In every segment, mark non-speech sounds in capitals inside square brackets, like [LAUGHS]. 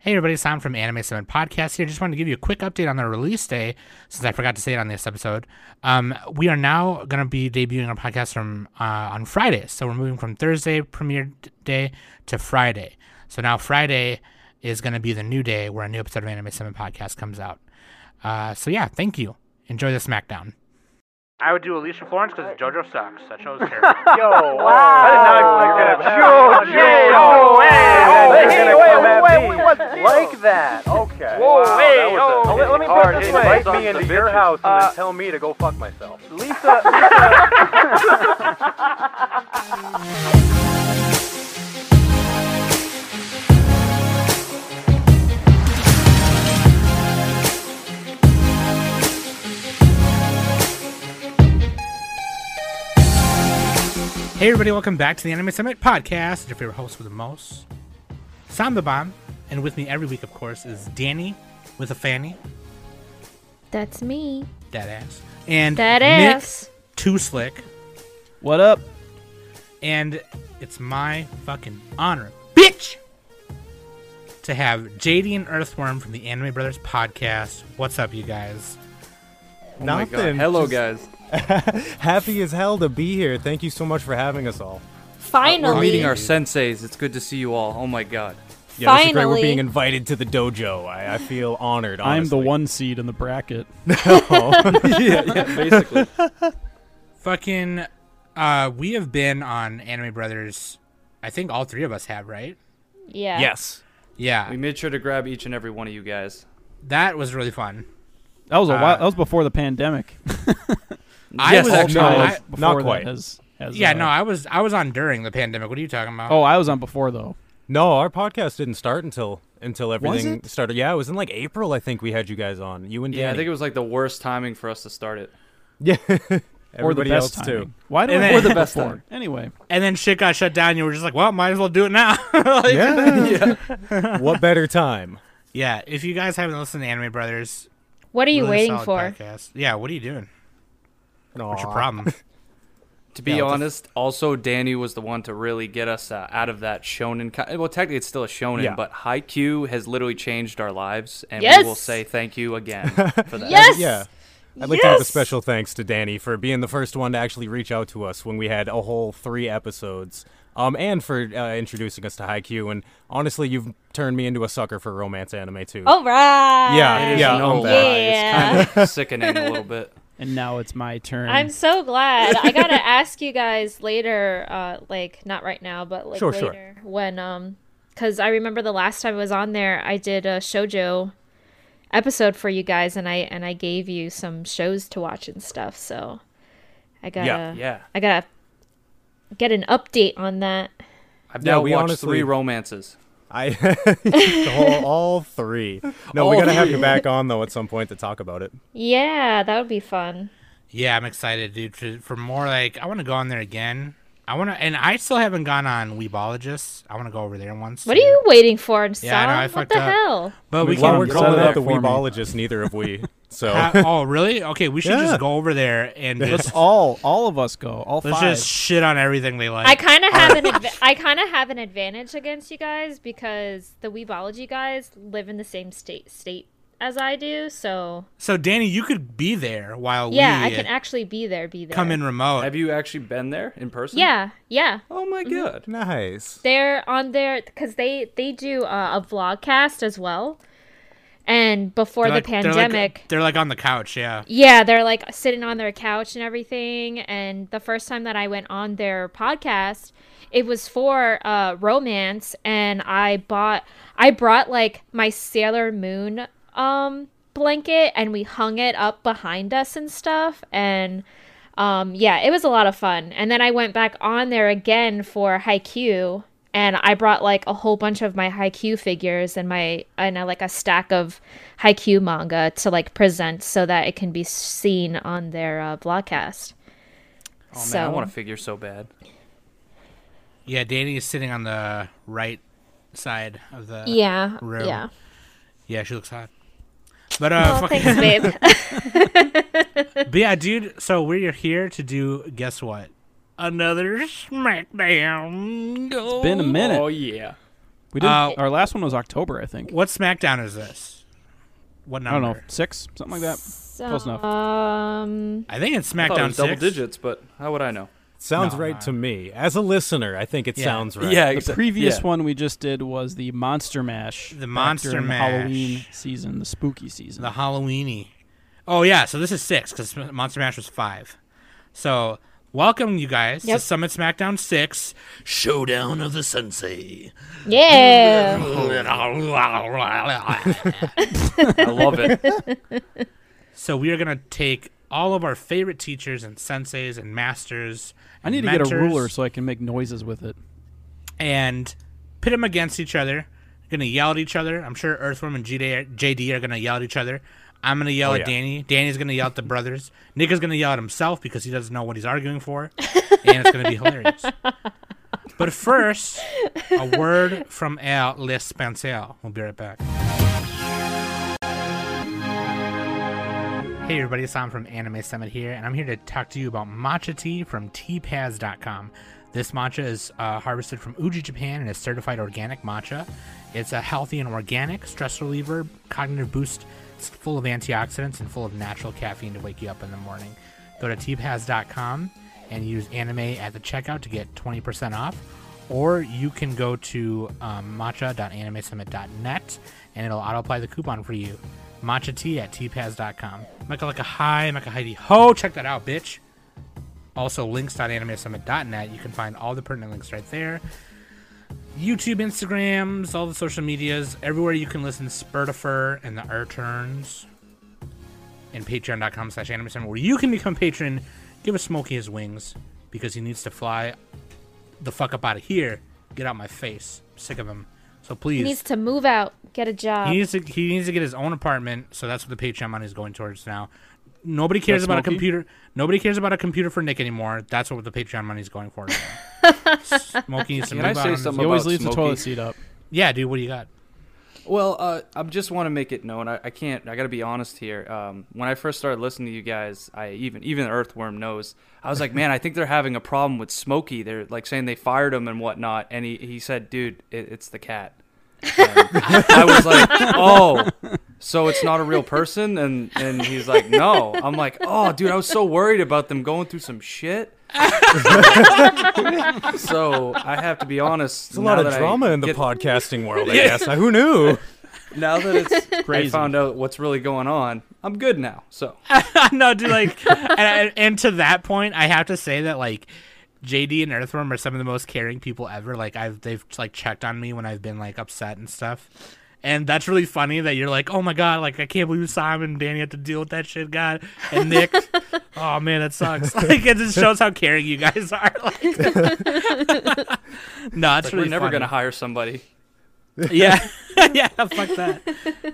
Hey everybody, Sam from Anime Summon Podcast here. Just wanted to give you a quick update on the release day, since I forgot to say it on this episode. Um, we are now going to be debuting our podcast from uh, on Friday, so we're moving from Thursday premiere d- day to Friday. So now Friday is going to be the new day where a new episode of Anime Summon Podcast comes out. Uh, so yeah, thank you. Enjoy the SmackDown. I would do Alicia Florence because JoJo sucks. That show's terrible. Yo, I did not expect that. Yo, Yo, Jay, yo, oh, hey, man, hey, you're gonna hey, come hey, at hey, me. hey, what's the Like that. Okay. Whoa, Wow, hey, that was a- yo, Let, let me hard put it this hit. way. Invite Bites me off the into your bitches. house and Uh, then tell me to go fuck myself. Oh Lisa, Hey everybody, welcome back to the Anime Summit Podcast. Your favorite host with the most, Sam the Bomb, and with me every week, of course, is Danny with a fanny, That's me. that ass, and That Nick ass. Too Slick, What up? and it's my fucking honor, bitch, to have JD and Earthworm from the Anime Brothers Podcast. What's up, you guys? Nothing. Hello, Just guys. [LAUGHS] Happy as hell to be here. Thank you so much for having us all. Finally, We're meeting our senseis. It's good to see you all. Oh my god. Yeah, this is great. Finally. We're being invited to the dojo. I, I feel honored. I'm the honestly. one seed in the bracket. Basically. Fucking, uh, we have been on Anime Brothers. I think all three of us have, right? Yeah. Yes. Yeah, we made sure to grab each and every one of you guys. that was really fun. That was a Uh, while. That was before the pandemic. [LAUGHS] I yes, was actually. no, I- Before not that quite. has- has, Yeah, uh, no, I was I was on during the pandemic. What are you talking about? oh, I was on before though. No, our podcast didn't start until until everything it? started. Yeah, it was in like April. I think we had you guys on. You and Yeah, I think Danny. it was like the worst timing for us to start it. Yeah, [LAUGHS] Or the everybody best else timing. too. Why do And I then- [LAUGHS] or the best best timing. before? Anyway, and then shit got shut down. You were just like, well, might as well do it now. [LAUGHS] Like- [LAUGHS] Yeah. what better time? yeah. If you guys haven't listened to Anime Brothers, What are you really waiting solid for? Podcast. Yeah, what are you doing? What's your [LAUGHS] Aw. problem? To be Yeah, what the honest, also Danny was the one to really get us uh, out of that shonen. Ki- well, technically it's still a shonen, Yeah. but Haikyuu has literally changed our lives, and we Yes! will say thank [LAUGHS] you again for that. Yes. Uh, Yeah. I'd like to give a Yes! special thanks to Danny for being the first one to actually reach out to us when we had a whole three episodes, um, and for uh, introducing us to Haikyuu. And honestly, you've turned me into a sucker for romance anime too. Oh. all right. Yeah, There's yeah, no I'm lie. back. Yeah. It's kind of sickening a little [LAUGHS] bit. and now it's my turn. I'm so glad. I gotta ask you guys later, uh, like not right now, but like Sure, sure. later when um, because I remember the last time I was on there, I did a shojo episode for you guys, and I and I gave you some shows to watch and stuff. So I gotta, Yeah. I gotta get an update on that. I've Yeah, now we watched honestly- three romances. I [LAUGHS] the whole, all three. No, we All gotta have three. you back on though at some point to talk about it. Yeah, that would be fun. yeah, I'm excited, dude, for, for more. Like, I want to go on there again. I want to, and I still haven't gone on Weebologists. I want to go over there once. What are too. you waiting for, Sam? Yeah, I know, I what fucked the up. hell? But we Wow, can While you we're set calling it out up the for me. weebologists, neither have we. So Uh, oh, really? Okay, we should Yeah. just go over there and [LAUGHS] Let's just all all of us go. All let's five. just shit on everything they like. I kind [LAUGHS] of have an adva- I kind of have an advantage against you guys because the Weebology guys live in the same state state as I do, so so, Danny, you could be there while yeah, we I can actually be there. Be there. come in remote. Have you actually been there in person? Yeah, yeah. Oh my Mm-hmm. god. nice. They're on there because they they do uh, a vlogcast as well, and before They're like- the they're like- pandemic. they're like on the couch. Yeah. Yeah, they're like sitting on their couch and everything. And the first time that I went on their podcast, it was for uh, romance, and I bought, I brought like my Sailor Moon um blanket, and we hung it up behind us and stuff, and. Um, yeah, it was a lot of fun. And then I went back on there again for Haikyuu and I brought like a whole bunch of my Haikyuu figures and my and uh, like a stack of Haikyuu manga to like present so that it can be seen on their uh, blogcast. Oh man, so I want to figure so bad. Yeah, Danny is sitting on the right side of the. yeah, room. yeah. Yeah, she looks hot. But uh, Oh, fucking- thanks, babe. [LAUGHS] but yeah, dude. So we're here to do guess what? Another SmackDown. been a minute. Oh yeah. We did. Uh, not our last one was October, I think. What SmackDown is this? What I number? don't know, six, something like that. Close enough. Um, I think it's I thought it SmackDown was double six. digits, but how would I know? Sounds No, right no. to me. As a listener, I think it Yeah. sounds right. Yeah, The exa- previous yeah. one we just did was the Monster Mash. The back Monster during the Mash. Halloween season, the spooky season. The Halloweeny. Oh yeah, so this is six because Monster Mash was five. So welcome you guys Yep. to Summit SmackDown six Showdown of the Sensei. yeah. I love it. [LAUGHS] so we are gonna take all of our favorite teachers and senseis and masters. I need and to get a mentors ruler so I can make noises with it. and pit them against each other. Gonna yell at each other. I'm sure Earthworm and GD are- JD are gonna yell at each other. I'm gonna yell Oh, at yeah. Danny. Danny's gonna yell at the [LAUGHS] brothers. Nick is gonna yell at himself because he doesn't know what he's arguing for, and it's gonna be hilarious. But first, a word from Al Les Pensel. We'll be right back. Hey everybody, it's Sam from Anime Summit here, and I'm here to talk to you about matcha tea from teapaz.com. This matcha is uh, harvested from Uji, Japan, and is certified organic matcha. It's a healthy and organic stress reliever, cognitive boost. It's full of antioxidants and full of natural caffeine to wake you up in the morning. Go to teapaz.com and use anime at the checkout to get 20% off, or you can go to um, matcha.animesummit.net and it'll auto apply the coupon for you. Matcha tea at tpaz.com. Mecca like a hi, Mecca Heidi ho. Check that out, bitch. Also, links.animesummit.net. You can find all the pertinent links right there. YouTube, Instagrams, all the social medias, everywhere you can listen to Spurtifer and the R Turns. And patreon.com slash animesummit, where you can become a patron. Give a Smokey his wings because he needs to fly the fuck up out of here. Get out my face. sick of him. So please. He needs to move out, get a job. He needs to he needs to get his own apartment, so that's what the Patreon money is going towards now. Nobody cares That's about a Smokey? computer. Nobody cares about a computer for Nick anymore. That's what the Patreon money is going for. Now. Smokey needs to move Can I out say on his- something He always about leaves the Smokey? toilet seat up. Yeah, dude, what do you got? Well, uh, I just want to make it known. I, I can't. I got to be honest here. Um, when I first started listening to you guys, I even even Earthworm knows. I was like, man, I think they're having a problem with Smokey. They're like saying they fired him and whatnot. And he, he said, dude, it, it's the cat. And I was like, oh, so it's not a real person. And and he's like, no. I'm like, oh, dude, I was so worried about them going through some shit. [LAUGHS] so I have to be honest. There's a lot of drama in the podcasting [LAUGHS] world, I guess. Who knew? now that [LAUGHS] it's I Crazy. found out what's really going on, I'm good now. So [LAUGHS] no, dude, like, and, and, and to that point, I have to say that like, JD and Earthworm are some of the most caring people ever. Like, I've they've like checked on me when I've been like upset and stuff, and that's really funny that you're like, oh my god, like I can't believe Simon and Danny have to deal with that shit, God, and Nick. oh man, that sucks. [LAUGHS] Like, it just shows how caring you guys are. Like, [LAUGHS] no, it's like, really we're never funny gonna hire somebody. yeah [LAUGHS] yeah fuck that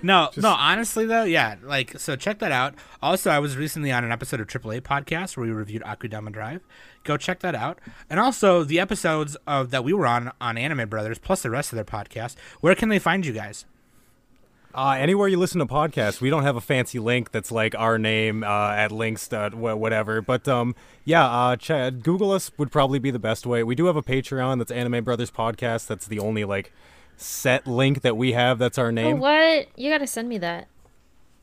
no no honestly though yeah like so check that out also i was recently on an episode of aaa podcast where we reviewed akudama drive go check that out and also the episodes of that we were on on anime brothers plus the rest of their podcast where can they find you guys Uh, anywhere you listen to podcasts, we don't have a fancy link that's like our name uh, at links dot wh- whatever. But um, yeah, uh, ch- Google us would probably be the best way. We do have a Patreon that's Anime Brothers Podcast. That's the only like set link that we have. That's our Oh, name. what? You gotta send me that.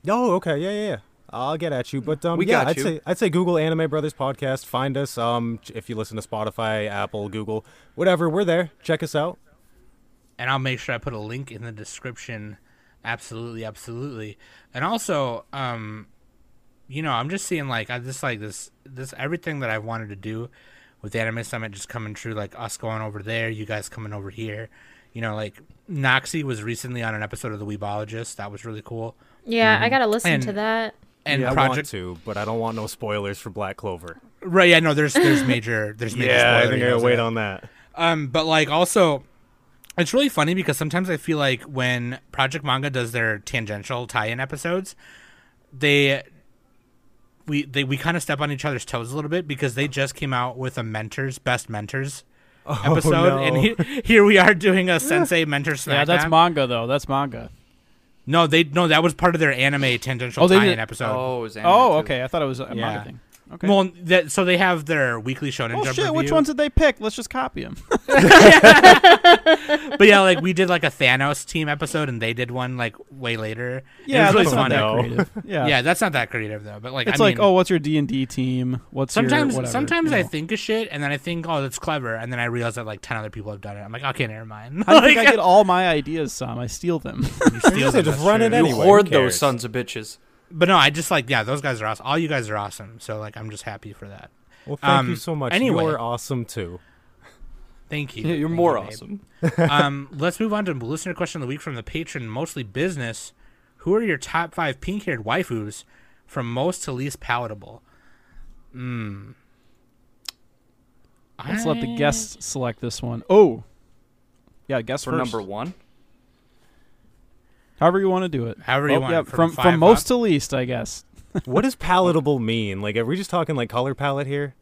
Oh, okay, yeah, yeah, yeah. I'll get at you, but um, We yeah, got I'd you. say I'd say Google Anime Brothers podcast. Find us um ch- if you listen to Spotify, Apple, Google, whatever. We're there. Check us out. and I'll make sure I put a link in the description. Absolutely, absolutely. And also, um, you know, I'm just seeing like I just like this this everything that I've wanted to do with the Anime Summit just coming true. Like us going over there, you guys coming over here. You know, like Noxie was recently on an episode of The Weebologist. That was really cool. Yeah, I gotta listen And- to that. And Yeah, I want Project to, but I don't want no spoilers for Black [LAUGHS] Clover. Right, yeah, no, there's there's major there's major Yeah, I spoiler think I emails gotta in wait it. on that. Um, but like also, it's really funny because sometimes I feel like when Project Manga does their tangential tie-in episodes, they we they we kind of step on each other's toes a little bit because they just came out with a mentors best [LAUGHS] mentors Oh, episode, and no. he, here we are doing a [LAUGHS] sensei mentor smackdown. Yeah, that's manga though. That's manga. no, they no that was part of their anime tangential Oh, they tie-in did- episode. Oh, is Oh, okay. I thought it was a Yeah. manga thing. Okay. Well, that, so they have their weekly show ninja oh shit! review. Which ones did they pick? Let's just copy [LAUGHS] them. But yeah, like we did like a Thanos team episode, and they did one like way later. yeah, it was that's really fun. not that No. creative. Yeah. Yeah, that's not that creative though. But like, It's I like, mean, oh, what's your D and D team? What's your sometimes whatever, sometimes you I know. think of shit, and then I think, oh, that's clever, and then I realize that like ten other people have done it. I'm like, okay, never mind. [LAUGHS] I think I Like, [LAUGHS] get all my ideas, Sam. I steal them. [LAUGHS] you steal Just- them, just that's run true. it anyway. you hoard who those cares? sons of bitches. But no, I just like yeah, those guys are awesome. All you guys are awesome. So like, I'm just happy for that. Well, thank Um, you so much. anyway. You're awesome too. Thank you. Yeah, [LAUGHS] you're Thank more you, babe. awesome. um, let's move on to listener question of the week from the patron, mostly business. Who are your top five pink haired waifus from most to least palatable? Mm. Let's let the I- guests select this one. Oh, yeah, guess For first. number one, However you want to do it. However you Oh, want yeah, it, from from five from most up. to least, I guess. What does palatable mean? Like, are we just talking like color palette here?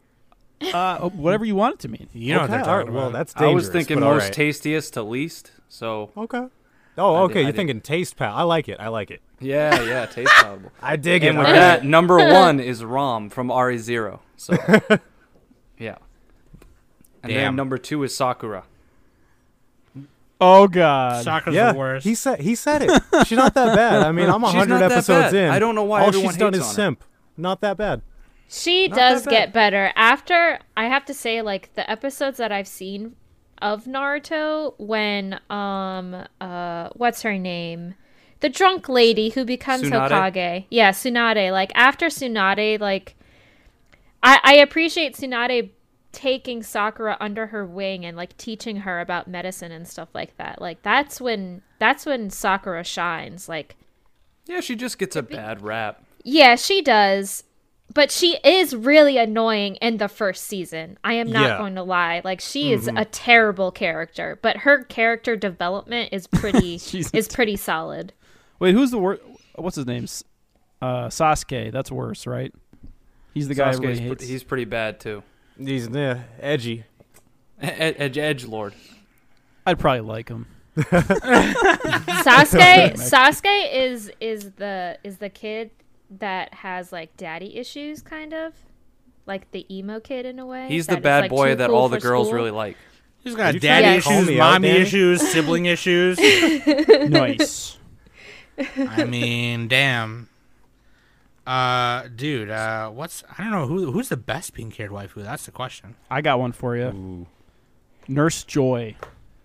Uh, oh, Mm. whatever you want it to mean. You know okay, what they're all talking right, well, about. that's I dangerous. was thinking but all most right. tastiest to least. So Okay. Oh, I did- okay. I You're did. thinking taste pal. I like it. I like it. [LAUGHS] yeah, yeah, taste palatable. I dig And it. with all that, right. [LAUGHS] number one is Rom from RE Zero. So yeah, and Damn. then number two is Sakura. Oh god. Soccer's [LAUGHS] yeah, the worst. he said he said it. She's not that bad. I mean, I'm She's not 100 that episodes bad. in. I don't know why All everyone she's done hates is on her. simp. Not that bad. She Not does that get better. After I have to say, like the episodes that I've seen of Naruto, when um uh what's her name? The drunk lady who becomes Tsunade? Hokage. Yeah, Tsunade. Like after Tsunade, like I, I appreciate Tsunade taking Sakura under her wing and like teaching her about medicine and stuff like that. Like that's when that's when Sakura shines. Like Yeah, she just gets a bad rap. yeah, she does. But she is really annoying in the first season. I am not Yeah. going to lie. Like she is Mm-hmm. a terrible character, but her character development is [LAUGHS] pretty She's- is pretty solid. Wait, who's the worst? What's his name? S- Uh, Sasuke. That's worse, right? He's the guy Sasuke's everybody pre- hates. he's pretty bad too. E-, He's yeah, edgy. Edge, edge lord. I'd probably [LAUGHS] like him. Sasuke Sasuke is is the is the kid that has like daddy issues kind of. Like the emo kid in a way. He's the that is, bad like, boy too that cool all the for girls school. really like. He's got you daddy try to issues, call me out, mommy Danny? issues, sibling issues. nice. I mean, damn. Uh, dude, uh, what's I don't know who who's the best pink haired waifu. That's the question. I got one for you. Nurse Joy.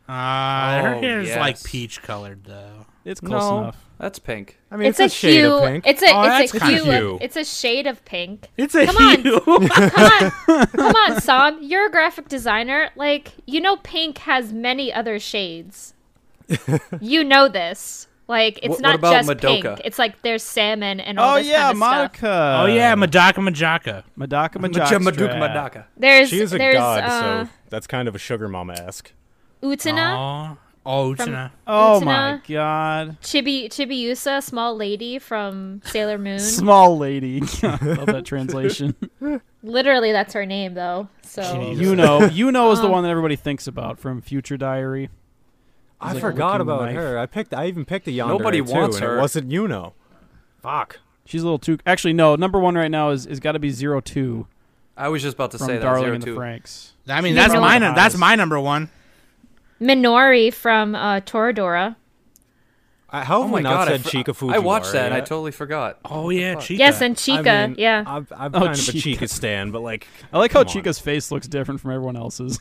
Uh, her Oh, hair is like yes. peach colored though. It's close no, enough. that's pink. I mean, It's, it's, a, shade hue. of pink. It's a Oh, it's a that's kinda hue. of- hue. It's a shade of pink. It's a Come on. hue. come on, come on, Sam. You're a graphic designer. Like you know, pink has many other shades. you know this. Like it's What- what not about just Madoka? pink. It's like there's salmon and all Oh this kind yeah, of Monica. [LAUGHS] stuff. oh yeah, Madaka Madaka. Macha- Madaka Madaka. Maduka Madaka. There's she is a there's god, uh, so that's kind of a sugar mama esque. Utsuna, Aw. Oh, From- Utsuna. Oh Utsuna. my god. Chibi Chibiusa, small lady from Sailor Moon. Small lady. [LAUGHS] [LAUGHS] Love that translation. Literally, that's her name though. So Jeez. you know, you know Um, is the one that everybody thinks about from Future Diary. I like forgot licking the about knife. her. I picked. I even picked a yonder. Nobody too, wants and her. It wasn't Yuno. Fuck. She's a little too. Actually, no. Number one right now is is got to be zero two I was just about to from say that. Darling Zero and the two. Franks. I mean, She's that's really my hot. that's my number one. Minori from uh, Toradora. I, how Oh have my we not god! I, said fr- Chica Fujiwara? I watched that and I yet? totally forgot. Oh yeah, Chica. Yes, and Chica. I mean, yeah. I'm, I'm Oh, kind of a Chica. Chica stan, but [LAUGHS] like, [LAUGHS] I like how Come on. Chica's face looks different from everyone [LAUGHS] else's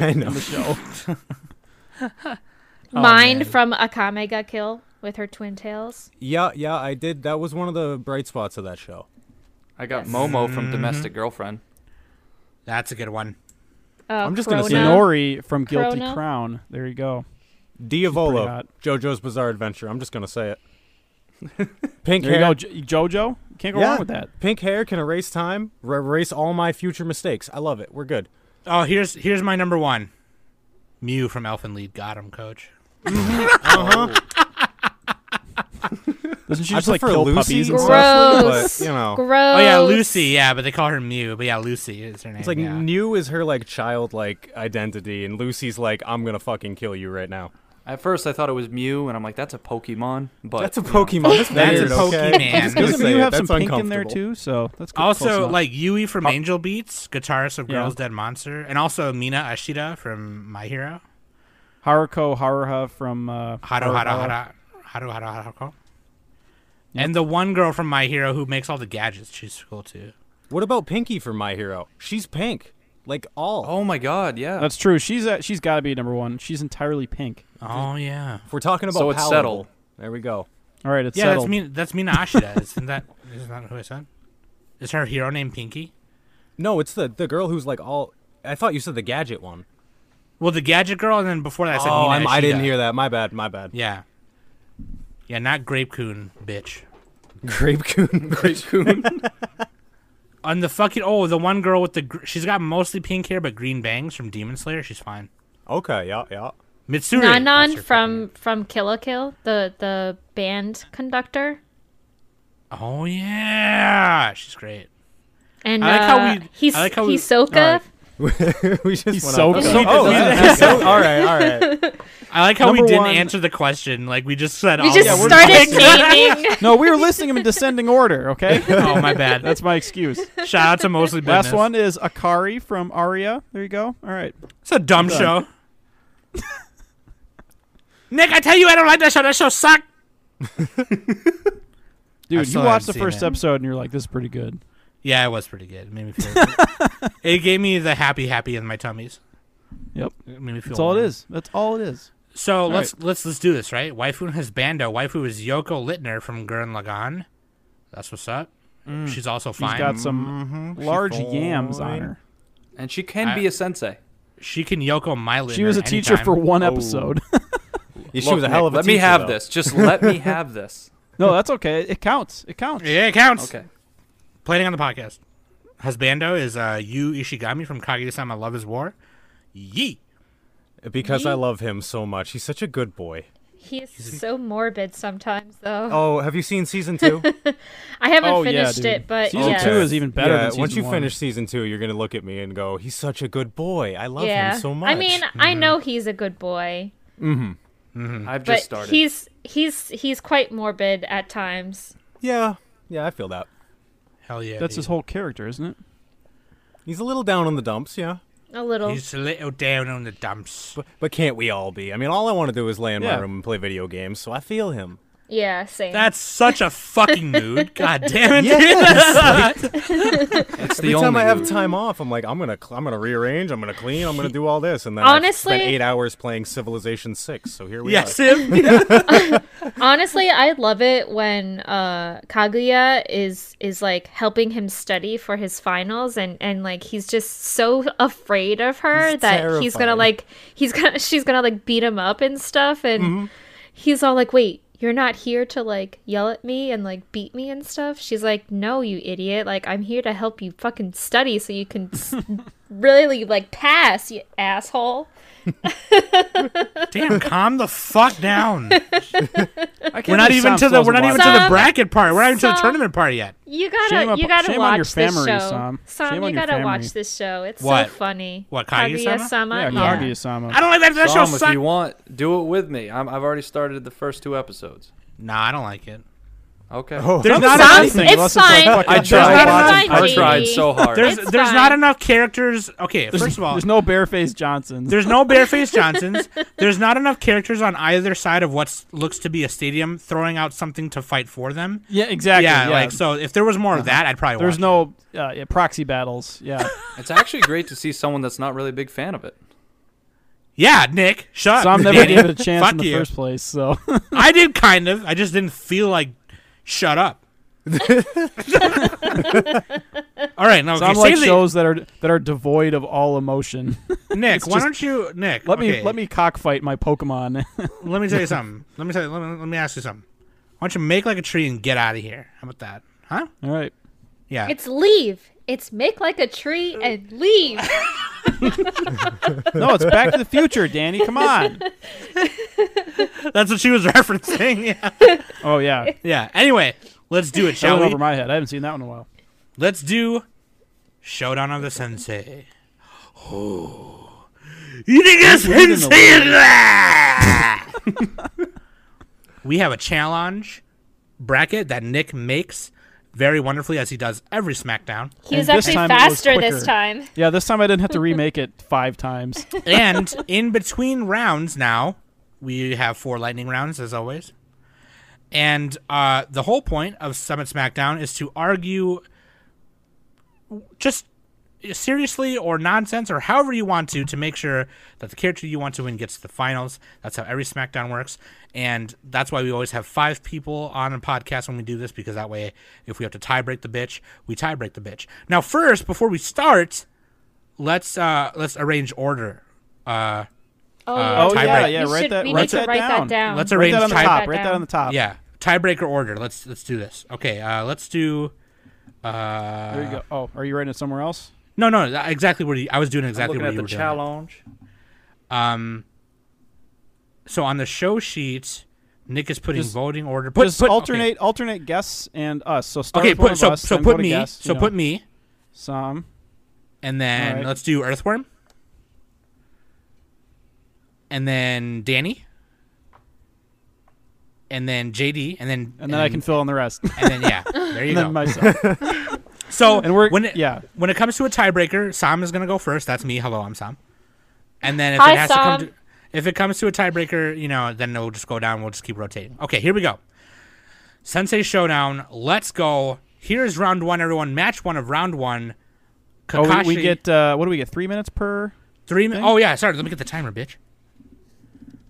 I know. on the show. Mind man. from Akame ga Kill with her twin tails. Yeah, yeah, I did. That was one of the bright spots of that show. I got Momo from Mm-hmm. Domestic Girlfriend. that's a good one. Uh, I'm just gonna say Corona. Inori from Guilty Corona. Crown. There you go. pretty Diavolo, hot. JoJo's Bizarre Adventure. I'm just gonna say [LAUGHS] it. Pink There you hair. go. J- Jojo. Can't go yeah. wrong with that. Pink hair can erase time, r- erase all my future mistakes. I love it. We're good. Oh, here's here's my number one. Mew from Elfin Lead. Got him, coach. Doesn't she I just like prefer kill Lucy. puppies and stuff? Gross. But, you know. Gross. Oh yeah, Lucy. Yeah, but they call her Mew. But yeah, Lucy is her name. It's like yeah. New is her like childlike identity, and Lucy's like, I'm gonna fucking kill you right now. At first, I thought it was Mew, and I'm like, that's a Pokemon. But That's a you know. Pokemon. That's, That's weird, a Pokemon. okay? I'm just gonna Doesn't Doesn't say you it. have That's some pink in there uncomfortable. too? So that's good, Also, like Yui from Oh. Angel Beats, guitarist of Yeah. Girls Dead Monster, and also Mina Ashida from My Hero. Haruko Haruha from uh, Haru Haru Haru Haru Haru Haruko. And the one girl from My Hero who makes all the gadgets, she's cool too. What about Pinky from My Hero? She's pink, like all. Oh my God! Yeah. That's true. She's uh, she's got to be number one. She's entirely pink. Oh yeah, If we're talking about So it's palatable, settled. There we go. All right, it's yeah. settled. That's Mina. That's Mina Ashida. isn't that? Isn't that who I said? Is her hero named Pinky? No, it's the the girl who's like all. I thought you said the gadget one. Well, the gadget girl, and then before that, I said oh, Mina I'm, I didn't Ashida. hear that. My bad. My bad. Yeah, yeah. Not Grape Coon, bitch. [LAUGHS] Grape Coon. [LAUGHS] Grape Coon. On the fucking oh, the one girl with the gr- she's got mostly pink hair but green bangs from Demon Slayer. She's fine. okay. Yeah. Yeah. Mitsuri. that's Nanan her from from Kill la Kill, the the band conductor, fucking- Oh yeah, she's great. and I like how uh, we- he's I like how we- Hisoka. all right. [LAUGHS] we just He's went so off good. the- We did Oh, that. that's so- all right. All right. I like how we Number didn't one- answer the question. Like we just said. We all just of them. [LAUGHS] started naming. no, we were listing them in descending order. [LAUGHS] Okay, oh my bad. that's [LAUGHS] my excuse. Shout out to mostly business. Last one is Akari from Aria. There you go. All right. It's a dumb show. [LAUGHS] Nick, I tell you, I don't like that show. That show sucked. I Dude, you still watched the haven't seen first it. episode and you're like, "This is pretty good." Yeah, it was pretty good. It made me feel. [LAUGHS] it gave me the happy, happy in my tummies. Yep, It made me feel. that's all it warm. is. That's all it is. So let's let's let's do this, right? Waifu has Bando. Waifu is Yoko Littner from Gurren Lagann. That's what's up. She's also Mm. She's fine. Mm-hmm. got some large yams on her. and she can I- be a sensei. she can Yoko my Littner. She was a teacher anytime. for one episode. [LAUGHS] Yeah, she Look, was a hell Nick, of a. Let me teacher, have though. this. Just [LAUGHS] let me have this. no, that's okay. It counts. It counts. Yeah, it counts. Okay. Planning on the podcast. Husbando is uh, Yu Ishigami from Kaguya-sama Love is War. Yee. Because I Me? love him so much. He's such a good boy. He's so morbid sometimes, though. [LAUGHS] Oh, have you seen season two? I haven't Oh, yeah, finished dude. it, but Season yes. two is even better Yeah, than season once you one. finish season two, you're gonna look at me and go, "He's such a good boy. I love yeah. him so much." I mean, I know Mm-hmm. he's a good boy, Mm. I've but just started. he's he's he's quite morbid at times. yeah, yeah, I feel that. Hell yeah. That's his dude. whole character, isn't it? He's a little down on the dumps, yeah. A little. He's a little down on the dumps. But but can't we all be? I mean, all I want to do is lay in Yeah. my room and play video games, so I feel him. yeah, same. That's such a fucking mood. God [LAUGHS] damn it. Yes. dude. [LAUGHS] it's Every the time only I have move. time off, I'm like, I'm gonna cl- I'm gonna rearrange, I'm gonna clean, I'm gonna do all this, and then I spent Honestly- eight hours playing Civilization Six. So here we yes, are. him. [LAUGHS] Honestly, I love it when uh, Kaguya is is like helping him study for his finals, and and like he's just so afraid of her He's that he's gonna terrified. like he's gonna [LAUGHS] she's gonna like beat him up and stuff, and Mm-hmm. he's all like, "Wait, you're not here to like yell at me and like beat me and stuff." She's like, "No, you idiot! Like I'm here to help you fucking study so you can [LAUGHS] s- really like pass, you asshole." Damn, calm the fuck down. I can't We're not believe even to Sam still the we're not hasn't even watched to the Sam, bracket part. We're not even to the Sam. tournament part yet. You gotta, Shame up- you gotta shame on your watch family, this show. Sam. Shame you on your gotta family. watch this show. It's What? so funny. What, Kaguya-sama? it. Sama? Yeah, Kaguya-sama. I don't like that. That show Dom, if sucks. you want, do it with me. I'm, I've already started the first two episodes. Nah, I don't like it. Okay. [LAUGHS] Oh, There's not Sam, enough. anything it's unless it's fine. like fucking I It's tried. fine, I baby. tried so hard. There's It's there's fine. not enough characters. Okay, There's, first of all, there's no bareface Johnson. There's no [LAUGHS] barefaced Johnsons. There's not enough characters on either side of what looks to be a stadium throwing out something to fight for them. yeah, exactly. yeah, like so. If there was more of that, I'd probably. There's watch no uh, yeah, proxy [LAUGHS] battles. Yeah, It's actually great to see someone that's not really a big fan of it. it. Yeah, Nick, shut up. Sam never Danny. gave it a chance Fuck in the you. first place. So [LAUGHS] I did kind of. I just didn't feel like shut [LAUGHS] up. All right, no, okay, Sam save like the- shows that are that are devoid of all emotion. [LAUGHS] Nick, why just- don't you, Nick? let me okay, let me cockfight my Pokemon. [LAUGHS] let me tell you something. Let me tell you. Let me, let me ask you something. Why don't you make like a tree and get out of here? How about that? Huh? [LAUGHS] all right. Yeah. It's leave. It's make like a tree and [LAUGHS] leave. No, it's Back to the Future, Danny. Come [LAUGHS] on. That's what she was [LAUGHS] referencing. Yeah. Oh yeah, that Yeah. Anyway, let's do it, shall went we? over my head. I haven't seen that one in a while. Let's do Showdown of the Sensei. Oh, You niggas live in been the saying that. [LAUGHS] we have a challenge bracket that Nick makes very wonderfully, as he does every SmackDown. He was And this actually time it was faster this quicker. time. Yeah, this time I didn't have to remake it [LAUGHS] five times. Oh, And in between rounds now, we have four lightning rounds as always. And uh, the whole point of Summit SmackDown is to argue just seriously or nonsense or however you want to to make sure that the character you want to win gets to the finals. That's how every SmackDown works. And that's why we always have five people on a podcast when we do this because that way, if we have to tie break the bitch, we tie break the bitch. Now, first, before we start, let's uh let's arrange order. Uh Oh, Oh, yeah, tiebreaker. yeah, We write should- that- we write need to that write down. that down. Let's Write arrange that on the tie- top. That Write that down. on the top. yeah, tiebreaker order. Let's let's do this. Okay, uh let's do uh There you go. Oh, are you writing it somewhere else? No, no, th- exactly where you, I was doing exactly Looking where at you the were doing. it. challenge. So on the show sheet, Nick is putting Just- voting order. Put, Just put- okay. alternate alternate guests and us. So start Okay, with one put of so us, so then go put to me. guest, so you know. put me some. and then Alright. let's do Earthworm. And then Danny. And then JD, and then and then I can fill in the rest. and then yeah, [LAUGHS] [LAUGHS] there you and go. then [LAUGHS] myself. So And we're- when it, yeah. when it comes to a tiebreaker, Sam is gonna go first. That's me. Hello, I'm Sam. And then if Hi, it has to come Sam. to, if it comes to a tiebreaker, you know, then it'll just go down. We'll just keep rotating. Okay, here we go. Sensei Showdown. Let's go. Here's round one, everyone. Match one of round one. oh, Kakashi. we, we get uh, what do we get? Three minutes per. three. mi- Oh yeah, sorry. Let me get the timer, bitch.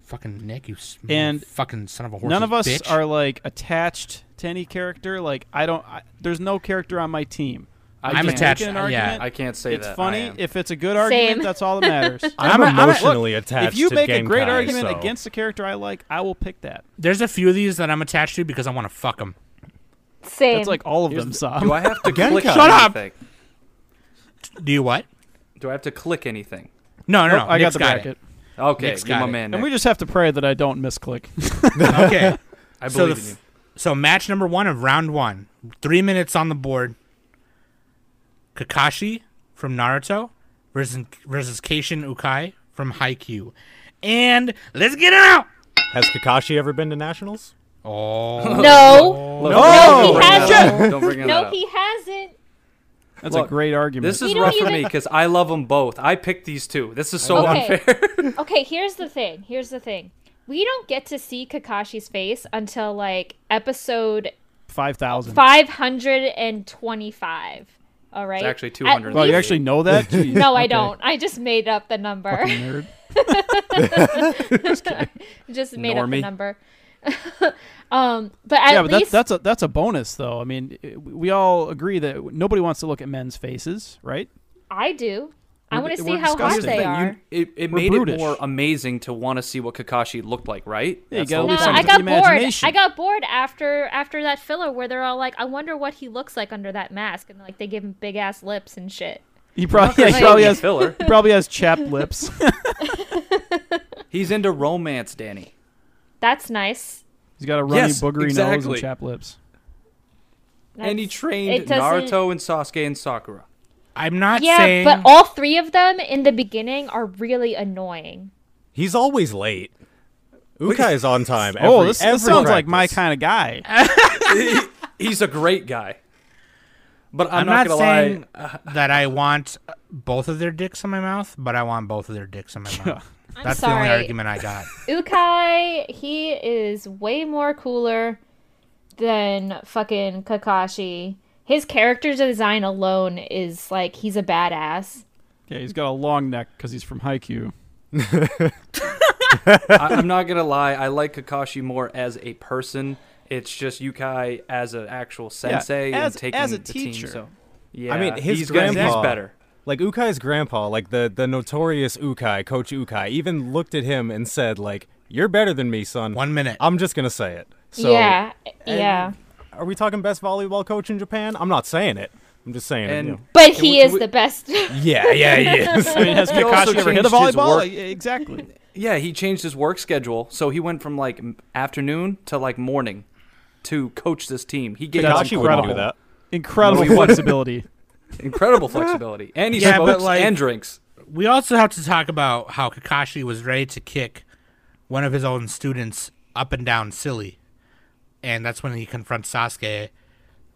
Fucking Nick, you s- And fucking son of a horse. None of us bitch. are like attached to any character. Like I don't. I, there's no character on my team. I I'm can't attached, make An uh, yeah. argument. I can't say It's that. I funny am. if it's a good argument. Same. That's all [LAUGHS] that matters. I'm I'm, a- I'm a- emotionally attached. if you to make a great Genkai, argument so- against a character I like, I will pick that. There's a few of these that I'm attached to because I want to fuck them. Same. That's like all of them. Sam. Do I have to Genkai. click Shut up! anything? Do you what? Do I have to click anything? No, no, no. Nope, Oh, I got Nick's the got it. bracket. Okay, Nick's you're got my it. man. Nick. And we just have to pray that I don't [LAUGHS] misclick. Okay. [LAUGHS] I So the believe in you. f- So match number one of round one. Three minutes on the board. Kakashi from Naruto versus versus Keishin Ukai from Haikyuu. And let's get it out. Has Kakashi ever been to nationals? Oh no, Look, No, don't he bring that hasn't. up. Don't bring that no, up. he hasn't. That's a Look, great argument. This is You know, rough you for did- me because I love them both. I picked these two. This is so Okay. unfair. [LAUGHS] Okay, here's the thing. Here's the thing. We don't get to see Kakashi's face until like episode five thousand. 525. All right. actually At 200. Well, least- you actually know [LAUGHS] that? [LAUGHS] Jeez. No, I Okay. don't. I just made up the number. Nerd. [LAUGHS] just made up the Normie. number. [LAUGHS] um, but at yeah, but least that's that's a that's a bonus though. I mean, i- we all agree that nobody wants to look at men's faces, right? I do. I We're- want to we're see how hot disgusting. they Thing, are. it it We're made brutish. it more amazing to want to see what Kakashi looked like, right? Yeah, you That's gotta the No, leave whole something Uh, I to point. the got bored. imagination. I got bored after after that filler where they're all like, "I wonder what he looks like under that mask," and like they give him big ass lips and shit. He probably, Not yeah, that he probably he's has filler. he probably has [LAUGHS] chapped lips. He's into romance, Danny. That's nice. He's got a runny, Yes, boogery nose and exactly. chapped lips. That's, and he trained it doesn't- Naruto and Sasuke and Sakura. [LAUGHS] I'm not Yeah, saying but all three of them in the beginning are really annoying. He's always late. Ukai is on time. Every, oh, this, this every sounds like my practice. kind of guy. [LAUGHS] He's a great guy. But I'm, I'm not, gonna saying lie. that I want both of their dicks in my mouth, but I want both of their dicks [LAUGHS] in my mouth. I'm That's the sorry. only argument I got. Ukai, he is way more cooler than fucking Kakashi. His character design alone is like he's a badass. Okay, he's got a long neck because he's from Haikyuu. I, I'm not gonna lie. I like Kakashi more as a person. It's just Yukai as an actual sensei as- and taking as a the team, teacher. [LAUGHS] so- yeah, mean, his he's gonna- grandpa- he's better. Like Ukai's grandpa, like the the notorious Ukai, Coach Ukai, even looked at him and said, "Like you're better than me, son." One minute. I'm just gonna say it. So, yeah, yeah. Are we talking best volleyball coach in Japan? I'm not saying it. I'm just saying And it. But and he we- is we- the best. Yeah, yeah, yeah. [LAUGHS] I mean, has He also Kakashi ever hit changed a his volleyball? work- [LAUGHS] Uh, Exactly. Yeah, he changed his work schedule, so he went from like m- afternoon to like morning to coach this team. He gave That's Kakashi them wouldn't incredible. do that. Incredible No, he wouldn't. flexibility. [LAUGHS] incredible flexibility, and he Yeah, but, smokes like- and drinks. we also have to talk about how Kakashi was ready to kick one of his own students up and down silly, and that's when he confronts Sasuke.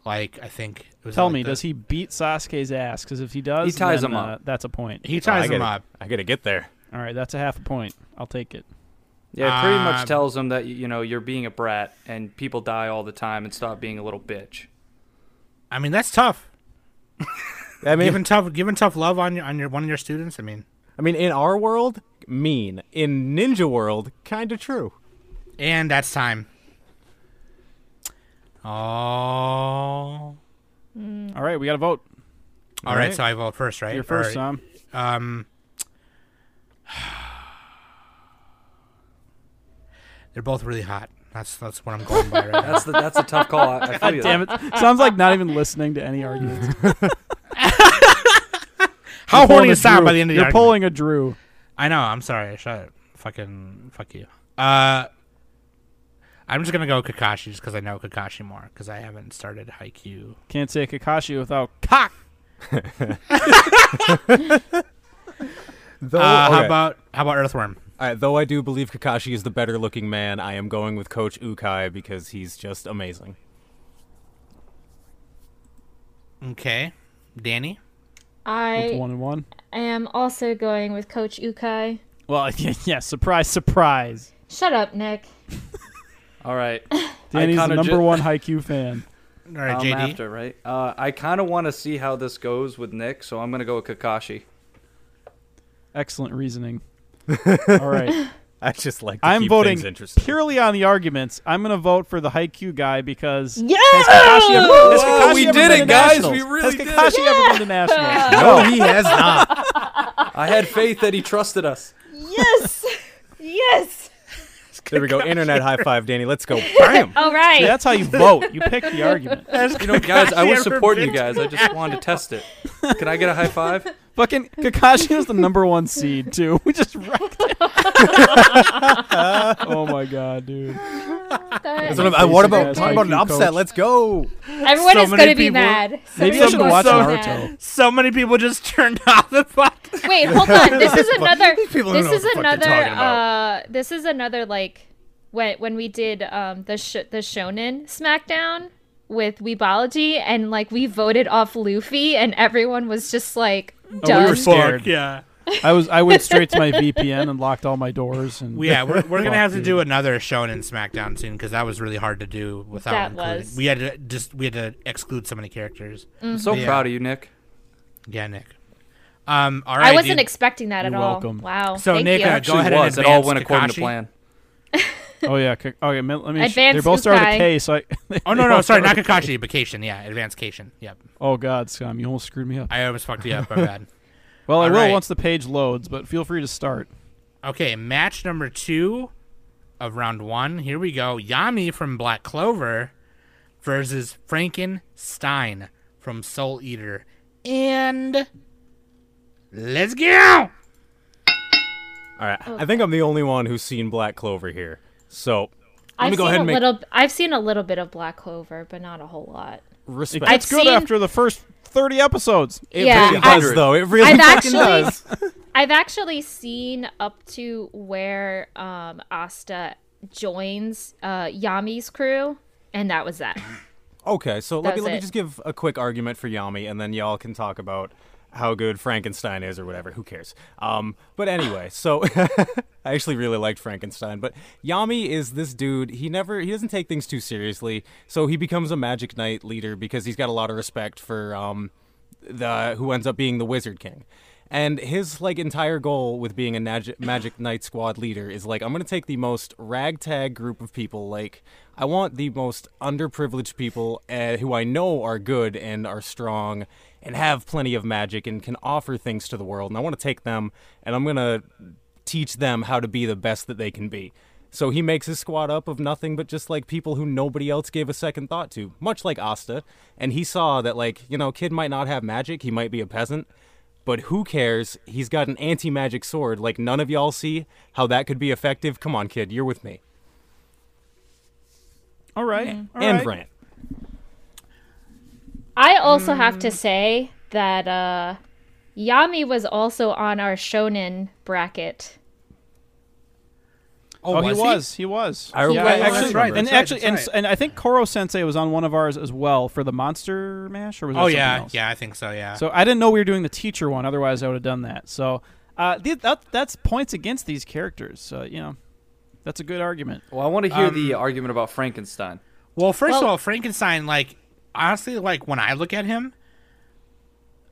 Like I think it was Tell like me, the- does he beat Sasuke's ass? Because if he does, He ties then, him uh, up. that's a point. He I ties him gotta- up. I gotta get there. All right, that's a half a point. I'll take it. Yeah, it pretty much Um, tells him that y- you know you're being a brat and people die all the time and stop being a little bitch. I mean, that's tough. I mean, Giving tough, giving tough love on your on your one of your students. I mean, I mean, in our world, mean. In ninja world, kind of true. and that's time. Oh. Mm. All right, we got to vote. All right, right. so I vote first, right? You're first, Or- Tom. Um, they're both really hot. That's that's what I'm going by [LAUGHS] right now. That's the that's a tough call. I, I feel you. Damn it! Sounds like not even listening [LAUGHS] to any arguments. How You're pulling horny a is Sam Drew. by the end of the You're argument? pulling a Drew. I know. I'm sorry. Shut up. Fucking fuck you. Uh, I'm just gonna go Kakashi just because I know Kakashi more because I haven't started Haikyuu. Can't say Kakashi without cock. Though, Uh, How Oh, okay. about how about Earthworm? All right, though I do believe Kakashi is the better looking man, I am going with Coach Ukai because he's just amazing. [LAUGHS] Okay, Danny. That's I one and one. am also going with Coach Ukai. Well, [LAUGHS] yeah, yeah, surprise, surprise. Shut up, Nick. All right, Danny's the kinda number ju- one Haikyuu fan. All right, Um, I'm JD. after right. Uh, I kind of want to see how this goes with Nick, so I'm gonna go with Kakashi. [LAUGHS] Excellent reasoning. All right. I just like to I'm keep voting things interesting. purely on the arguments. I'm going to vote for the Haikyuu guy because Yeah! Kakashi ever- has Kakashi we ever did been it, to guys. Nationals? We really has did it. Kakashi ever been to [LAUGHS] [LAUGHS] Nationals? no, he has not. [LAUGHS] I had faith that he trusted us. Yes! yes! There we go. Internet high five, Danny. Let's go. [LAUGHS] Bam. All right. That's how you vote. You pick [LAUGHS] the argument. [LAUGHS] You know, [LAUGHS] guys, I was ever supporting you been guys. I just wanted to test it. Can I get a high five? Fucking Kakashi was the number one seed too. [LAUGHS] We just wrecked it. [LAUGHS] oh my god, dude. That- That's what, I'm- uh, what about, Basic ass what about an IQ upset? coach. Let's go. Everyone so is many going to be people- mad. So Maybe I many should people watch are so- mad. Naruto. So many people just [LAUGHS] turned off the podcast. [LAUGHS] Wait, hold on. This is another. people don't this know is what the fuck they're another. talking Uh, this is another like when when we did um the sh- the Shonen SmackDown with Weebology and like we voted off Luffy and everyone was just like Oh, done. were scared. Scared. Fuck yeah. I was I went straight to my VPN and locked all my doors and Yeah, we're, we're Fuck, gonna have to dude. do another Shonen SmackDown soon because that was really hard to do without That including. was. Mm. We had to just we had to exclude so many characters. I'm so Yeah. proud of you, Nick. Yeah, Nick. Um, all right. I wasn't dude. expecting that at You're all. welcome. Wow. So, Thank Nick, you. uh, Go Actually ahead and was. it all advance went according Kakashi. to plan. Oh yeah, Ka- okay. Let let me. Advanced they both start with Ukai. a K, so I. [LAUGHS] Oh no, no, [LAUGHS] sorry, not Kakashi, Vacation. Yeah, Advanced Cation. Yep, Oh god, Scum, you almost screwed me up. I almost fucked you up. My [LAUGHS] bad. Well, I All will right. once the page loads, but feel free to start. Okay, match number two of round one. Here we go. Yami from Black Clover versus Frankenstein from Soul Eater, and let's go. All right. I think I'm the only one who's seen Black Clover here. So let I've me go seen ahead a and make little. I've seen a little bit of Black Clover, but not a whole lot. respect. I've It's good seen- after the first thirty episodes. It Yeah, really I- does, though. It really I've fucking actually- does. [LAUGHS] I've actually seen up to where um, Asta joins uh, Yami's crew, and that was that. Okay, so let me was let me it. just give a quick argument for Yami, and then y'all can talk about how good Frankenstein is or whatever. Who cares? Um, but anyway, so [LAUGHS] I actually really liked Frankenstein, but Yami is this dude. He never he doesn't take things too seriously, so he becomes a Magic Knight leader because he's got a lot of respect for um, the who ends up being the Wizard King. And his like entire goal with being a Nag- Magic Knight Squad leader is like I'm gonna take the most ragtag group of people. Like I want the most underprivileged people uh, who I know are good and are strong and have plenty of magic and can offer things to the world. And I want to take them and I'm gonna teach them how to be the best that they can be. So he makes his squad up of nothing but just like people who nobody else gave a second thought to, much like Asta. And he saw that, like, you know, kid might not have magic, he might be a peasant, but who cares? He's got an anti magic sword. Like, none of y'all see how that could be effective. Come on, kid, you're with me. All right, all and right. rant. Mm. I also have to say that uh, Yami was also on our shonen bracket. Oh, he was he? was. He was. I remember- actually, Oh, that's right, And that's right, actually, that's and, right. and I think Koro Sensei was on one of ours as well for the Monster Mash, or was it Oh something yeah, else? yeah, I think so. Yeah. So I didn't know we were doing the teacher one. Otherwise, I would have done that. So uh, th- that, that's points against these characters. So you know, that's a good argument. Well, I want to hear the argument about Frankenstein. well, first of Well- all, Frankenstein, like honestly, like when I look at him,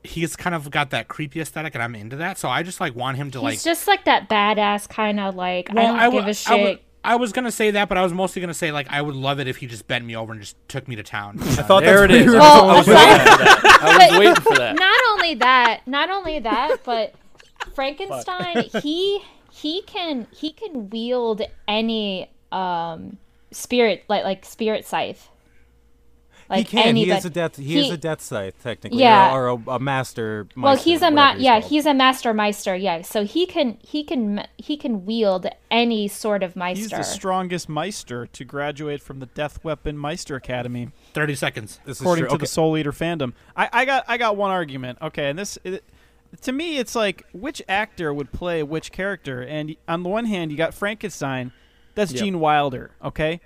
he's kind of got that creepy aesthetic, and I'm into that. So I just like want him to He's like. just like that badass kind of like I don't wa- give a I wa- shit. I was gonna say that, but I was mostly gonna say like I would love it if he just bent me over and just took me to town. Uh, I thought There it that's is. weird. Well, I was aside- waiting for that. I was but- waiting for that. not only that, not [LAUGHS] only that, but Frankenstein he he can he can wield any um spirit like like spirit scythe. he can. He is anybody- a death. He, is a death scyte, technically. Yeah. Or, or a, a master. Well, meister, he's a ma- whatever yeah, called. he's a master meister. Yeah, so he can he can ma- he can wield any sort of He's meister. the strongest Meister to graduate from the Death Weapon Meister Academy, Thirty seconds. This is according true. to Okay. the Soul Eater fandom. I, I got I got one argument. Okay, and this. It, to me, it's like which actor would play which character, and on the one hand, you got Frankenstein, that's Gene Wilder, okay,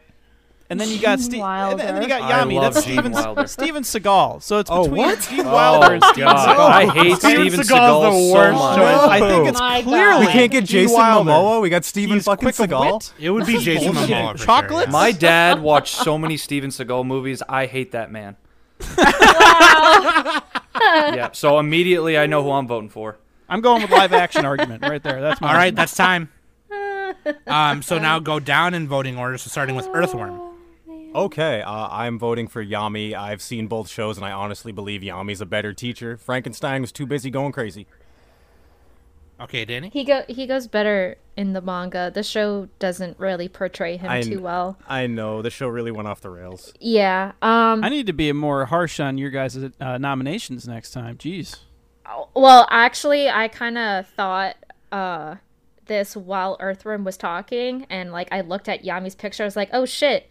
and then you got Ste- and, then you got I Yami, love that's Gene Steven, Wilder. Steven Seagal. So it's Oh, between what? Gene Wilder and Steven God. Seagal. I hate Steven Steven Seagal's Seagal the so worst much. choice. I think Oh. it's My clearly God. We can't get Gene Jason Wilder. Momoa. We got Steven He's fucking quick of Seagal. wit. It would be Jason bullshit. Momoa. for Sure, Chocolate? yeah. [LAUGHS] My dad watched so many Steven Seagal movies. I hate that man. yeah, so immediately I know who I'm voting for. I'm going with live action [LAUGHS] argument right there. That's my All right, that's [LAUGHS] time. Um, so now go down in voting order. So starting with Earthworm. Okay, uh, I'm voting for Yami. I've seen both shows, and I honestly believe Yami's a better teacher. Frankenstein was too busy going crazy. Okay, Danny. He go he goes better in the manga. The show doesn't really portray him I- too well. I know the show really went off the rails. Yeah. Um I need to be more harsh on your guys' uh, nominations next time. Jeez. well, actually I kind of thought uh this while Earthworm was talking and like I looked at Yami's picture I was like, "Oh shit.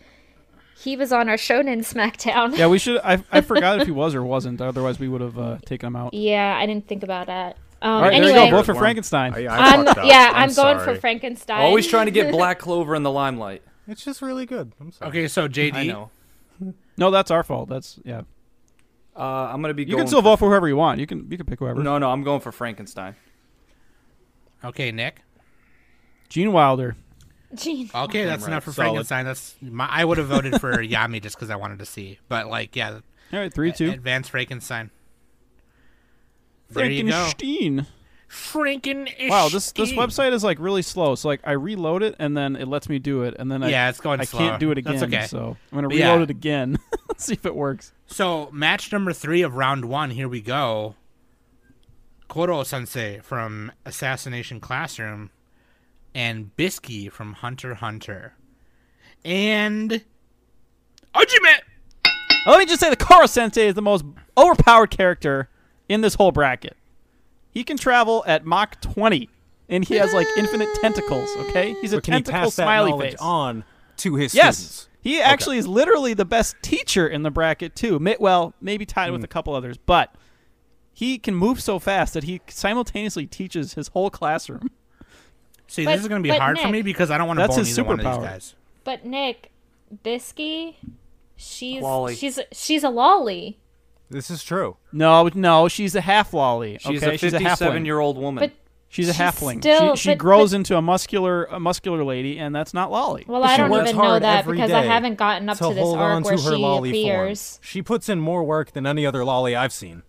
He was on our shonen smackdown." Yeah, we should. I, I forgot if he was or wasn't. Otherwise, we would have uh, taken him out. Yeah, I didn't think about that. Um All right, anyway, there you go. Vote for One. Frankenstein. I, I I'm, fucked up. yeah, I'm, I'm, going for sorry. Frankenstein. Always trying to get Black Clover in the limelight. It's just really good. I'm sorry. Okay, so JD. I know. no, that's our fault. That's yeah. Uh, I'm gonna be. You going can still for- vote for whoever you want. You can you can pick whoever. No, no, I'm going for Frankenstein. Okay, Nick. Gene Wilder. [LAUGHS] Gene. Okay, that's enough for Solid. Frankenstein. That's my, I would have voted for [LAUGHS] Yami just because I wanted to see. But like, yeah, All right, three two. advanced Frankenstein. There you go. Frankenstein. Frankenstein. Wow, this this website is like really slow. So like I reload it and then it lets me do it, and then I, Yeah, it's going I slow. can't do it again. That's okay. So I'm gonna But reload yeah. it again. [LAUGHS] See if it works. So match number three of round one. Here we go. Koro Sensei from Assassination Classroom, and Bisky from Hunter x Hunter, and Ojime. Let me just say the Koro Sensei is the most overpowered character in this whole bracket. He can travel at Mach 20, and he has like infinite tentacles. Okay, he's a But can he tentacle pass that smiley knowledge face. on to his yes, students? he actually is literally the best teacher in the bracket too. May- Well, maybe tied with a couple others, but he can move so fast that he simultaneously teaches his whole classroom. See, But- this is going to be but hard for Nick- me because I don't want to That's bone his either one of superpower. these guys. But Nick, Bisky, she's Lolly. she's she's a lolly. This is true. No, no, she's a half lolly. She's okay? a she's a half 57 year old woman. But She's a She's halfling. still- she she but- grows but- into a muscular a muscular lady, and that's not Lolly. well, I she don't works even know hard that every because I day haven't gotten up to to, this hold on arc to where her she lolly appears. form. She puts in more work than any other lolly I've seen.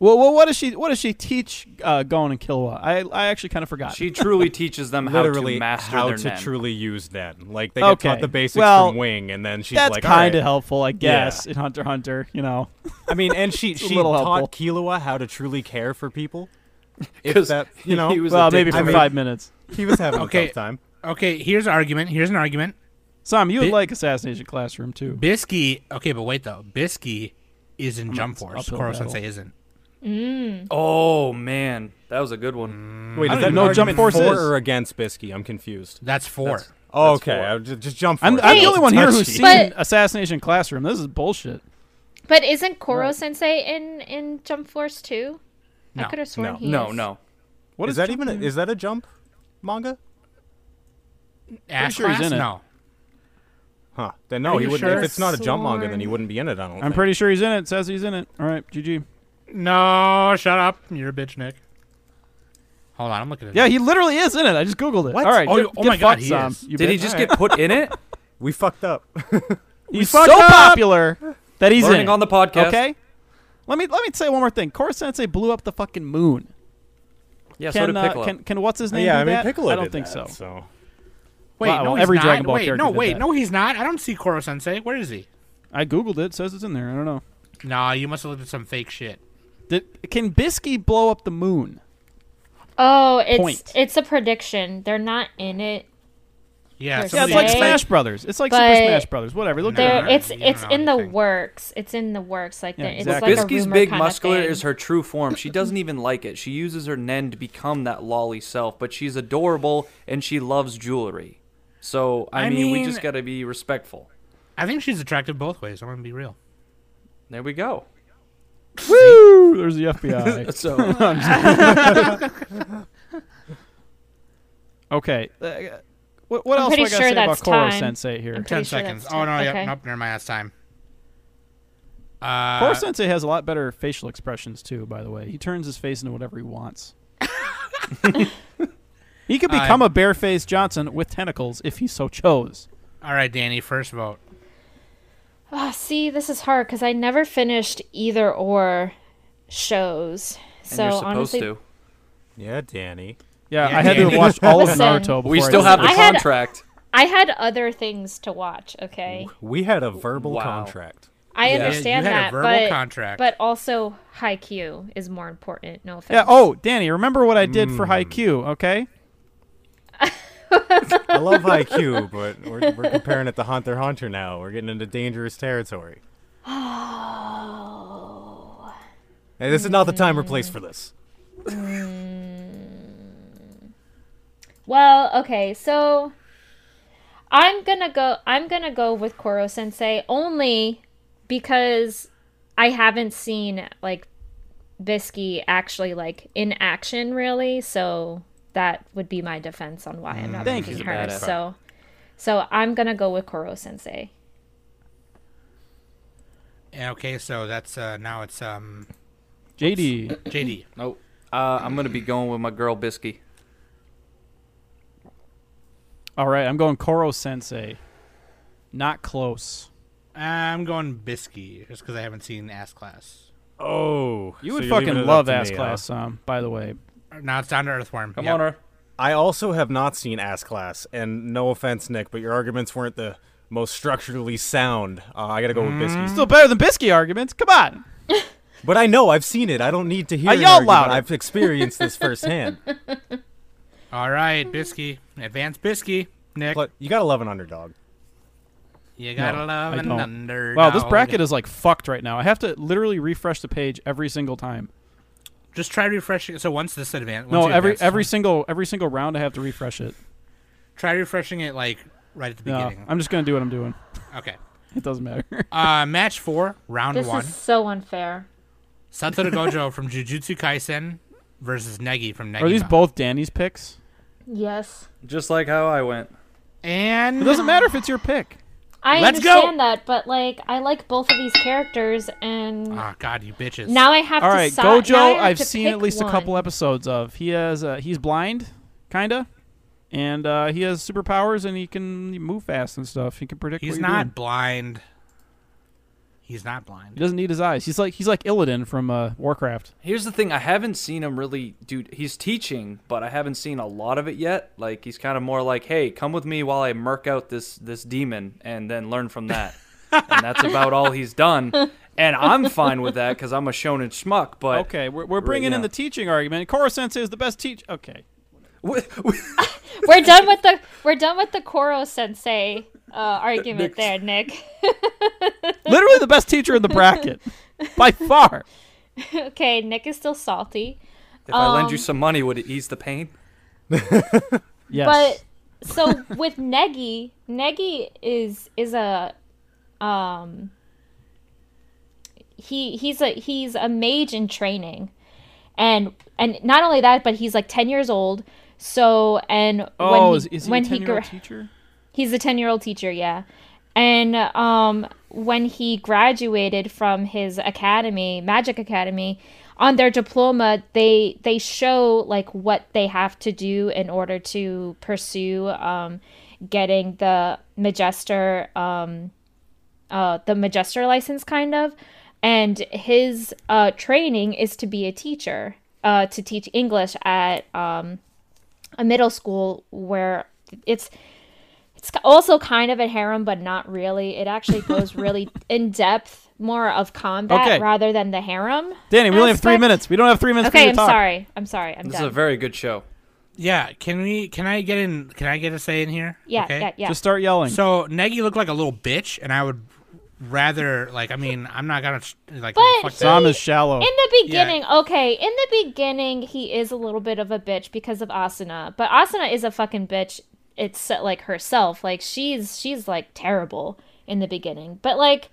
Well, well, what does she what does she teach uh, Gon and Killua? I I actually kind of forgot. she truly teaches them how Literally, to master how their to nen. truly use Nen. Like they get Okay. taught the basics Well, from Wing, and then she's that's like, "All kind of right." helpful, I guess, in Hunter x Hunter. You know, I mean, and [LAUGHS] she she little helpful. taught Kilua how to truly care for people. If [LAUGHS] 'Cause that, you know, [LAUGHS] he was a well, maybe dick for to me. five minutes. he was having Okay. a tough time. Okay, here's an argument. Here's an argument. Sam, you would Bi- like Assassination Classroom too. Bisky. Okay, but wait though. Bisky is in Jump it's an Force. uphill Koro battle. Sensei isn't. Oh man, that was a good one. Wait, I is don't that even know argument Jump Force for is. or against Bisky? I'm confused. That's four. Oh, That's okay, four. I, just, just jump. For I'm, it. I'm Wait. the only one here who's Touchy. seen But- Assassination Classroom. This is bullshit. But isn't Koro Sensei in in Jump Force too? No. I could have sworn No. he No, is. no. What is that even? A, is that a jump manga? Ass sure he's class? in it. No. Huh? Then Are no, he you wouldn't. sure? If it's not a jump manga, then he Sworn. wouldn't be in it. I don't. I'm think. pretty sure he's in it. It Says he's in it. All right, GG. No, shut up. You're a bitch, Nick. Hold on, I'm looking at Yeah, it. he literally is in it. I just googled it. What? All right. Oh, get- you- oh get my God, fucked, he Sam, is. you Did he bitch. just All get right. put in it? We fucked [LAUGHS] up. He's so fucked up! popular that [LAUGHS] he's in Learning it, on the podcast. Okay. Let me let me say one more thing. Core Sensei blew up the fucking moon. Yeah, so Can did uh, Piccolo. can can what's his name? yeah, do I mean that? Piccolo. I don't did think that, so. So Wait, Wow, no, well, he's every not. Dragon Ball wait, character no, did wait, that. no, he's not. I don't see Koro Sensei. Where is he? I googled it. it Says it's in there. I don't know. Nah, you must have looked at some fake shit. Did, can Bisky blow up the moon? Oh, it's Point. it's a prediction. They're not in it. Yeah, There's Yeah, somebody- it's like Say- Smash Brothers. It's like But- Super Smash Brothers. Whatever. Look They're at it. Alright, it's you don't it's know in the anything. works. It's in the works. Like Yeah, the, exactly. it's like Biscuit's a rumor big kind muscular of thing. is her true form. She doesn't even like it. She uses her Nen to become that lolly self, but she's adorable and she loves jewelry. So I, I mean, we mean- just gotta be respectful. I think she's attractive both ways. I'm gonna be real. There we go. Woo! There's the FBI. [LAUGHS] So Okay. Uh, what what I'm else do I pretty gotta sure say about that's Koro time. Sensei here? I'm Ten Pretty sure seconds. that's Oh ten. no, yeah, Okay. nope, never mind. That's time. Uh, Koro Sensei has a lot better facial expressions too. By the way, he turns his face into whatever [LAUGHS] he wants. he could become a barefaced Johnson with tentacles if he so chose. Uh, all right, Danny, first vote. Oh, see, this is hard because I never finished either or shows. So and you're supposed honestly, to. yeah, Danny. Yeah, Yeah, I had to Danny. have watched all of Listen. Naruto. Before We I still have the decided. I had- contract. I had other things to watch. Okay, We had a verbal Wow. contract. I Yeah. understand you had that, a verbal but contract. but also high Q is more important. No offense. Yeah. Oh, Danny, remember what I did for Haikyuu, okay? I love [LAUGHS] IQ, but we're, we're comparing it to Hunter x Hunter now. We're getting into dangerous territory. Hey, this is not the time or place for this. Well, okay, so I'm gonna go. I'm gonna go with Koro Sensei only because I haven't seen like Bisky actually like in action really. So that would be my defense on why I'm not Thank picking you. her. She's a badass. So, so I'm gonna go with Koro Sensei. Yeah, Okay, so that's uh, now it's um JD. JD. Nope. Uh, I'm gonna be going with my girl Bisky. All right, I'm going Koro Sensei. Not close. I'm going Bisky just because I haven't seen Ass Class. Oh, You so you're would leaving it fucking up love to Ass me, Class, um, by the way. Now it's down to Earthworm. Come Yep. on, her. huh? I also have not seen Ass Class, and no offense, Nick, but your arguments weren't the most structurally sound. Uh, I gotta go with Biscuits. Still better than Bisky arguments. Come on. But I know I've seen it. I don't need to hear. I an yelled argument. louder. I've experienced this firsthand. [LAUGHS] All right, Bisky. Advance Bisky. Nick, But you gotta love an underdog. you gotta No, love I an don't. underdog. Wow, this bracket is like fucked right now. I have to literally refresh the page every single time. Just try refreshing. So once this advance, No, every every single every single round I have to refresh it. try refreshing it like right at the No, beginning. I'm just gonna do what I'm doing. [LAUGHS] okay. It [LAUGHS] doesn't matter. Uh, match four, round This one. is [LAUGHS] so unfair. Satoru Gojo from Jujutsu Kaisen versus Negi from Negi. Are these both Danny's picks? Yes, Just like how I went. It And doesn't matter if it's [LAUGHS] your pick. I Let's go! understand that, but like I like both of these characters, and oh god, you bitches. now I have Uh, All to. right, si- now I Gojo. have I've to seen at pick least a couple one. episodes of. He has uh, he's blind, kinda, and uh, he has superpowers and he can move fast and stuff. He can predict. he's what you're not doing. blind. He's not blind. He doesn't need his eyes. He's like he's like Illidan from uh, Warcraft. Here's the thing, I haven't seen him really dude he's teaching, but I haven't seen a lot of it yet. Like he's kind of more like, "Hey, come with me while I murk out this this demon and then learn from that." and that's about all [LAUGHS] he's done. And I'm fine with that cuz I'm a shonen schmuck, but [LAUGHS] Okay, we're, we're bringing yeah. in the teaching argument. Koro Sensei is the best teach. Okay, We're done with the we're done with the Koro Sensei uh, argument there, Nick. [LAUGHS] literally the best teacher in the bracket by far. okay, Nick is still salty, if I Um, lend you some money, would it ease the pain? Yes, but so with Negi, Negi is is a um he he's a he's a mage in training, and and not only that, but he's like ten years old. So and Oh, when is, he, is he when a he ten-year-old gra- teacher? He's a 10 year old teacher, yeah. And um, when he graduated from his academy, Magic Academy, on their diploma, they they show like what they have to do in order to pursue um, getting the Magister um, uh, the Magister license, kind of. And his uh, training is to be a teacher, uh, to teach English at um, a middle school where it's it's also kind of a harem, but not really. It actually goes [LAUGHS] really in depth, more of combat Okay. rather than the harem. Danny, we only have three aspect. minutes. We don't have three minutes for Okay, you to I'm talk. sorry. I'm sorry. I'm This is done. a very good show. Yeah, can we? Can I get in? Can I get a say in here? yeah, Okay. yeah, yeah, Just start yelling. So Negi looked like a little bitch, and I would rather like. I mean, I'm not gonna like. But fuck he- that. Dom is In shallow. the Yeah. beginning, okay, in the beginning, he is a little bit of a bitch because of Asuna, but Asuna is a fucking bitch. It's uh, like herself, like she's she's like terrible in the beginning, but like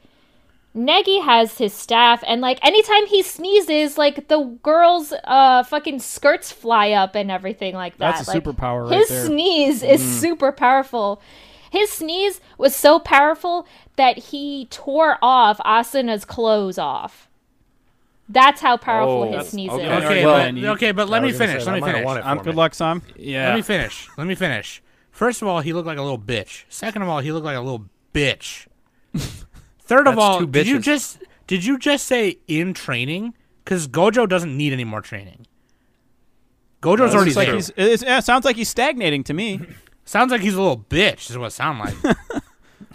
Negi has his staff, and like anytime he sneezes, like the girls' uh fucking skirts fly up and everything like that. That's a Like, superpower right His there. sneeze is super powerful. His sneeze was so powerful that he tore off Asuna's clothes off. That's how powerful Oh, his that's- sneeze okay. is. Okay, Well, but, you- okay, but let I me was gonna finish. say, Let me that might have finish. won it Um, for good me. luck, Sam. Let Yeah. me finish. Let me finish. First of all, he looked like a little bitch. Second of all, he looked like a little bitch. Third of That's all, two did you bitches. just did you just say in training? Because Gojo doesn't need any more training. Gojo's That's already It's like there. he's, it's, yeah, it sounds like he's stagnating to [LAUGHS] me. Sounds like he's a little bitch. Is what it sounds [LAUGHS] like.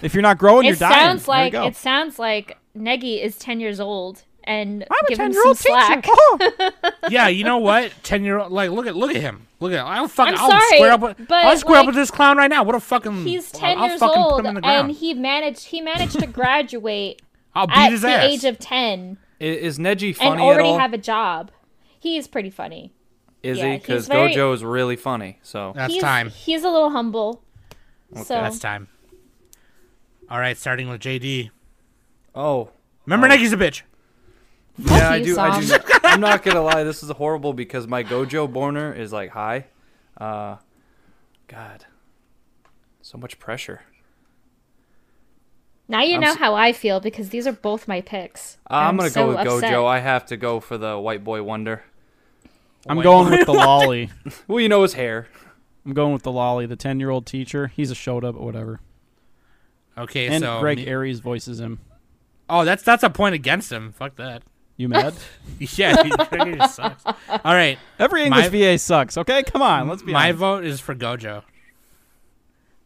If you're not growing, It you're dying. sounds There you like go. it sounds like Negi is ten years old and I'm a give him some ten-year-old teacher. slack. [LAUGHS] Oh. yeah, you know what? Ten year old. Like, look at look at him. Look at. Him. I'll fucking. I'm will sorry, square up. With, but, I'll square like, up with this clown right now. What a fucking. He's ten I'll years fucking old put him in the ground. and he managed he managed to graduate I'll beat at his the ass. age of ten I- Is, Neji and funny at already all? have a job. He is pretty funny. is yeah, he? he's Because very- Gojo is really funny. So That's he's, time. He's a little humble. So That's time. All right, starting with JD. oh. Remember, Negi's a bitch. fuck yeah, I you, do. I do. Sam. [LAUGHS] I'm not gonna lie. This is horrible because my Gojo Borner is like high. Uh, God, so much pressure. Now you I'm know s- how I feel because these are both my picks. Uh, I'm, gonna so go with upset. Gojo. I have to go for the White Boy Wonder. I'm going [LAUGHS] with the lolly. Well, you know his hair. I'm going with the lolly, the ten-year-old teacher. He's a showed up, but whatever. Okay, And so Greg Aries voices him. oh, that's that's a point against him. Fuck that. [LAUGHS] You [LAUGHS] mad? Yeah, he- [LAUGHS] Greg Aries sucks. All right, Every My- English VA sucks. Okay, come on, let's be my honest. vote is for Gojo.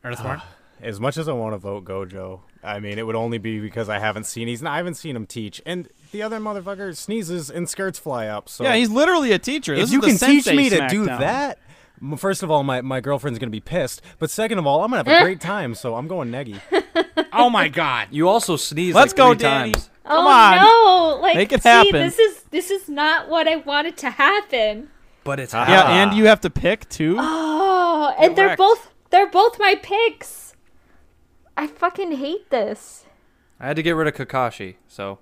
Earthworm. As much as I want to vote Gojo, I mean, it would only be because I haven't seen he's. I haven't seen him teach, and the other motherfucker sneezes and skirts fly up. So Yeah, he's literally a teacher. This if is you the can teach sensei me to do smackdown. that, m- first of all, my, my girlfriend's gonna be pissed. But second of all, I'm gonna have a great time. So I'm going Negi. [LAUGHS] oh my [LAUGHS] God. You also sneeze. Let's like go, three Danny. times. Come oh on. no! Like, Make it see, happen. this is this is not what I wanted to happen. But it's Yeah, ah. hot. and you have to pick too. Oh, and they're wrecked. both they're both my picks. I fucking hate this. I had to get rid of Kakashi. So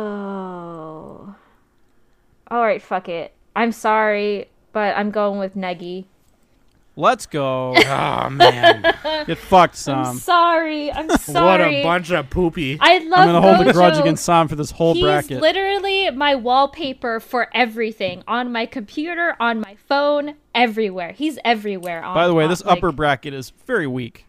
Oh. All right, fuck it. I'm sorry, but I'm going with Negi. Let's go. Oh [LAUGHS] man, Get fucked, I'm Sam. sorry. I'm what sorry. a bunch of poopy. I love I'm gonna hold a grudge Gojo. against Sam for this whole He's bracket. literally my wallpaper for everything on my computer, on my phone, everywhere. He's everywhere. On, By the way, this on, like- upper bracket is very weak.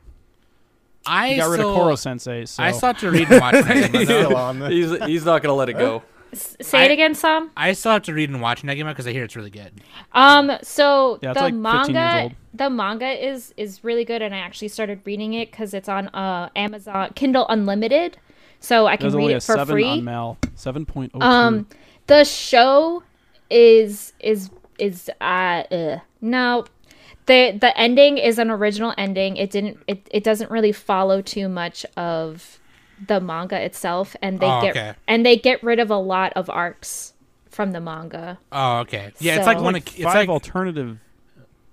I He got rid of still- Koro Sensei. So. I still have to read and watch Negima. Still Though. on the- he's he's not gonna let it [LAUGHS] go. Say it I- again, Sam. I still have to read and watch Negima because I hear it's really good. Um, so Yeah, it's the like 15 years manga, old. the manga is is really good, and I actually started reading it because it's on uh Amazon Kindle Unlimited, so I can There's read only a it for seven free. on Mal. Seven point oh two. Um, the show is is is uh ugh. no, the the ending is an original ending. It didn't it it doesn't really follow too much of the manga itself, and they Oh, get okay. and they get rid of a lot of arcs from the manga. Oh, okay. Yeah, So- it's like one. like Of, it's five like alternative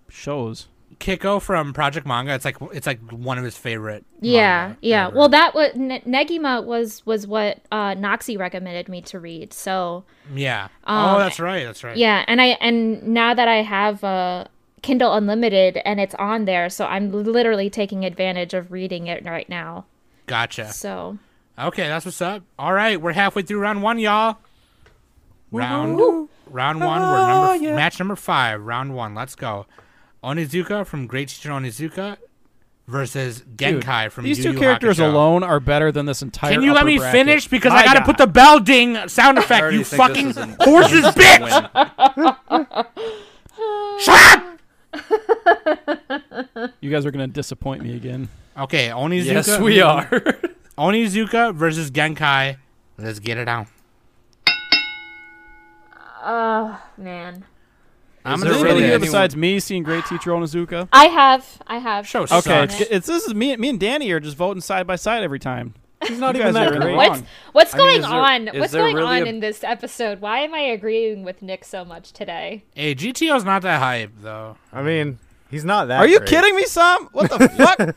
shows. Kiko from Project Manga. It's like it's like one of his favorite. Yeah, manga yeah. ever. Well, that was ne- Negima was was what uh, Noxie recommended me to read. So yeah. um, oh, that's right. That's right. yeah, and I and now that I have uh, Kindle Unlimited and it's on there, so I'm literally taking advantage of reading it right now. Gotcha. So Okay, that's what's up. All right, we're halfway through round one, y'all. Round round one. We're number f- match number five. Round one. Let's go. Onizuka from Great Teacher Onizuka versus Dude, Genkai from these Yu two Yu characters Hakusho. alone are better than this entire. Can you let upper me bracket. finish? Because My I gotta God. put the bell ding sound effect. already You think this fucking is an- horses, bitch! Shut up! You guys are gonna disappoint me again. Okay, Onizuka. Yes, we [LAUGHS] are. Onizuka versus Genkai. Let's get it out. Oh man, I'm Is gonna there say really Anybody here this. anyone- besides me seeing Great Teacher Onizuka? I have, I have. Show I've Okay, done Sucks. it's, it. it's this is me. Me and Danny are just voting side by side every time. He's not You even that guys are in the great. wrong. What's what's I mean, going is there- on? is What's there going really on a- in this episode? Why am I agreeing with Nick so much today? Hey, GTO's not that hype though. I mean, he's not that. Are you great. kidding me, Sam? What the fuck?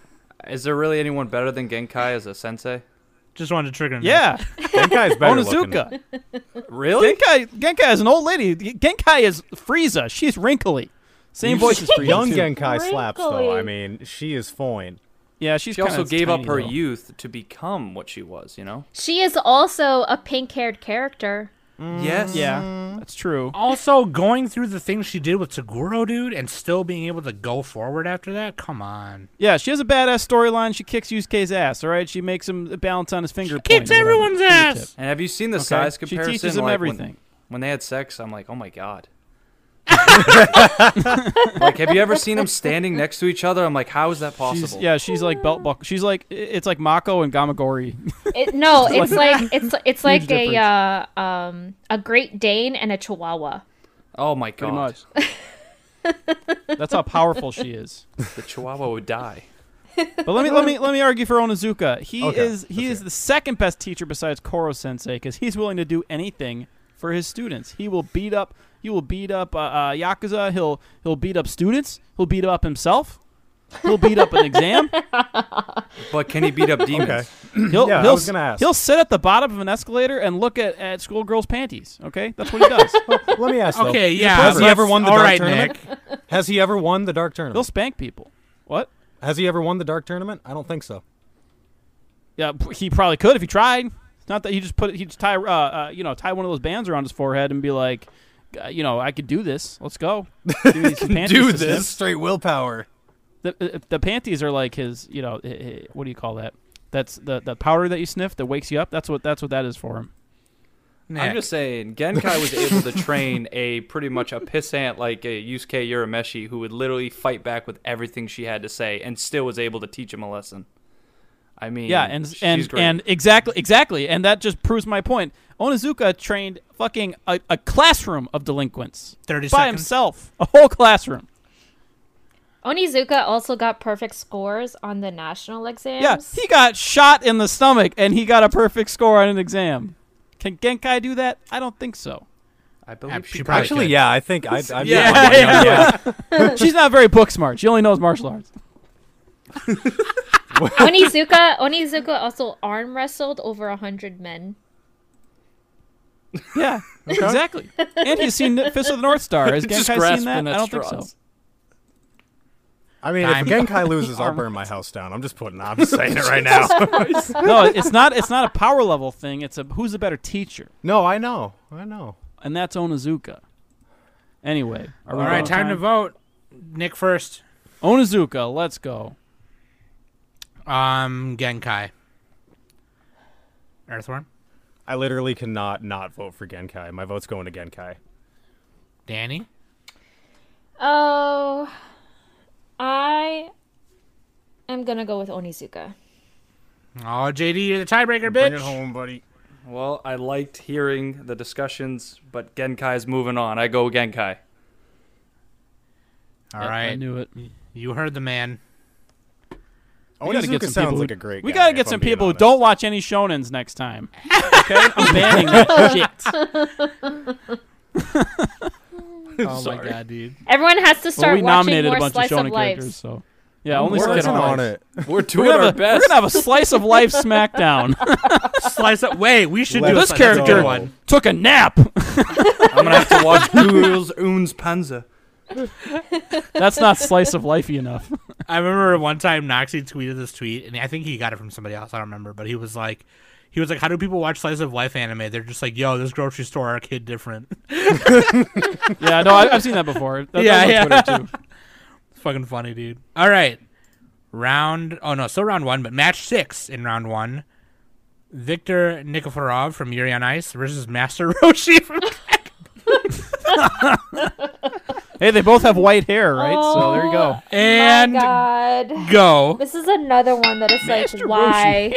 Is there really anyone better than Genkai as a sensei? Just wanted to trigger. Yeah, Genkai's better looking. Onizuka. Really? Genkai, Genkai is an old lady. Genkai is Frieza. She's wrinkly. Same voice [LAUGHS] as Frieza. Young too. Genkai slaps though. Wrinkly. I mean, she is fine. Yeah, she's She also kinda gave up tiny, her though. youth to become what she was, you know? She is also a pink-haired character. Yes. Mm, Yeah, that's true. Also, going through the things she did with Seguro, dude, and still being able to go forward after that. Come on. Yeah, she has a badass storyline. She kicks Yusuke's ass. All right, she makes him balance on his finger. point Kicks or whatever, everyone's fingertip. ass. And have you seen the Okay? size She comparison? teaches him like, when- everything. when they had sex, I'm like, oh my god. [LAUGHS] like, have you ever seen them standing next to each other? I'm like, how is that possible? She's, yeah, she's like belt buckle. She's like i- it's like Mako and Gamagori. [LAUGHS] It, [LAUGHS] no, it's like it's it's like a difference. uh, um a Great Dane and a Chihuahua. Oh my Pretty god. much. That's how powerful she is. [LAUGHS] The Chihuahua would die. But let me let me let me argue for Onizuka. He Okay, is he is the second best teacher besides Koro Sensei because he's willing to do anything for his students. He will beat up he will beat up uh, uh, yakuza. He'll he'll beat up students. He'll beat up himself. He'll beat up [COUGHS] an exam. But can he beat [LAUGHS] up demons? Okay. He'll, Yeah, I he'll, was gonna ask. He'll sit at the bottom of an escalator and look at, at schoolgirls' panties. Okay, that's what [LAUGHS] he does. Let me ask though. Okay, yeah. Has he let's- ever won the all dark right, tournament? Nick. Has he ever won the dark He'll tournament? spank people. What? Has he ever won the dark tournament? I don't think so. Yeah, p- he probably could if he tried. It's not that he just put he just tie uh, uh you know tie one of those bands around his forehead and be like, uh, you know, I could do this. [LAUGHS] Let's go. Give me some panties to sniff. straight willpower. The, uh, the panties are like his you know hi- hi- what do you call that? That's the the powder that you sniff that wakes you up. That's what that's what that is for him. Nick. I'm just saying, Genkai was able to train a pretty much a pissant like a Yusuke Urameshi who would literally fight back with everything she had to say and still was able to teach him a lesson. I mean, Yeah, and she's and great. and exactly exactly, and that just proves my point. Onizuka trained fucking a, a classroom of delinquents 30 by seconds. himself, a whole classroom. Onizuka also got perfect scores on the national Yeah, exams. he got shot in the stomach and he got a perfect score on an exam. Can Genkai do that? I don't think so. I believe she probably she probably Actually, could. yeah, I think I'd, I'd Yeah, be on yeah. She's not very book smart. She only knows martial arts. Onizuka Onizuka also arm wrestled over a hundred men. Yeah, exactly. And he's seen Fist of the North Star. [LAUGHS] Has Just Genkai seen that? grasping at I don't think so. straws. I mean, if Time. Genkai loses, I'll burn my house down. I'm just putting. I'm just saying it right now. [LAUGHS] No, it's not. It's not a power level thing. It's a who's the better teacher, no, I know. I know. and that's Onizuka. Anyway, are we All right, on time to vote. Nick first. Onizuka, let's go. Um, Genkai. Earthworm. I literally cannot not vote for Genkai. My vote's going to Genkai. Danny. Oh, I am gonna go with Onizuka. Oh, JD, you're the tiebreaker, Bring bitch. it home, buddy. Well, I liked hearing the discussions, but Genkai's moving on. I go Genkai. All Yep, I right, knew it. you heard the man. We gotta get Onizuka some sounds people like who- a great. We guy, gotta if get some I'm being people who honest. don't watch any shonens [LAUGHS] next time. Okay, I'm banning that shit. Oh my Sorry. god, dude. Everyone has to well, start we watching nominated more a bunch of slice of Shonen characters, lives. so yeah, only We're slice working of life. on it. We're We're doing gonna, our have a, we're best. gonna have a slice of life [LAUGHS] smackdown. Slice up. Wait, we should do a [LAUGHS] this slice- that's a good character one. took a nap. [LAUGHS] I'm gonna have to watch Google's Uns Panzer. That's not slice of lifey enough. I remember one time Noxie tweeted this tweet, and I think he got it from somebody else. I don't remember, but he was like, he was like, "How do people watch slice of life anime? They're just like, yo, this grocery store arcade different." [LAUGHS] [LAUGHS] Yeah, no, I, I've seen that before. That, Yeah, that was on yeah. Twitter too. It's fucking funny, dude. All right, round. Oh no, still round one, but match six in round one. Victor Nikiforov from Yuri on Ice versus Master [LAUGHS] Roshi from [LAUGHS] Hey, they both have white hair, right? so Oh, there you go. and My God. go. This is another one that is like, why?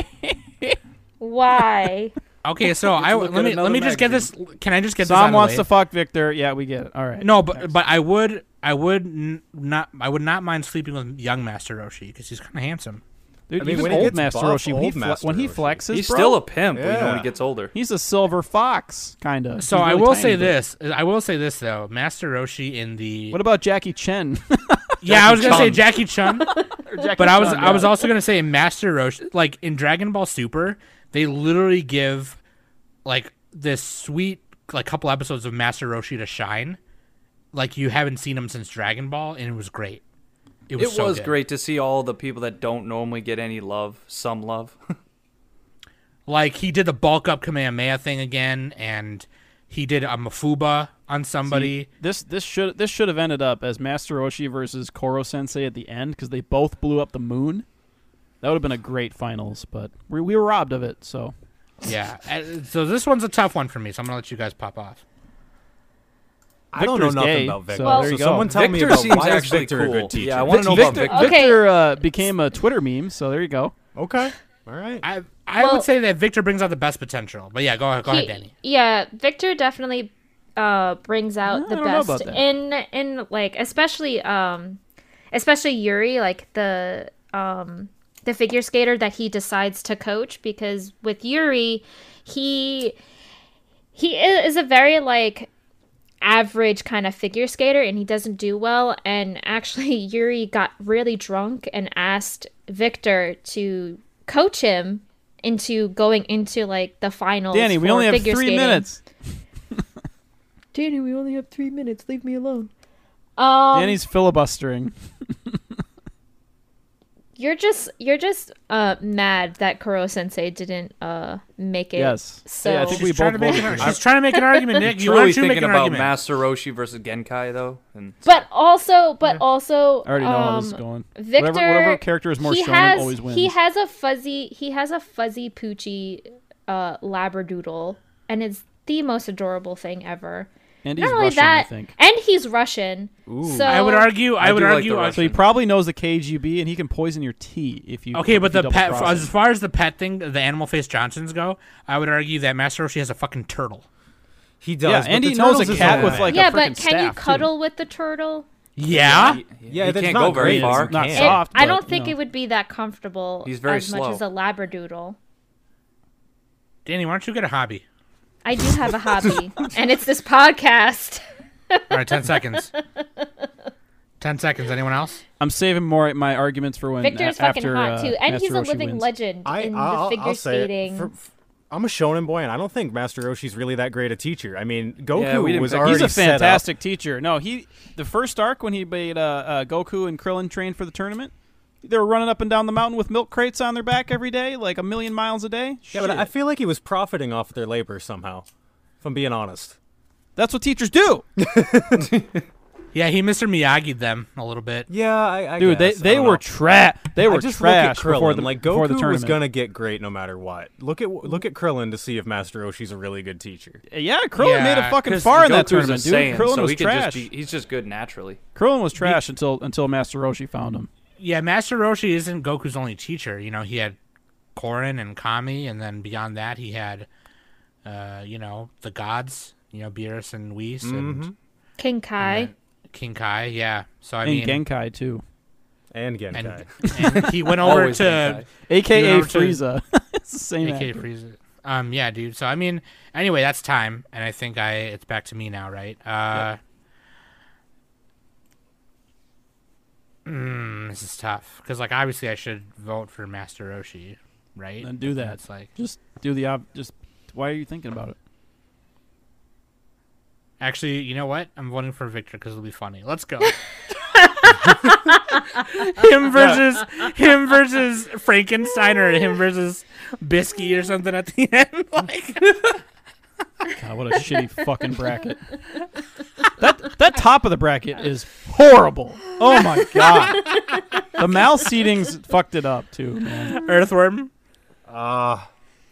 [LAUGHS] why? Okay, [LAUGHS] so I look let me at let another me just get this. Can I just get this? out of Sam the wants way? to fuck Victor. Yeah, we get it. All right. No, but but I would I would n- not I would not mind sleeping with young Master Roshi because he's kind of handsome. dude, I mean, even when he old gets Master buff, Roshi, when old he, fle- Master when he Roshi. flexes, He's bro, still a pimp, but you know Yeah. when he gets older. he's a silver fox, kind of. So I will say this I will say this though Master Roshi in the What about Jackie Chen? yeah I was gonna say Chan. Jackie [LAUGHS] Chun, Oh, but I was I was also gonna say Master Roshi like in Dragon Ball Super they literally give like this sweet like couple episodes of Master Roshi to shine, like you haven't seen him since Dragon Ball and it was great. It was, It so was good. great to see all the people that don't normally get any love, some love. Like he did the bulk up Kamehameha thing again, and he did a Mafuba on somebody. this this should this should have ended up as Master Roshi versus Koro Sensei at the end because they both blew up the moon. That would have been a great finals, but we, we were robbed of it. So Yeah. Uh, So this one's a tough one for me. So I'm gonna let you guys pop off. I don't know Victor's nothing gay, about Victor. so Well- there you so go. someone tell me Victor about seems why is actually Victor cool. a good teacher? Yeah, I want to know about Victor, Victor. Okay. Victor uh, became a Twitter meme, so there you go. Okay. All right. I I Well- would say that Victor brings out the best potential. But yeah, go ahead, go ahead, He- Danny. Yeah, Victor definitely uh, brings out I the don't know best about that. in in like especially um especially Yuri like the um the figure skater that he decides to coach because with Yuri he he i- is a very like average kind of figure skater and he doesn't do well and actually [LAUGHS] Yuri got really drunk and asked Victor to coach him into going into like the finals Danny, we for only have figure three skating. minutes. Danny, we only have three minutes. Leave me [LAUGHS] alone. Um, Danny's filibustering. you're just you're just uh mad that Kuro Sensei didn't uh make it. Yes. So Yeah, I think She's we trying to both make voted. an, she's trying to make an argument, [LAUGHS] Nick. You Truly want to make thinking an about argument? Master Roshi versus Genkai though, and but also, but also, I already know how this is um, going. Victor, whatever, whatever character is more he shonen has always wins. he has a fuzzy he has a fuzzy poochie uh labradoodle, and it's the most adorable thing ever. and he's Not only Russian, that, I think. and he's Russian. So I would argue. I, I would do like argue. the uh, So he probably knows the KGB, and he can poison your tea if you. okay, if but the you double pet cross him. as far as the pet thing, the animal face Johnsons go, I would argue that Master Roshi has a fucking turtle. he Yeah, does. but and the he knows Turtles a is cat with woman. like yeah, a freaking but can you staff, too. cuddle with the turtle? Yeah. he, Yeah, he that's can't not go very great. far. It's not It- Yeah. soft. I but, don't you think know. it would be that comfortable He's very as slow. much as a labradoodle. Danny, why don't you get a hobby? I do have a [LAUGHS] hobby, and it's this podcast. All right, ten [LAUGHS] seconds. Ten seconds. Anyone else? I'm saving more my arguments for when Victor a- is fucking after, hot uh, too, and he's a Master Roshi living wins. legend I, in I'll, the I'll- figure I'll say it. skating. For- f- I'm a shonen boy, and I don't think Master Roshi's really that great a teacher. I mean, Goku Yeah, we didn't was pick- already He's a set up. fantastic teacher. No, he the first arc when he made uh, uh, Goku and Krillin train for the tournament, they were running up and down the mountain with milk crates on their back every day, like a million miles a day. Yeah, but Shit. I feel like he was profiting off their labor somehow. If I'm being honest. that's what teachers do, Yeah, he Mr. Miyagi'd them a little bit. Yeah, I, I dude. guess. I they they don't were know. trash. They were I just look at trash Krillin. before the like before Goku the tournament. was gonna get great no matter what. Look at look at Krillin to see if Master Roshi's a really good teacher. Yeah, Krillin Yeah, made a fucking 'Cause far in that Goku's a tournament, dude. Saiyan, Krillin so was he can trash. Just be, he's just good naturally. Krillin was trash until until Master Roshi found him. Yeah, Master Roshi isn't Goku's only teacher. You know, he had Korin and Kami, and then beyond that, he had, uh, you know, the gods. You know, Beerus and Whis and King Kai. King Kai. Yeah, so I And mean, Genkai too, And Genkai. [LAUGHS] and, and he went over Always to Genkai. You aka know, to- Frieza. [LAUGHS] it's the same. AKA actor. Frieza. Um, yeah, dude. So I mean, anyway, that's time, and I think I it's back to me now, right? Uh, mm, this is tough because like obviously I should vote for Master Roshi, right? Then do But that. It's like Just do the ob. Just why are you thinking about [LAUGHS] it? actually, you know what? I'm voting for Victor because it'll be funny. Let's [LAUGHS] go. him versus him versus Frankenstein or him versus Bisky or something at the [LAUGHS] end. like God, what a shitty [LAUGHS] fucking bracket. That that top of the bracket is horrible. Oh [LAUGHS] my Ah. god. The mal seedings fucked it up too, man. Earthworm. Uh,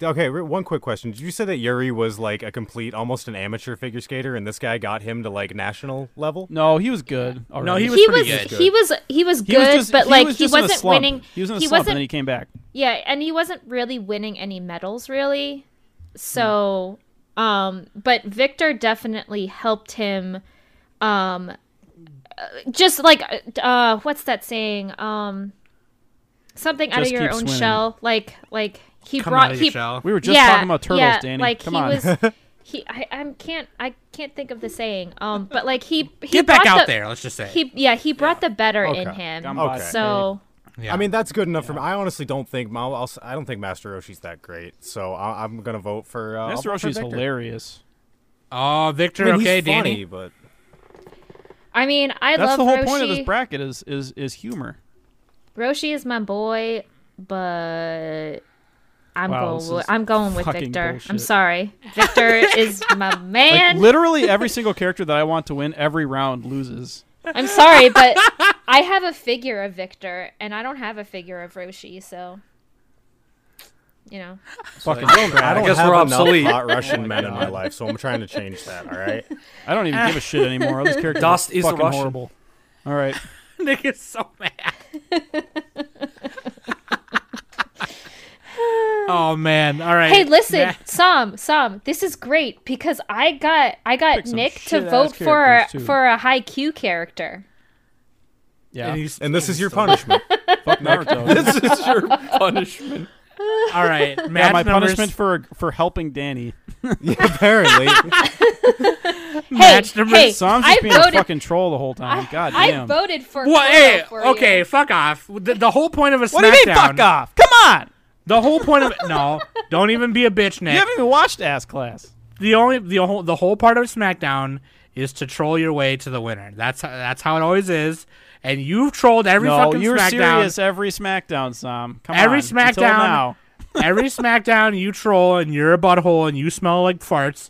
okay, re- one quick question. Did you say that Yuri was like a complete, almost an amateur figure skater, and this guy got him to like national level? No, he was good. Already. he was He was pretty good. he was he was He was good, just- but he like was he just in a wasn't slump. winning. He was in a he slump, and wasn't- then he came back. Yeah, and he wasn't really winning any medals really. So um but Victor definitely helped him um uh, just like uh, uh what's that saying? Um something out of Just your keep own swimming. shell like like he Come brought out of he your shell. We were just talking about turtles, yeah, Danny. Like Come he on. [LAUGHS] was he I, I can't I can't think of the saying. Um but like he, he Get back brought out the- there. Let's just say. He yeah, he brought the better in Okay. him. Gambas. Okay. So Yeah. I mean, that's good enough for me. I honestly don't think Ma- I'll, si don't think Master Roshi's that great, so I, I'm gonna vote for. Uh, I'll Master vote for Roshi's Victor. hilarious. oh, I Victor. mean, okay, he's funny, Danny. but I mean, I That's love the whole Roshi. point of this bracket is is is humor. Roshi is my boy, but I'm Wow, this going. With, is I'm going with fucking Victor. I'm bullshit. sorry, [LAUGHS] Victor is my Like man. literally every single character that I want to win every round loses. I'm sorry, [LAUGHS] but I have a figure of Victor, and I don't have a figure of Roshi, so you know. Fucking I I don't guess have we're enough obsolete. hot Russian men in my life, so I'm trying to change that. All right. I don't even give a shit [LAUGHS] anymore. All these characters Dost are is the fucking Russian. horrible. All right. [LAUGHS] Nick is so mad. [LAUGHS] oh man! All right. Hey, listen, Matt- Sam, Sam, this is great because I got I got Pick some Nick to shit-ass vote for a, characters, too. for a high Q character. Yeah. he's- And this is your still- punishment. Fuck Naruto. [LAUGHS] this is your punishment. All right, yeah, Matt's my numbers- punishment for for helping Danny. [LAUGHS] Apparently, Hey, Match number- hey, So I'm just I being a voted. fucking troll the whole time. God I damn. voted for. Well, Kuro hey, for you. okay, fuck off. The, the whole point of a SmackDown. [LAUGHS] what do you mean, fuck off? Come on. The whole point of [LAUGHS] no, don't even be a bitch, You Nick. haven't even watched Ass Class. The only the whole the whole part of SmackDown is to troll your way to the winner. That's how, that's how it always is. And you've trolled every No, fucking you were SmackDown. serious every SmackDown, Sam. Come Every on. Until SmackDown. now. [LAUGHS] every SmackDown you troll and you're a butthole and you smell like farts.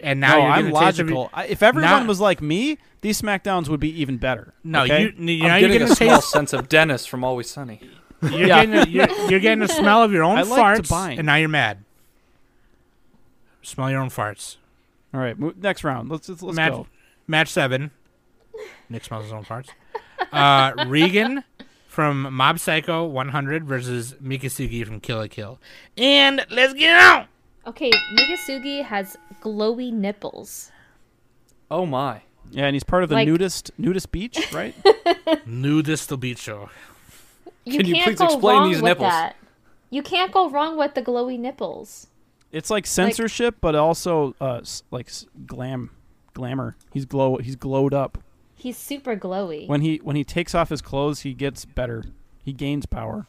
And now No, you're Oh, I'm getting a taste of- logical. I, if everyone Not- was like me, these SmackDowns would be even better. No, okay? you, you I'm now you're getting, getting a a small taste. sense of Dennis from Always Sunny. You're, getting a, you're, you're getting a smell [LAUGHS] of your own I like to farts, bind. and now you're mad. Smell your own farts. All right, mo- next round. Let's let's, let's match, go. match seven. Nick smells his own farts. [LAUGHS] Uh, Regan from Mob Psycho 100 versus Mikasugi from Kill a Kill. And let's get on. Okay, Migasugi has glowy nipples. Oh my. Yeah, and he's part of the Like- nudist nudist beach, right? Nudist the beach show. You Can you can't please go explain wrong these with nipples? that. You can't go wrong with the glowy nipples. it's like censorship, but also uh s- like s- glam, glamour. He's glow. He's glowed up. He's super glowy. When he when he takes off his clothes, he gets better. He gains power.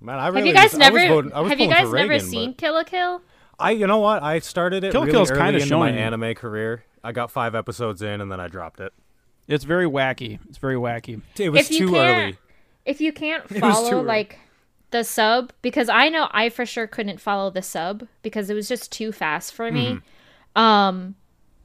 man, I have really you guys was- I never was voting- I was have you pulling for guys never Reagan, but- seen Kill a Kill? I you know what? I started it Kill really Kill's early kinda into my showing you. anime career. I got five episodes in and then I dropped it. It's very wacky. It's very wacky. It was If you too can't- early. If you [LAUGHS] can't was too follow early. like the sub because I know I for sure couldn't follow the sub because it was just too fast for me. Mm-hmm. Um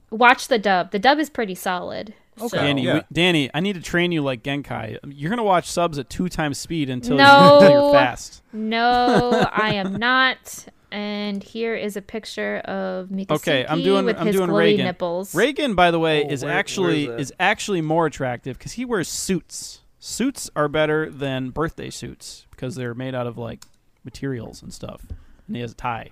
watch the dub. The dub is pretty solid. So- Yeah. Danny, Yeah. we- Danny, I need to train you like Genkai. You're gonna watch subs at two times speed until No. you, [LAUGHS] until you're fast. [LAUGHS] No, I am not. And here is a picture of Mikasuki Okay, I'm doing with I'm his doing glowy Reagan. nipples. Reagan, by the way, Oh, is where- where actually is that? is actually more attractive because he wears suits. Suits are better than birthday suits because they're made out of like materials and stuff, and he has a tie.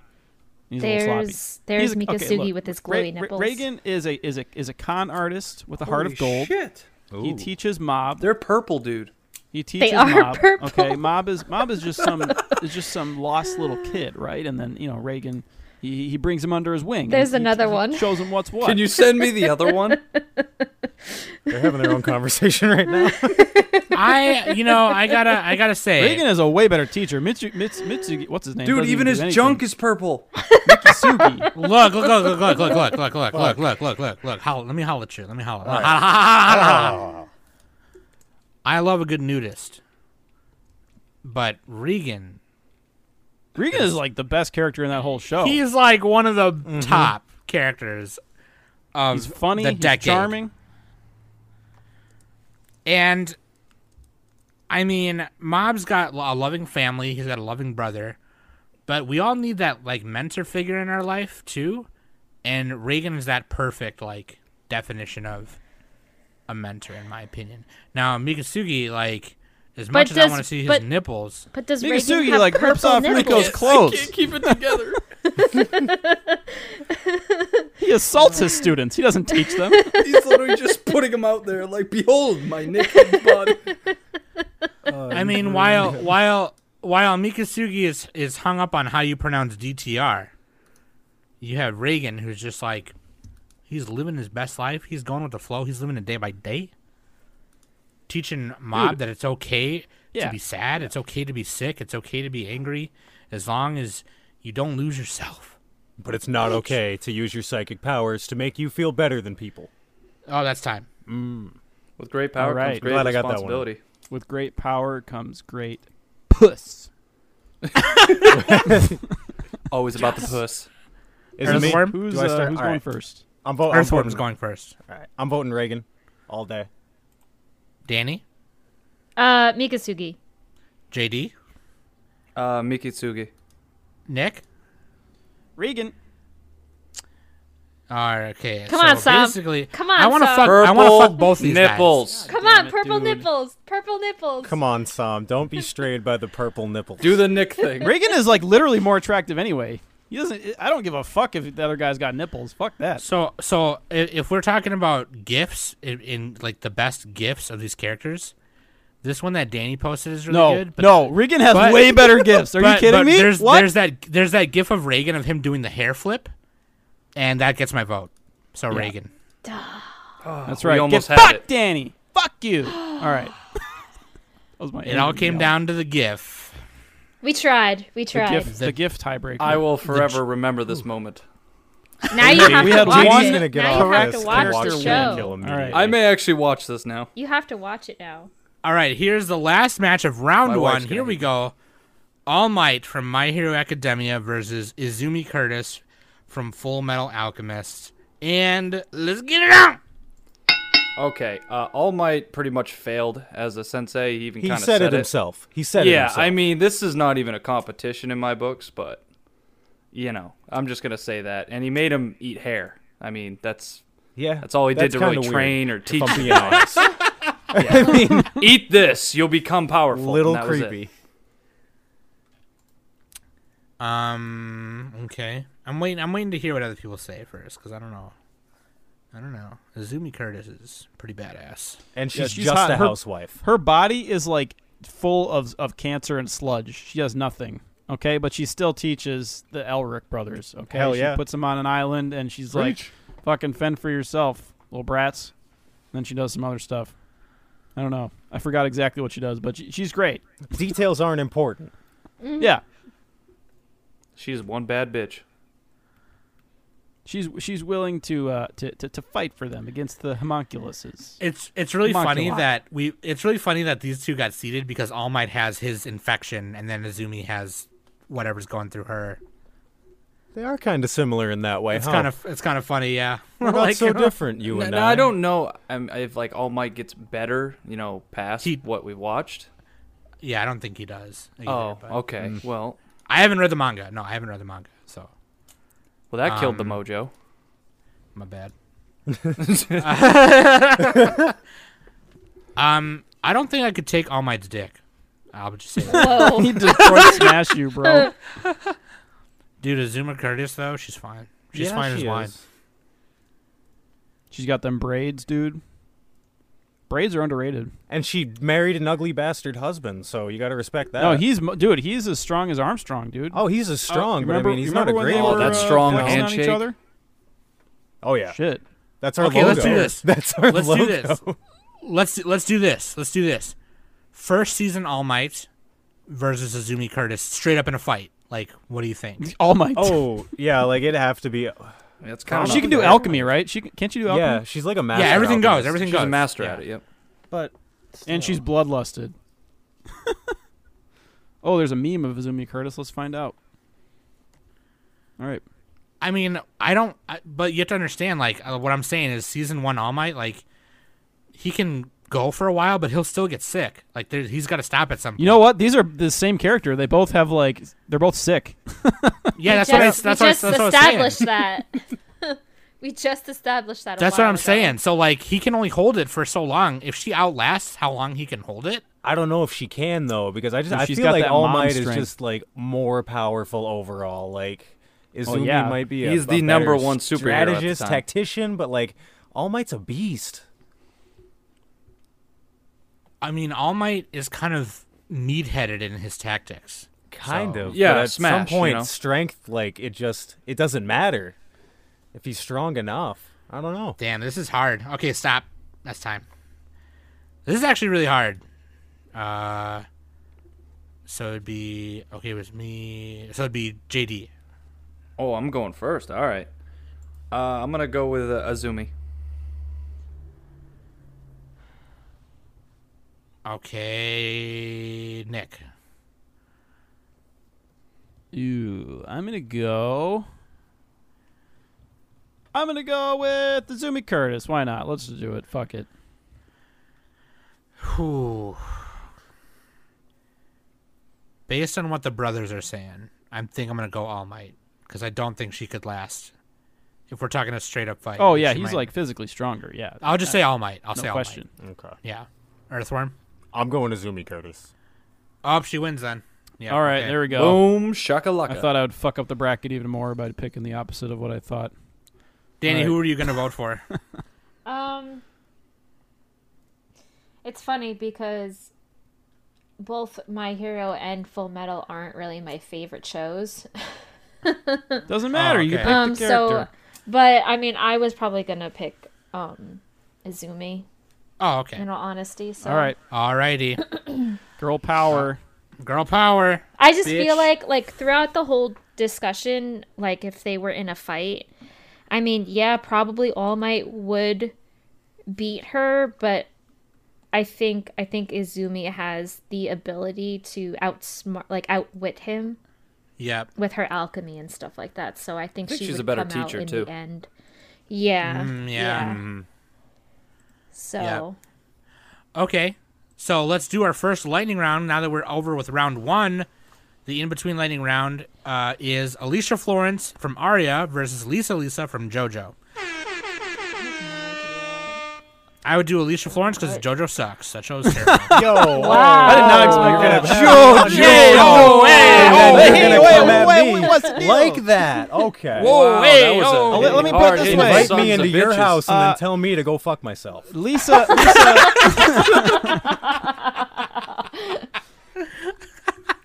He's a little sloppy. There's there's He's a- okay, Mikasugi look, with his Re- glowy Re- nipples. Reagan is a is a is a con artist with a heart of gold. Shit. He Ooh. teaches mob. They're purple, dude. He teaches are mob. purple. Okay, mob is mob is [LAUGHS] just some is just some lost little kid, right? And then you know Reagan, he, he brings him under his wing. and There's he- he another t- one. Shows him what's what. Can you send me the other one? They're having [LAUGHS] their own conversation right now. I, you know, I gotta, I gotta say, Reagan is a way better teacher. Mitsu, Mits, Mitsugi, what's his name? Dude, Doesn't even do his anything. junk is purple. [LAUGHS] Sugi. look, look, look, look, look, look, look, look, look, look, look, look, look. Holla, let me holla at you. Let me [LAUGHS] holla. Holla, holla, holla, holla, holla. I love a good nudist, but Regan, Regan is like the best character in that whole show. he's like one of the top characters of Mm-hmm. He's funny, the he's decade. charming. And I mean, Mob's got a loving family. He's got a loving brother, but we all need that like mentor figure in our life too. And Reagan is that perfect like definition of a mentor, in my opinion. Now Mikasugi, like as much as I does- want to see his but- nipples, But does Reagan Mikasugi have like rips purple off nipples? Rico's clothes. Keep it together. He assaults his students. He doesn't teach [LAUGHS] them. He's literally just putting him out there, like, behold, my naked body. [LAUGHS] I mean, while while while Mikasugi is is hung up on how you pronounce DTR, you have Reagan who's just like he's living his best life. He's going with the flow. He's living it day by day. Teaching mob that it's okay Yeah. to be sad. It's okay to be sick. It's okay to be angry, as long as you don't lose yourself. But it's not okay to use your psychic powers to make you feel better than people. Oh, that's time. With great power All right, comes great glad I got that one. responsibility. With great power comes great puss. Always Oh, about the puss. Is it me? Earthworm? Who's, Do I uh, start? who's All going right. first? I'm, vo- I'm voting. Earthworm's going first. All right. I'm voting Reagan all day. Danny, Uh, Mikasugi. JD, Uh, Mikitsugi. Nick. Regan. All right, okay. Come so on, Sam. Basically, Come on, I want to Sam. fuck. I want to fuck both these guys. nipples. Come damn on, it, purple dude. nipples. Purple nipples. Come on, Sam. Don't be strayed by the purple nipples. Do the Nick [LAUGHS] thing. Reagan is like literally more attractive anyway. He doesn't. I don't give a fuck if the other guy's got nipples. Fuck that. So, so i- if we're talking about gifts in, in like the best gifts of these characters, this one that Danny posted is really No, good. no. Regan has but- way [LAUGHS] better gifts. Are but- you kidding but me? There's, what? there's that there's that gif of Reagan of him doing the hair flip, and that gets my vote. So Reagan, That's We right. almost Get had fucked, it. Danny. Fuck [GASPS] you. All right. that was my. it all came down to the gif. We tried. We The tried. gift, the, gift tiebreaker. I will [LAUGHS] forever remember this moment. Now you have We to had watch one- it. gonna get now off you have this to and watch, watch the Reagan kill show. him All immediately. right. I may actually watch this now. You have to watch it now. All right, here's the last match of round My one. wife's Here gonna we hate go. All Might from My Hero Academia versus Izumi Curtis from Full Metal Alchemist, and let's get it out. Okay, uh, All Might pretty much failed as a sensei. He even He kind of said it himself. He said it Yeah, himself. I mean, this is not even a competition in my books, but you know, I'm just gonna say that. And he made him eat hair. I mean, that's yeah, that's all he did that's to kinda really weird, train or if teach. I'm you. being honest. I mean, eat this, you'll become powerful. little and that was it. creepy. Um. Okay. I'm waiting. I'm waiting to hear what other people say first, because I don't know. I don't know. Izumi Curtis is pretty badass. And she's, Yeah, she's just hot. a Her- housewife. Her body is like full of of cancer and sludge. She has nothing. Okay, but she still teaches the Elric brothers. Okay, Hell yeah. she puts them on an island, and she's like, "Fucking fend for yourself, little brats." And then she does some other stuff. I don't know. I forgot exactly what she does, but she, she's great. Details aren't important. Yeah, She's one bad bitch. she's she's willing to uh to, to, to fight for them against [LAUGHS] the homunculuses. It's it's really Come on, funny Joel. that we. It's really funny that these two got seated because All Might has his infection, and then Izumi has whatever's going through her. They are kind of similar in that way. It's huh? kind of it's kind of funny. Yeah. We're not Like, Oh. so different, you Now, and now I don't know um, if like All Might gets better, you know, past He- what we watched. Yeah, I don't think he does. either, Oh, but- okay. Well, I haven't read the manga. No, I haven't read the manga, so well, that killed the mojo. My bad. [LAUGHS] um, I don't think I could take All Might's dick. I'll just say that. [LAUGHS] Whoa. He Detroit smash you, bro. Dude, Azuma Curtis, though, she's fine. She's fine as wine. She's got them braids, dude. Braids are underrated. And she married an ugly bastard husband, so you got to respect that. No, he's mo- dude. He's as strong as Armstrong, dude. Uh, oh, he's a strong, You but I remember- mean, he's you not a remember when great. they Oh, were, that uh, strong flexing on each handshake? other? Oh yeah, Shit. That's our Okay, logo. let's do this. That's our Let's logo. do this. Let's let's do this. Let's do this. First season All Might versus Azumi Curtis, straight up in a fight. Like, what do you think? All Might. Oh yeah, like it'd have to be. That's Well, kind she can do alchemy, right? She can, can't you do alchemy? Yeah, she's like a master. yeah, everything goes. alchemist. Everything She's goes. a master Yeah. at it. Yep. But And [LAUGHS] she's bloodlusted. oh, there's a meme of Azumi Curtis. Let's find out. All right. I mean, I don't. I, but you have to understand, like, uh, what I'm saying is, season one All Might, like, he can go for a while, but he'll still get sick. Like, there, he's got to stop at some. You know what? These are the same character. They both have like they're both sick. Yeah, that's what I, that's just, we what I- just that's what I was established saying. that. [LAUGHS] we just established that. a That's what while I'm ago. saying. So like, he can only hold it for so long. If she outlasts how long he can hold it, I don't know if she can though, because I just If I she's feel got like that All mom Might strength. is just like more powerful overall. Like Izumi yeah. might be. a- He's a the number better one superhero at the strategist, time. tactician, but like All Might's a beast. I mean, All Might is kind of meat-headed in his tactics. Kind of. Yeah, but at smash, some you point, know? strength like it just it doesn't matter if he's strong enough. I don't know. Damn, this is hard. Okay, stop. That's time. This is actually really hard. Uh, so it'd be okay it was me. So it'd be JD. Oh, I'm going first. All right. Uh, I'm gonna go with uh, Azumi. Okay, Nick. Ew. I'm gonna go. I'm gonna go with Azumi Curtis. Why not? Let's just do it. Fuck it. Whew. Based on what the brothers are saying, I think I'm gonna go All Might because I don't think she could last. If we're talking a straight up fight. Oh she yeah, he's might- like physically stronger. Yeah. I'll just say All Might. I'll say no All question. Okay, Might. Yeah. Earthworm. I'm going to Zumi Curtis. Oh, she wins then. Yeah. All right, okay. there we go. Boom shakalaka. I thought I would fuck up the bracket even more by picking the opposite of what I thought. Danny, Right. who are you going to vote [LAUGHS] for? Um, it's funny because both My Hero and Full Metal aren't really my favorite shows. Doesn't matter. Oh, You okay. picked Um, the character. so, but I mean, I was probably gonna pick um Izumi oh, okay. in all honesty. So All right, Alrighty. girl power. Girl power. I just Bitch. feel like like throughout the whole discussion, like if they were in a fight, I mean, yeah, probably All Might would beat her, but I think I think Izumi has the ability to outsmart like outwit him Yep. with her alchemy and stuff like that. So I think, think she she's a would better come out teacher, in too. Mm-hmm. the end. Yeah. Mm, yeah. So Okay. So let's do our first lightning round now that we're over with round one. The in between lightning round uh, is Alicia Florence from Aria versus Lisa Lisa from JoJo. I would do Alicia Florence because JoJo sucks. That show's terrible. [LAUGHS] Yo, I did Wow. not expect that. oh, hey, and oh, then hey, you're gonna wait, come at wait, me wait, what's the deal? like that. Okay. Whoa, Wow, hey, that was a- oh. Let- let me put it hard this hitting way. Invite sons me of into your bitches. house and Uh, then tell me to go fuck myself. Lisa, Lisa.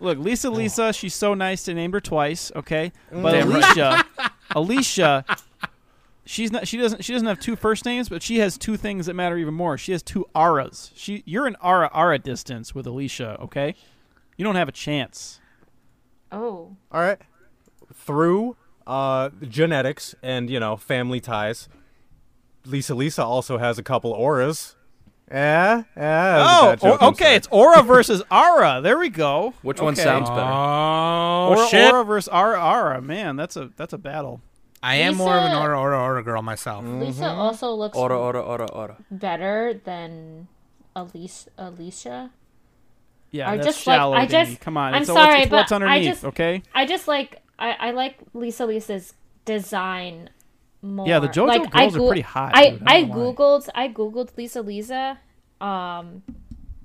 Look, Lisa, Lisa, she's so nice to name her twice, okay? But Damn right. Alicia, Alicia, she's not. She doesn't. She doesn't have two first names, but she has two things that matter even more. She has two aras. She, you're an ara ara distance with Alicia, okay? You don't have a chance. oh. All right. Through uh, genetics and, you know, family ties, Lisa Lisa also has a couple auras. Eh? Eh? Oh, o- okay. It's aura versus ara. There we go. Which one Okay. sounds better? Oh, Aura, shit. aura versus ara ara. Man, that's a that's a battle. I am more of an Lisa- Mm. aura, aura, aura girl myself. Lisa also looks Ora ora ora ora. better than Alicia. Alicia. Yeah, I that's just like- shallow. I Danny. just- Come on, I'm it's, all- it's- sorry, it's what's but I underneath, just- okay? I just like I, I like Lisa Lisa's design more. Yeah, the JoJo like, girls are pretty hot, I dude, I I don't lie. googled I googled Lisa Lisa, um,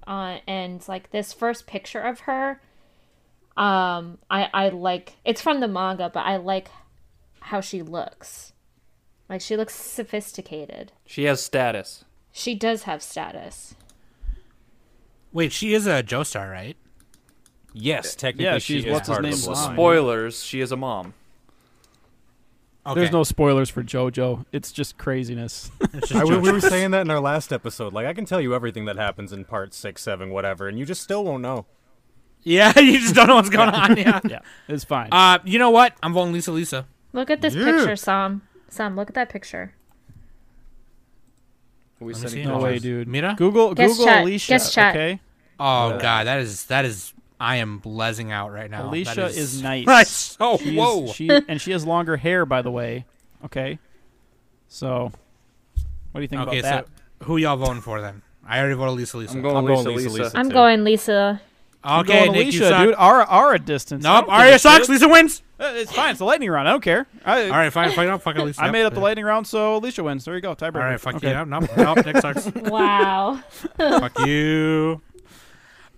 uh, and like this first picture of her, um, I I like it's from the manga, but I like how she looks. Like she looks sophisticated. She has status. She does have status. Wait, she is a Joestar, right? Yes, technically Yeah, she she's is what's his part of name's the bloodline. mom. Spoilers: She is a mom. Okay. There's no spoilers for JoJo. It's just craziness. [LAUGHS] It's just I, [LAUGHS] we, we jokes. were saying that in our last episode. Like, I can tell you everything that happens in part six, seven, whatever, and you just still won't know. yeah, [LAUGHS] you just don't know what's going on. [LAUGHS] Yeah. yeah, it's fine. Uh, you know what? I'm voting Lisa. Lisa. Look at this Yeah. picture, Sam. Sam, look at that picture. Are we Let me see. sending no Oh, way, is- dude. Mira? Google Guess Google chat. Alicia. Guess chat. Okay. Oh god, that is that is. I am blessing out right now. That Alicia [LAUGHS] is nice. Nice. Oh She is- whoa. [LAUGHS] she and she has longer hair, by the way. Okay. So, what do you think okay, about that? so who y'all voting for then? I already voted Lisa. Lisa. I'm going I'm Lisa, going Lisa, Lisa. Lisa. I'm too. going Lisa. I'm Okay, going Nick, Alicia, you suck. dude. Our our distance. I Nope, don't give a Arya sucks. shit. Lisa wins. Uh, It's fine. It's a lightning round. I don't care. I, All right, fine, fine. I'll fucking Lisa. I Yep. made up the lightning round, so Alicia wins. There you go. Tiebreaker. All right, fuck okay. you. Nope, nope, nope. Nick [LAUGHS] sucks. Wow. [LAUGHS] Fuck you.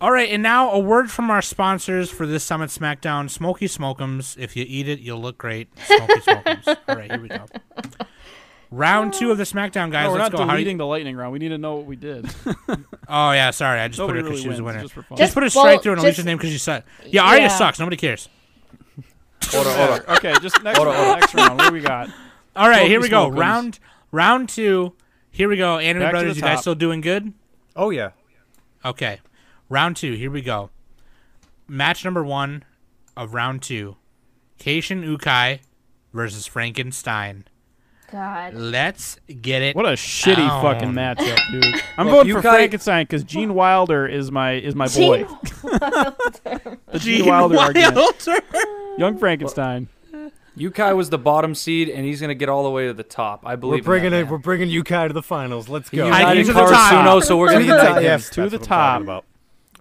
All right, and now a word from our sponsors for this Summit SmackDown Smoky Smokums. If you eat it, you'll look great. Smoky Smokums. All right, here we go. Round two of the SmackDown, guys. No, we're Let's not go. How you- deleting the lightning round. We need to know what we did. Oh, yeah, sorry. I just put Nobody her because really she was wins. a winner. It's Just, just for fun. Just- put a well, strike through in just- Alicia's name because you suck. Yeah, Arya Yeah. sucks. Nobody cares. Hold on, hold on. okay, just next Hold on, hold round. Next round. What do we got? All right, Smoky here we go. Smokums. Round round two. Here we go. Anime Back to Brothers, the you guys top. still doing good? Oh, yeah. Okay. Round two. Here we go. Match number one of round two. Keishin Ukai versus Frankenstein. God. Let's get it. What a shitty Down. fucking matchup, dude. I'm Look, voting you for guys- Frankenstein because Gene Wilder is my is my boy. Gene- The [LAUGHS] Gene, Gene [LAUGHS] Wilder, argument. Wilder. Young Frankenstein. Yukai was the bottom seed, and he's gonna get all the way to the top. I We're believe. bringing in it. We're bringing Yukai to the finals. Let's go. I- United to the top. Karasuno, so we're gonna To the top, unite him. yes, To that's the what I'm talking top. about.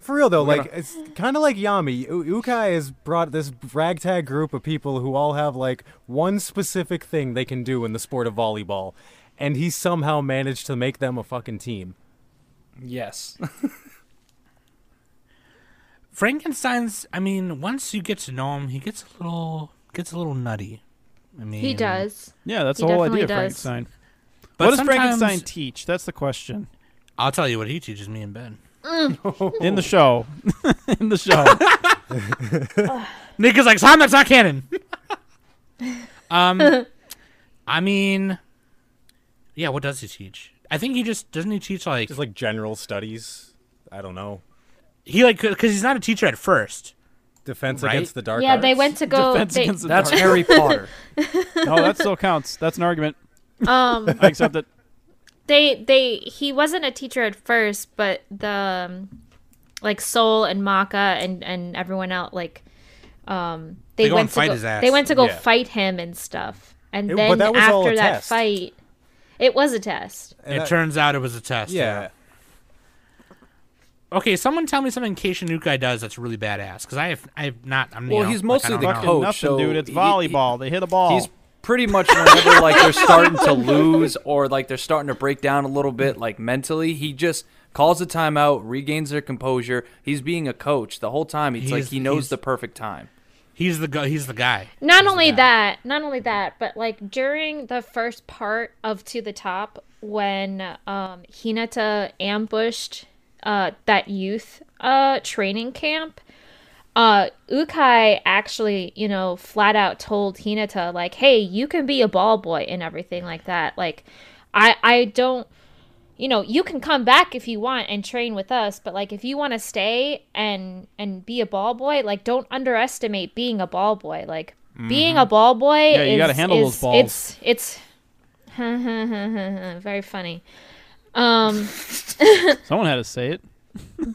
For real though, We're like it's kind of like Yami. U- Ukai has brought this ragtag group of people who all have like one specific thing they can do in the sport of volleyball, and he somehow managed to make them a fucking team. Yes. Frankenstein's. I mean, once you get to know him, he gets a little gets a little nutty. I mean, He does. Yeah, that's He the whole definitely idea of does. Frankenstein. But what does sometimes- Frankenstein teach? That's the question. I'll tell you what he teaches me in bed. In the show. [LAUGHS] In [LAUGHS] the show. Nick is like, Sam, that's not canon. [LAUGHS] [LAUGHS] um, I mean, yeah. What does he teach? I think he just doesn't he teach like Just like general studies. I don't know. he like because he's not a teacher at first. Defense Right? against the dark. yeah, they arts. went to go. Defense They, against the That's [LAUGHS] dark. Harry Potter. No, that still counts. That's an argument. um, [LAUGHS] I accept it. they they he wasn't a teacher at first but the um, like soul and maka and and everyone else like um they, They go went and to fight go, his ass. they went to go Yeah. fight him and stuff and It- but then that was all a after that test. fight it was a test And it that- turns out it was a test. Yeah. Okay, someone tell me something Keisha Nukai does that's really badass because I have I have not. I'm, you Well, know, he's like, mostly I the don't Fucking know. coach. nothing, so dude. It's he- he- volleyball. they hit a ball. He's pretty much whenever like they're starting to lose or like they're starting to break down a little bit, like mentally, he just calls a timeout, regains their composure. He's being a coach the whole time. He's, like He's- he knows he's- the perfect time. He's the go- he's the guy. not only that not only that but like during the first part of to the top when um hinata ambushed uh that youth uh training camp uh ukai actually you know flat out told hinata like hey you can be a ball boy and everything like that like i i don't you know you can come back if you want and train with us but like if you want to stay and and be a ball boy like don't underestimate being a ball boy like being a ball boy Mm-hmm. Yeah, you is- gotta handle is- those balls. it's it's [LAUGHS] very funny um Someone had to say it.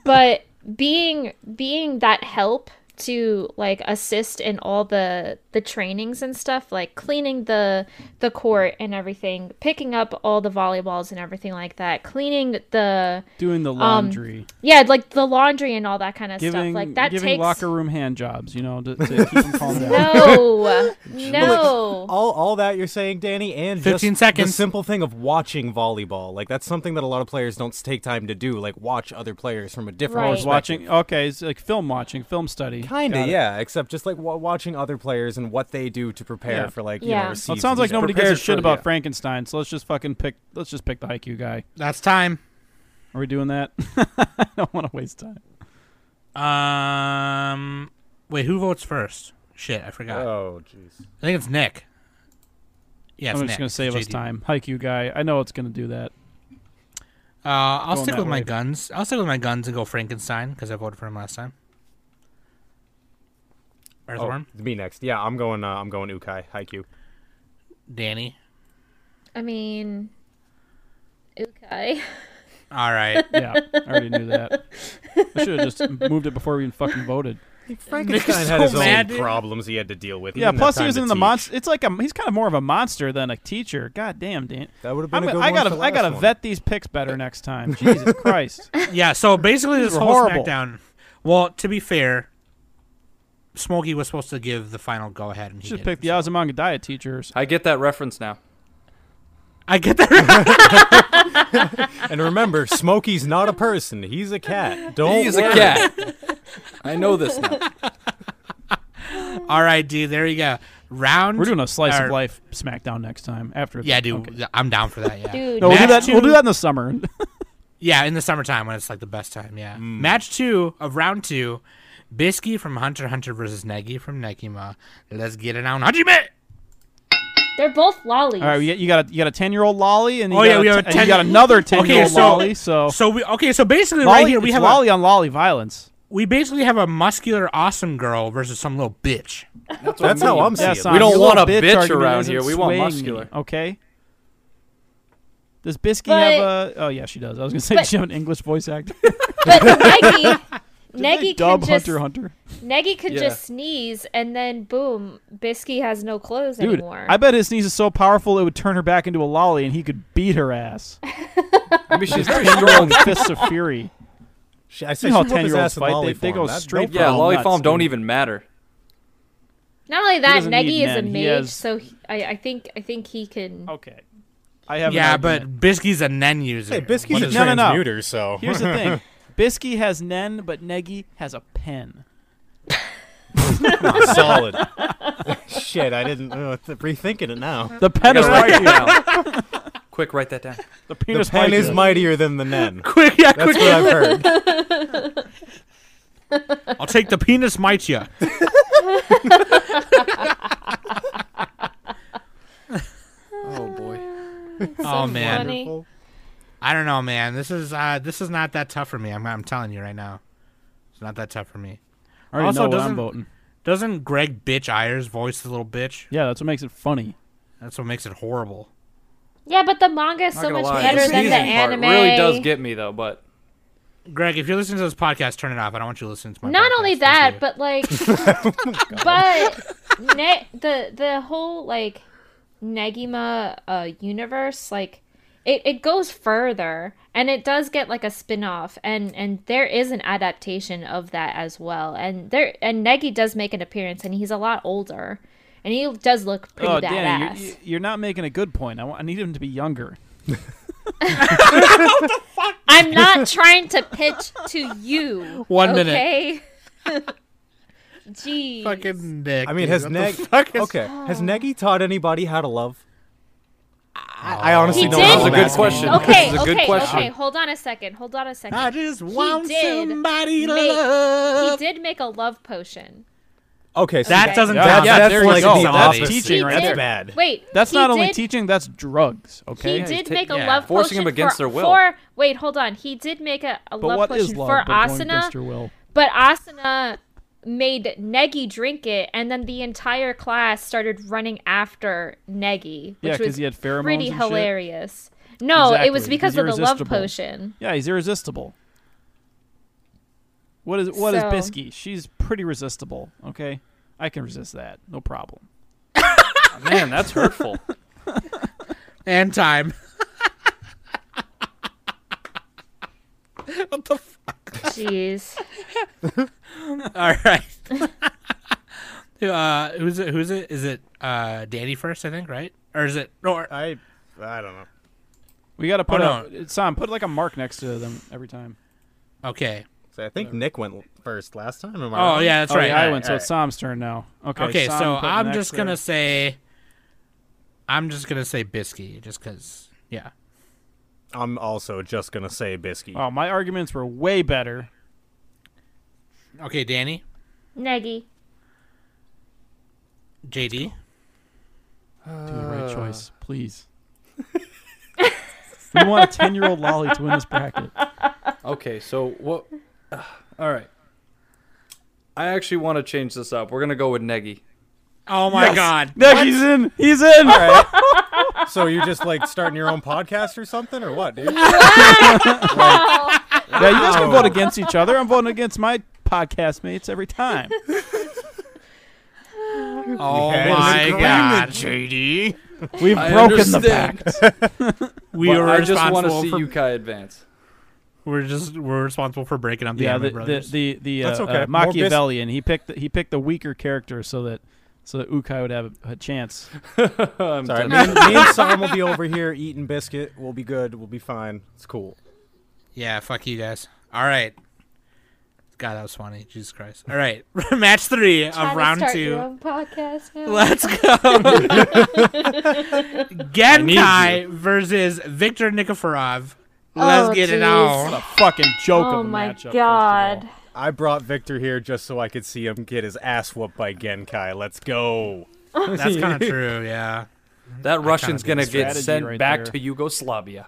but being being that help to like assist in all the the trainings and stuff like cleaning the the court and everything picking up all the volleyballs and everything like that cleaning the Doing the laundry. yeah like the laundry and all that kind of giving stuff like that giving takes locker room hand jobs, you know, to, to keep them [LAUGHS] calm down. no no All, all that you're saying, Danny, and 15 just the seconds. simple thing of watching volleyball. Like that's something that a lot of players don't take time to do. Like watch other players from a different. Right. I was watching. Okay, it's like film watching, film study. Kind Got of, it. yeah. Except just like w- watching other players and what they do to prepare Yeah. for like Yeah. you know. a Well, it Well, it season. sounds like nobody gives a Prepares shit for- about yeah. Frankenstein, so let's just fucking pick. Let's just pick the haiku guy. That's time. Are we doing that? [LAUGHS] I don't want to waste time. Um, wait, who votes first? Shit, I forgot. Uh, Oh jeez. I think it's Nick. Yes, I'm Nick, just gonna save us JD. time. Haiku guy. I know it's gonna do that. Uh, I'll Going stick that with my way. guns. I'll stick with my guns and go Frankenstein because I voted for him last time. Earthworm, Oh, me next. Yeah, I'm going. Uh, I'm going Ukai Haiku. Danny. I mean, okay. All right, Yeah, I already knew that. I should have just moved it before we even fucking [LAUGHS] voted. Frankenstein so had his mad, own dude. problems he had to deal with. Yeah, didn't plus have he was time to in the teach. monster. It's like a, he's kind of more of a monster than a teacher. God damn, Dan. That would have been I'm a a, good I one gotta, for the I last gotta one. vet these picks better next time. [LAUGHS] Jesus Christ. yeah. So basically, this were whole horrible. SmackDown. Well, to be fair, Smokey was supposed to give the final go ahead, and he Should have did. picked the Azumanga Diet teachers. I get that reference now. I get [LAUGHS] that. And remember, Smokey's not a person. He's a [LAUGHS] cat. Don't. He's a worry. cat. I know this now. All right, dude. There you go. Round. We're doing a slice or- of life SmackDown next time. After Yeah, the- dude. okay. I'm down for that. Yeah. Dude, No, we'll do Match that. We'll two. do that in the summer. [LAUGHS] Yeah, in the summertime when it's like the best time. Yeah. Mm. Match two of round two, Bisky from Hunter x Hunter versus Negi from Nekima. Let's get it on Hajime. they're both lollies. All right, you got, you got a you got a ten year old lolly, and you Oh, got yeah, we a have a t- and you 10 got another ten year Okay, old so- lolly. So So we okay. So basically, lolly, right here we it's have lolly a, on lolly violence. we basically have a muscular awesome girl versus some little bitch. That's how I'm seeing Yeah, it. son, We don't your want little a bitch argument around isn't here. We want swaying me, muscular. Okay. Does Bisky But- have a? Oh yeah, she does. I was gonna say But- does she have an English voice actor. But [LAUGHS] [LAUGHS] Negi, Negi Dub could just Hunter Hunter. Negi could Yeah. just sneeze and then boom, Bisky has no clothes Dude, anymore. I bet his sneeze is so powerful it would turn her back into a lolly, and he could beat her ass. I mean, [LAUGHS] she's very Strong strong. fists of fury. She- I You said know how she whooped his 10-year-olds ass in fight, lolly they- they form. go That- no straight for problem. Yeah, lolly nuts, form don't dude. even matter. Not only that, doesn't need Negi is a men, he mage, has- so Oh. he, I, I think I think he can. Okay. I have. an yeah, argument. but Bisky's a nen user. Hey, Biscuit's What a is- No, no, no. transmuter, so [LAUGHS] [LAUGHS] Here's the thing. Bisky has Nen, but Negi has a pen. solid. [LAUGHS] Shit, I didn't uh, th- rethinking it now. The pen Gotta is write right it here. down. Quick, write that down. The The penis pen right is here. mightier than the [LAUGHS] nen. [LAUGHS] quick, yeah, That's quick. what I've heard. I'll take the penis might ya. Oh boy. oh man, funny. I don't know, man. This is uh, this is not that tough for me. I'm, I'm telling you right now, it's not that tough for me. I already Also know what I'm doesn't- voting. Doesn't Greg Bitch Ayers voice the little bitch? Yeah, that's what makes it funny. That's what makes it horrible. Yeah, but the manga is Not so gonna much lie, better the than the sneezing part anime. really does get me though, but Greg, if you're listening to this podcast, turn it off. I don't want you listening to my. Not podcast. only Thank that, you. but like, [LAUGHS] Oh but ne- the the whole like Negima uh, universe, like it, it goes further and it does get like a spin-off and and there is an adaptation of that as well and there and negi does make an appearance and he's a lot older and he does look pretty Oh, badass Danny, you're, you're not making a good point. I, want, I need him to be younger. [LAUGHS] i'm not trying to pitch to you One minute. [LAUGHS] okay? minute Jeez. fucking Nick. I mean, dude. has What the Neg fuck is- okay? Has Negi taught anybody how to love? I, I honestly He don't did. know. That's a what good I'm question. asking. [LAUGHS] okay, [LAUGHS] This is a okay, good question. okay. Hold on a second. Hold on a second. I just want did somebody to make- he he love. did make a love potion. Okay, so That doesn't. Yeah, count. yeah, that's there you like go. the That's opposite. teaching He right did- there. bad. Wait, That's he not only did- teaching, that's drugs, He okay? did ta- make a yeah. love Forcing potion them against for, their will. for. Wait, hold on. He did make a, a but love what potion is love for but going against Asuna, your will? but Asuna made Negi drink it, and then the entire class started running after Negi, Yeah, which 'cause was he had pheromones pretty and shit. hilarious. No, it was Exactly. because He's of the love irresistible. [LAUGHS] potion. Yeah, he's irresistible. What is what is So- Bisky? She's pretty resistible, okay? I can resist that. No problem. man, that's hurtful. and time. what the fuck? Jeez. All right. [LAUGHS] uh, who's it? Who's it? Is it uh, Danny first? I think right, or is it? uh, Or I I don't know. We got to put Oh, a Sam, put like a mark next to them every time. okay. So I think Nick went l- first last time. Am I Oh wrong? yeah, that's oh, right. yeah, I All went, so all it's Sam's turn now. Okay, Okay, Sam, so put I'm next just gonna there. say, I'm just gonna say Bisky, just cause. Yeah. I'm also just gonna say Bisky. Oh, my arguments were way better. Okay, Danny, Negi. JD, Do the right choice, [LAUGHS] please. we want a ten-year-old Lolly to win this bracket. Oh, Okay, so what? [SIGHS] ugh, all right. I actually want to change this up. We're gonna go with Negi. Oh my god. He's in. He's in. So you're just like starting your own podcast or something, or what, dude? Yeah, you guys Oh. can vote against each other. I'm voting against my podcast mates every time. Oh Yes. my Agreement, god. JD. We've I broken the understand, pact. We but were I just want to responsible see for Yukai advance. we're just we're responsible for breaking up the Yeah, Allman the the brothers. the, the uh, That's uh, okay. More bis- Machiavellian. He picked the, he picked the weaker character so that so that Ukai would have a, a chance. I'm Sorry, done. me, and- me and Sam will be over here eating biscuit. We'll be good. We'll be fine. It's cool. yeah, fuck you guys. All right. God, that was funny. Jesus Christ. All right. [LAUGHS] Match 3 of round 2. podcast [LAUGHS] now. Let's go. Genkai versus Victor Nikiforov. Let's Oh, get it jeez. on. A fucking joke Oh of a my matchup. first of god. all. I brought Victor here just so I could see him get his ass whooped by Genkai. Let's go. That's kind of true, yeah. That Russian's kinda gonna did get strategy sent right back there. to Yugoslavia.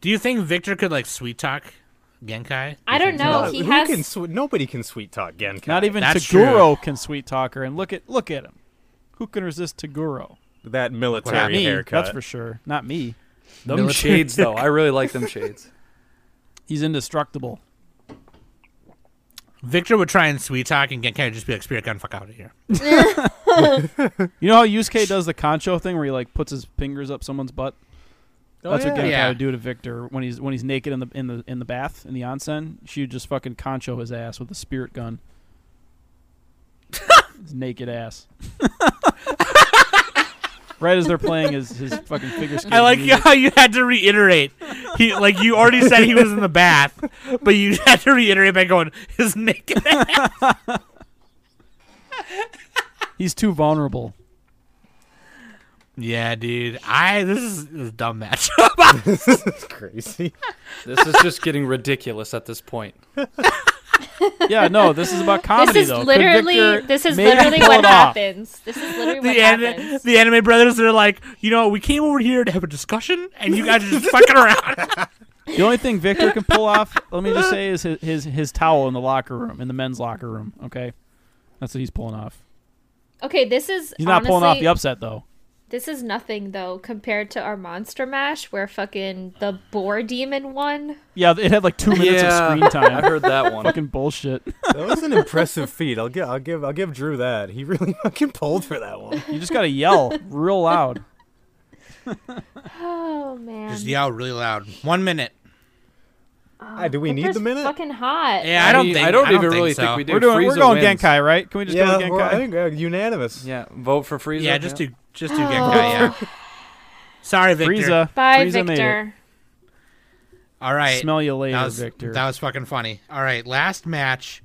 Do you think Victor could like sweet talk Genkai? I don't know. Uh, Oh, He who has can swe- nobody can sweet talk Genkai. Not even That's Taguro can sweet talk her, and look at look at him. Who can resist Taguro? that Not military Me, haircut. that's for sure. Not me. Them Military- shades, though, I really like them shades. He's indestructible. Victor would try and sweet talk, and Genkai would just be like, "Spirit gun, fuck out of here." You know how Yusuke does the concho thing where he like puts his fingers up someone's butt? That's what Genkai Oh, Yeah. would do to Victor when he's when he's naked in the in the in the bath in the onsen. She would just fucking concho his ass with a [LAUGHS] spirit gun. his naked ass. [LAUGHS] right as they're playing his, his fucking figure skating. I like music. how you had to reiterate. He like you already said he was in the bath, but you had to reiterate by going his naked. ass." He's too [LAUGHS] vulnerable. yeah, dude. I this is, this is a dumb matchup. [LAUGHS] [LAUGHS] crazy. This is just getting ridiculous at this point. Yeah, no, this is about comedy this is though. Could literally Victor this is maybe literally pull what it off? happens. This is [LAUGHS] literally the what anime, happens. the anime brothers are like, you know, we came over here to have a discussion, and you guys are just fucking around. The only thing Victor can [LAUGHS] pull off, let me just say, is his, his his towel in the locker room, in the men's locker room. Okay, that's what he's pulling off. Okay, this is He's not honestly, pulling off the upset though. This is nothing though compared to our Monster Mash where fucking the boar demon won. Yeah, it had like two minutes Yeah, of [LAUGHS] screen I time. heard that one. [LAUGHS] Fucking bullshit. That was an impressive feat. I'll give. I'll give. I'll give Drew that. He really [LAUGHS] fucking pulled for that one. You just gotta yell real loud. Oh man. Just yell really loud. One minute. Ah, do we need Pepper's the minute? fucking hot. Yeah, I, don't mean, think. I don't, even think really so. think we do. we're doing. Frieza We're going wins. Genkai, right? Can we just yeah, go with we're- Genkai? I think uh, unanimous. Yeah, vote for Frieza. Yeah, just yeah. do just do Genkai. Yeah. Sorry, Victor. Frieza. Bye, Frieza made it. Victor. All right. Smell you later, that was, Victor. That was fucking funny. All right, last match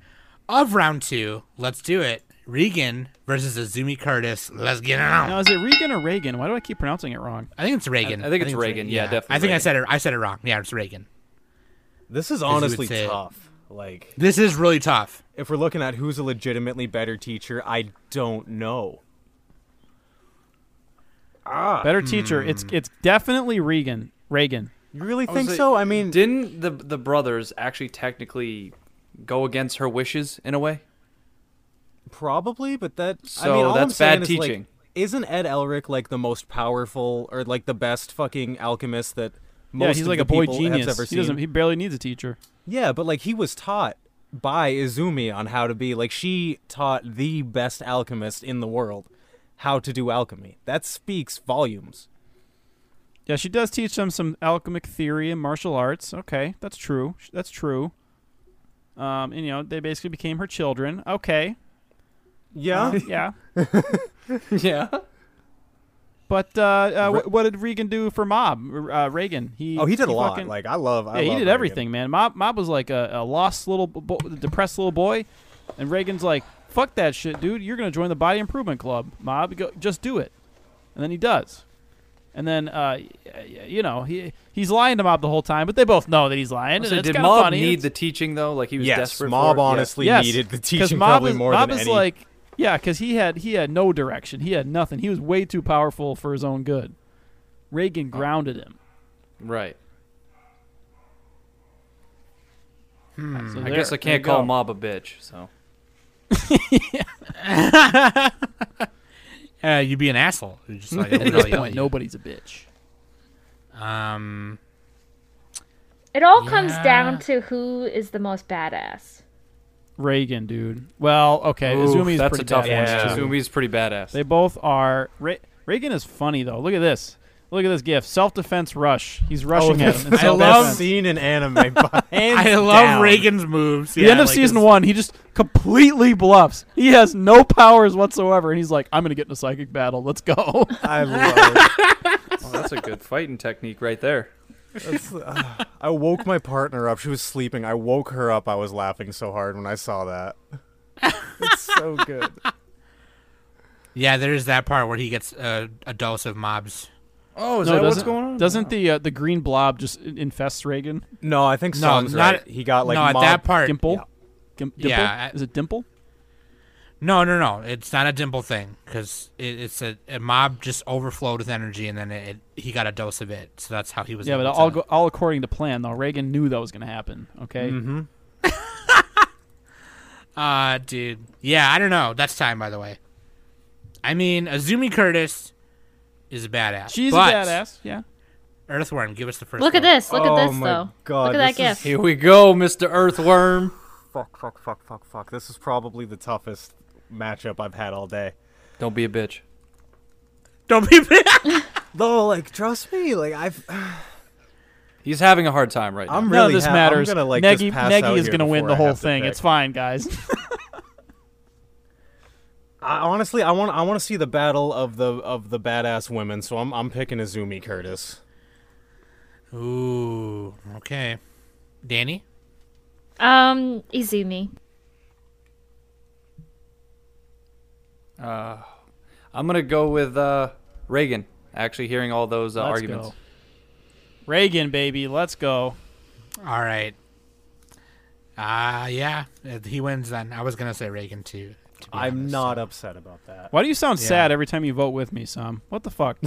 of round two. Let's do it. Regan versus Azumi Curtis. Let's get it on. now is it Regan or Reagan? Why do I keep pronouncing it wrong? I think it's Reagan. I- I think it's Reagan. Yeah, definitely I think I Reagan. said it. I said it wrong. Yeah, it's Reagan. This is you would honestly say. tough. Like, This is really tough. if we're looking at who's a legitimately better teacher, I don't know. Better teacher. It's it's definitely Regan. Reagan. You really I was think like, so? I mean, didn't the the brothers actually technically go against her wishes in a way? Probably, but that. I So mean, all I'm that's bad saying is, like, teaching. isn't Ed Elric like the most powerful or like the best fucking alchemist that most yeah, he's of like the a boy people has genius. ever he seen? doesn't. He barely needs a teacher. Yeah, but like he was taught by Izumi on how to be like she taught the best alchemist in the world how to do alchemy. That speaks volumes. Yeah, she does teach them some alchemic theory and martial arts. Okay, that's true. Sh- That's true. Um, and you know they basically became her children. Okay, Yeah. yeah. yeah. But uh, uh, wh- what did Regan do for Mob? R- Uh, Reagan. He Oh, he did a lot. fucking- like I love. I yeah, he love did Reagan. everything, man. Mob Mob was like a, a lost little, bo- depressed little boy, and Reagan's like, "Fuck that shit, dude. You're gonna join the Body Improvement Club, Mob. Go, just do it." And then he does. And then, uh, y- y- you know, he he's lying to Mob the whole time, but they both know that he's lying. So and it's did kinda Mob funny. need It's- the teaching though? Like he was Yes, desperate. Mob for it? Yeah. honestly Yes, needed the [LAUGHS] 'cause teaching Mob probably is, more [LAUGHS] Mob than is any. like, Yeah, because he had he had no direction. He had nothing. He was way too powerful for his own good. Reagan grounded him. Right. So I there- guess I there you can't call go. Mob a bitch. So Uh, you'd be an asshole. You're just [LAUGHS] like, "Oh, At this literally, point, you- nobody's a bitch. Um, It all comes Yeah. down to who is the most badass. Reagan, dude. Well, okay, Oof, Azumi's that's pretty a tough badass, one. too. Azumi's pretty badass. They both are. Ra- Reagan is funny though. Look at this. Look at this gif. Self defense rush. He's Oh, rushing [LAUGHS] at him. in I love self-defense. scene in anime. [LAUGHS] by- [LAUGHS] hands I love down. Reagan's moves. The yeah, end of like season it's- one, he just completely bluffs. He has no powers whatsoever, and he's like, "I'm gonna get in a psychic battle. [LAUGHS] Let's go." [LAUGHS] I love. Oh, that's a good fighting technique right there. that's- ah. I woke my partner up. She was sleeping. I woke her up. I was laughing so hard when I saw [LAUGHS] that. It's so good. Yeah, there's that part where he gets uh, a dose of mobs. Oh, is No, that what's doesn't, going on? doesn't the uh, the green blob just in- infests Reagan? No, I think No, Sam's not- right. He got like no, at mobbed- that Er, part. Dimple. Gim- dimple? Yeah, I- Is it dimple? No, no, no. It's not a dimple thing because it, it's a, a mob just overflowed with energy, and then it, it- he got a dose of it. So that's how he was. Yeah, but able to- all go, all according to plan though. Reagan knew that was gonna happen. Okay. Mm-hmm. Uh, dude. Yeah, I don't know. That's time, by the way. I mean, Azumi Curtis is a badass. She's but a badass. Yeah. Earthworm, give us the first. Look at one. this. Look Oh at this my though. God, Look at that this is gif. Here we go, Mr. Earthworm. Fuck, fuck, fuck, fuck, fuck. This is probably the toughest matchup I've had all day. Don't be a bitch. Don't be [LAUGHS] bad. Though, like, trust me, like I've, [SIGHS] He's having a hard time right now. I'm None really of this ha- matters. I'm gonna, like, Negi, just pass Negi out is here gonna win before the I whole have to thing. pick. It's fine, guys. I, honestly, I want, I want to see the battle of the of the badass women. So I'm, I'm picking Azumi Curtis. Ooh. Okay. Danny. Um, Izumi. I'm gonna go with uh, Reagan. Actually, hearing all those uh, Let's arguments. go. Reagan, baby, let's go. All right. Uh yeah, uh, he wins then. I was gonna say Reagan too. to be I'm honest. not upset about that. Why do you sound Yeah. sad every time you vote with me, Sam? What [LAUGHS] the fuck?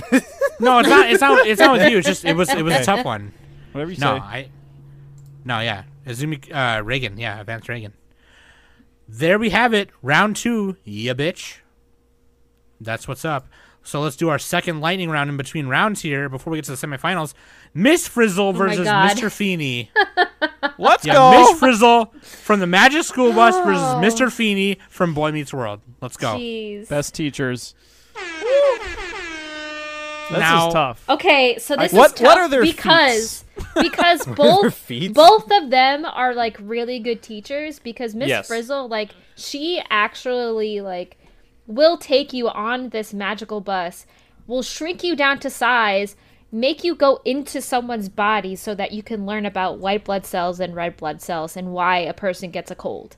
No, it's not. It's not. It's not with you. It's just it was. It was a tough one. Whatever you No, say. I. No, yeah, Azumi uh, Reagan. Yeah, Advanced Reagan. There we have it. Round two. Yeah, bitch. That's what's up. So let's do our second lightning round in between rounds here before we get to the semifinals. Miss Frizzle my versus God. Mr. Feeney. Let's Yeah, go. [LAUGHS] Miss Frizzle from the Magic School Bus versus Mr. Feeney from Boy Meets World. Let's go. Jeez. Best teachers. This Now- is tough. Okay, so this is What- tough what are their because [LAUGHS] [LAUGHS] because both feats? both of them are like really good teachers because Miss Yes. Frizzle like she actually like will take you on this magical bus, will shrink you down to size, make you go into someone's body so that you can learn about white blood cells and red blood cells and why a person gets a cold.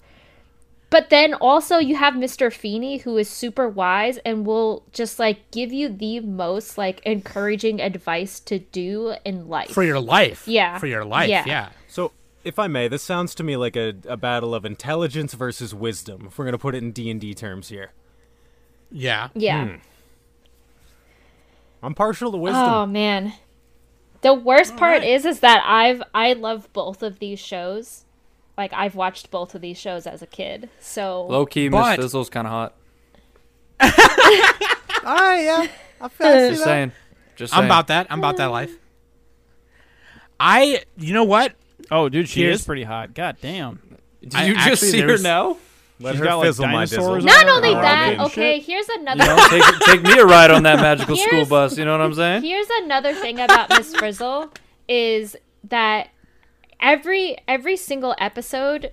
But then also you have Mr. Feeney who is super wise and will just like give you the most like encouraging advice to do in life. For your life. Yeah. For your life. Yeah. Yeah. So, if I may, this sounds to me like a, a battle of intelligence versus wisdom. If we're gonna put it in D and D terms here, Yeah. yeah. I'm partial to wisdom. Oh man. The worst part is is that I've I love both of these shows. Like I've watched both of these shows as a kid. So Low key, But- Miss Fizzle's kind of hot. Ah, yeah, I fancy Just saying. Just saying. I'm about that. I'm about that life. I, you know what? Oh, dude, she Here's- is pretty hot. God damn. Did I- you just actually, see her there's- now? Let She's her got, like, fizzle my dinosaurs dizzle. on not only Oh, that, man. okay, here's You another know, take, take me a ride on that magical school Here's- bus. You know what I'm saying? Here's another thing about Miss Frizzle is that every every single episode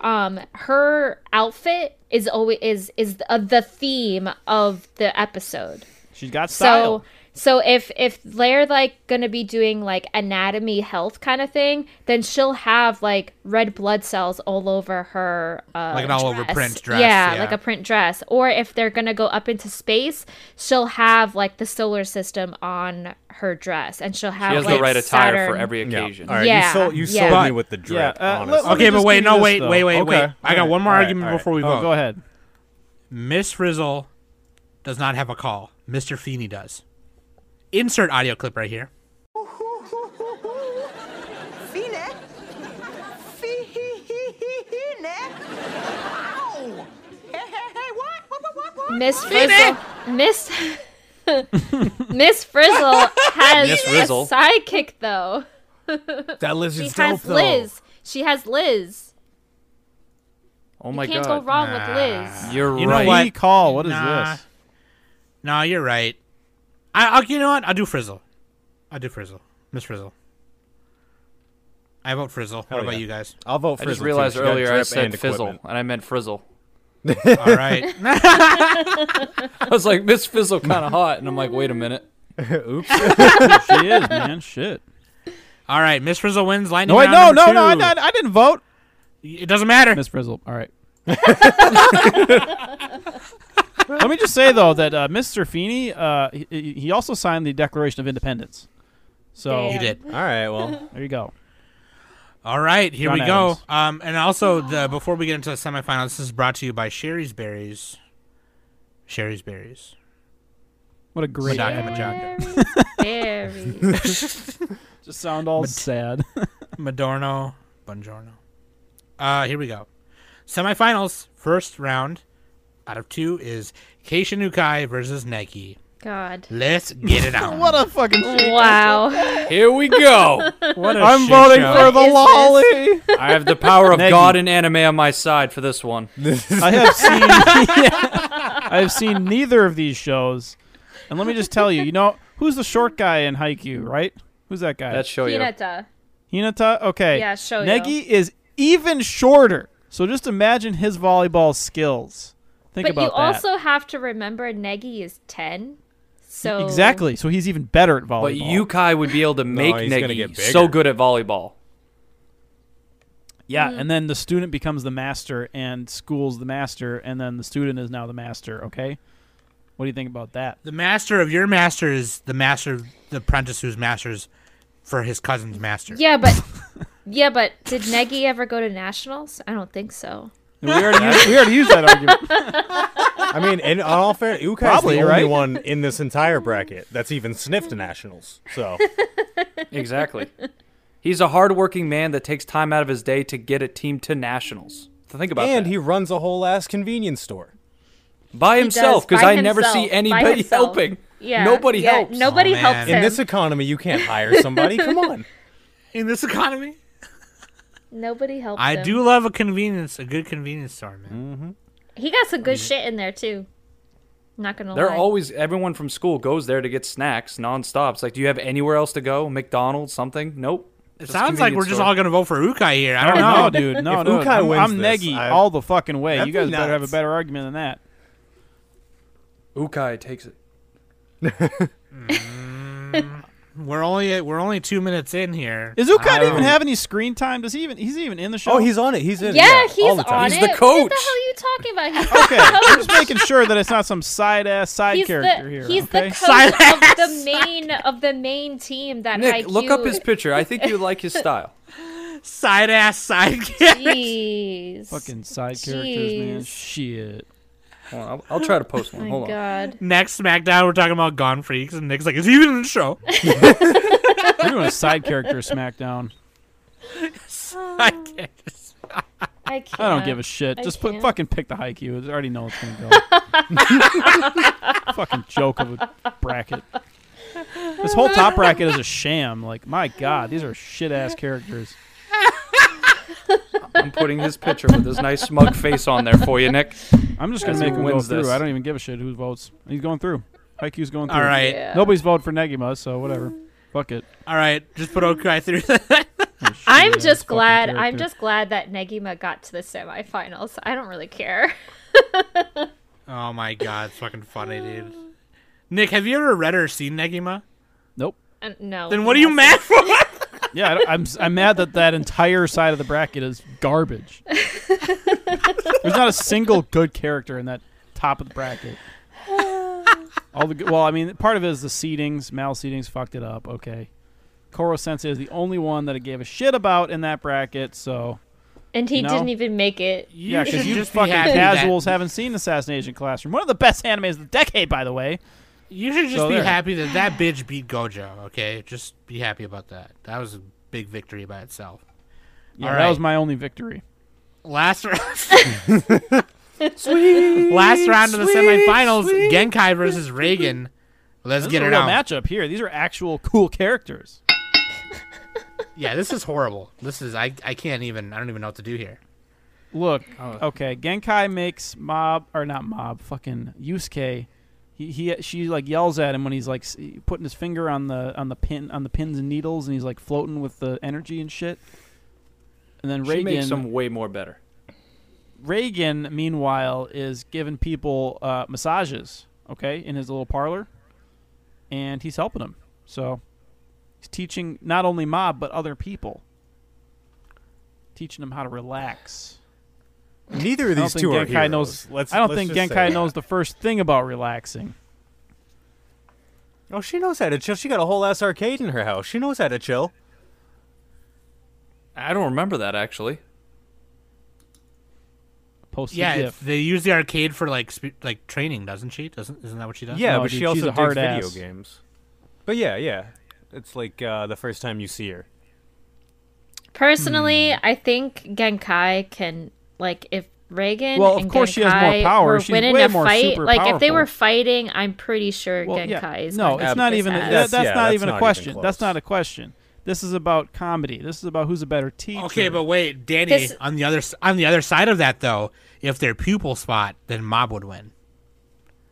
um her outfit is always is is the, the theme of the episode. She's got style. So so if if they're like going to be doing like anatomy health kind of thing, then she'll have like red blood cells all over her uh Like an all-over dress. print dress, Yeah, yeah. like a print dress. Or if they're going to go up into space, she'll have like the solar system on her dress and she'll have She has like the right attire for Saturn. every Yeah. occasion. All right, Yeah, you sold, you yeah. sold me But- with the drip. Yeah, uh, let- honestly. let me Okay, but just wait, give no, you this, wait, though. wait, wait, wait. Okay, I got one more all right, argument all right. before we Oh, vote. go ahead. Miss Frizzle does not have a call. Mr. Feeney does. Insert audio clip right here. Fine. Fine. Ow. Hey, hey, hey, what? What, what, what, what? Miss Frizzle. [LAUGHS] Miss Miss Frizzle has Miss Frizzle. a sidekick though. That Liz She is dope has though. Liz. She has Liz. Oh my Can't go god. wrong with Liz. You're You know right. what? E call. What is Nah. this? No, you're right. I, I'll, you know what? I'll do Frizzle. I'll do Frizzle. Miss Frizzle. I vote Frizzle. What Hell about yeah. you guys? I'll vote I for just realized earlier I said fizzle and I meant frizzle. [LAUGHS] All right. I was like, Miss Fizzle kind of hot, and I'm like, wait a minute. Oops. she is man. Shit. All right. Miss Frizzle wins. Lightning [LAUGHS] No, wait, no, round no, number no. I, two. I- I didn't vote. It doesn't matter. Miss Frizzle. All right. [LAUGHS] Let me just say though that uh, Mr. Feeney, uh, he- he, he also signed the Declaration of Independence. So You Damn. did. All right. [LAUGHS] Well, there you go. All right, here John we Adams. go. Um, and also, the before we get into the semifinals, this is brought to you by Sherry's Berries. Sherry's Berries. What a great Madonna, ad. Madonna. Very. Just sound all sad. Madorno. Buongiorno. Uh, here we go. Semifinals, first round out of two is Keisha Nukai versus Nike. God. Let's get [LAUGHS] it on. what a, fucking Wow. Here [LAUGHS] we go. what a I'm shit voting show. for the Is this- lolly. [LAUGHS] I have the power of Negi. God and anime on my side for this one. I have seen I have seen [LAUGHS] neither of these shows. And let me just tell you, you know who's the short guy in Haikyuu, right? Who's that guy? That's show Oh, you. Hinata. Hinata. Okay. Yeah, Shoyo. Negi is even shorter. So just imagine his volleyball skills. Think But you about that. also have to remember Negi is 10. So exactly. So he's even better at But volleyball. Yukai would be able to make he's gonna Negi get so bigger. good at volleyball. yeah, Mm-hmm. and then the student becomes the master and school's the master and then the student is now the master, okay? What do you think about that? the master of your master is the master of the apprentice who's masters for his cousin's master. Yeah, but Yeah, but did Negi ever go to nationals? I don't think so. We already used, we already used that argument. I mean, in all fair, Ukai Probably, is the right? only one in this entire bracket that's even sniffed nationals. So [LAUGHS] Exactly. He's a hardworking man that takes time out of his day to get a team to nationals. So think about and that. he runs a whole ass convenience store. by himself does, because by I never see himself, by anybody [LAUGHS] himself. helping. Yeah. Nobody yeah, helps. Nobody Oh, man. helps In him. In this economy, you can't hire somebody. Come on. In this economy? [LAUGHS] Nobody helps I him. do love a convenience, a good convenience store, Mm, man. He got some good shit in there too. Not gonna They're lie. always everyone from school goes there to get snacks nonstop. It's like, do you have anywhere else to go? McDonald's, something? Nope. It Just sounds like convenience we're just store. all going to vote for Ukai here. I don't know. No, dude, no, If no. Ukai I'm, wins I'm this, Negi I- all the fucking way. That'd You be guys better have a nuts. better argument than that. Ukai takes it. We're only we're only two minutes in here. Is Ukai even have any screen time? Does he even? He's even in the show. Oh, he's on it. He's in. yeah, he's all the time. on it. He's the What coach. the hell are you talking about? He's [LAUGHS] [LAUGHS] okay. I'm just making sure that it's not some side ass side He's character the here. he's okay? the coach of the main of the main team that Nick, IQ. look up his picture. I think you [LAUGHS] like his style. Side ass side kick. Jeez. fucking side characters, man. Jeez. Shit. Hold on, I'll, I'll try to [LAUGHS] post one. Oh My Hold on. God. [LAUGHS] Next SmackDown, we're talking about Gone Freaks, and Nick's like, "Is he even in the [LAUGHS] show?" [LAUGHS] We're doing a side character SmackDown. I can't. I can't. [LAUGHS] I don't give a shit. I Just put can't. fucking pick the Haikyuu. I already know it's gonna [LAUGHS] go. fucking joke of a bracket. This whole top bracket is a sham. Like, my god, these are shit ass characters. I'm putting his picture with his [LAUGHS] nice smug face on there for you, Nick. I'm just gonna As he make him go wins through. this. I don't even give a shit who votes. He's going through. Haikyuu's going through. All right, Yeah. Mm. Nobody's voting for Negima, so whatever. Fuck it. all right, just put Ukai through. [LAUGHS] I'm Shit-ass just fucking glad. I'm character. just glad that Negima got to the semifinals. I don't really care. [LAUGHS] oh my god, it's fucking funny, dude. Nick, have you ever read or seen Negima? Nope. Uh, no. Then what are you Yes. mad [LAUGHS] for? Yeah, I don't- I'm. s- I'm mad that that entire side of the bracket is garbage. There's not a single good character in that top of the bracket. All the good, well, I mean, part of it is the seedings. Mal seedings fucked it up. Okay, Koro Sensei is the only one that I gave a shit about in that bracket. So and he No. didn't even make it. You Yeah, should because you just be fucking happy that- casuals haven't seen Assassination Classroom. One of the best animes of the decade, by the way. You should just So be there. happy that that bitch beat Gojo. Okay, just be happy about that. That was a big victory by itself. Yeah, All that right. was my only victory. Last [LAUGHS] round. Last round of the semifinals: Genkai versus Reagan. Let's This get is a it real out. matchup here. These are actual cool characters. Yeah, this is horrible. This is I. I can't even. I don't even know what to do here. Look, Oh. okay, Genkai makes Mob or not Mob, fucking Yusuke. He, he she like yells at him when he's like s- putting his finger on the on the pin on the pins and needles and he's like floating with the energy and shit. And then She Reagan makes them way more better. Reagan meanwhile is giving people uh, massages, okay, in his little parlor, and he's helping them. So he's teaching not only Mob but other people, teaching them how to relax. Neither of I don't these think two are Genkai heroes. knows. Let's, I don't let's think just Genkai say knows the first thing about relaxing. that. Oh, she knows how to chill. She got a whole ass arcade in her house. She knows how to chill. I don't remember that actually. Post yeah, the if gif. they use the arcade for like spe- like training, doesn't she? Doesn't isn't that what she does? Yeah, No, but dude, she also she's a digs hard video ass. games. But yeah, yeah, it's like uh, the first time you see her. hmm. Personally, I think Genkai can like if Reagan Well, of and course Genkai she has more power. were She's winning way a more fight, super like if they were powerful. fighting, I'm pretty sure Well, Genkai yeah. is no, gonna it's beat not his even. A, ass. that- that's yeah, not that's even not a even question. that's close. not a question. This is about comedy. This is about who's a better teacher. Okay, but wait, Danny. This- On the other s- on the other side of that though, if they're pupil spot, then Mob would win.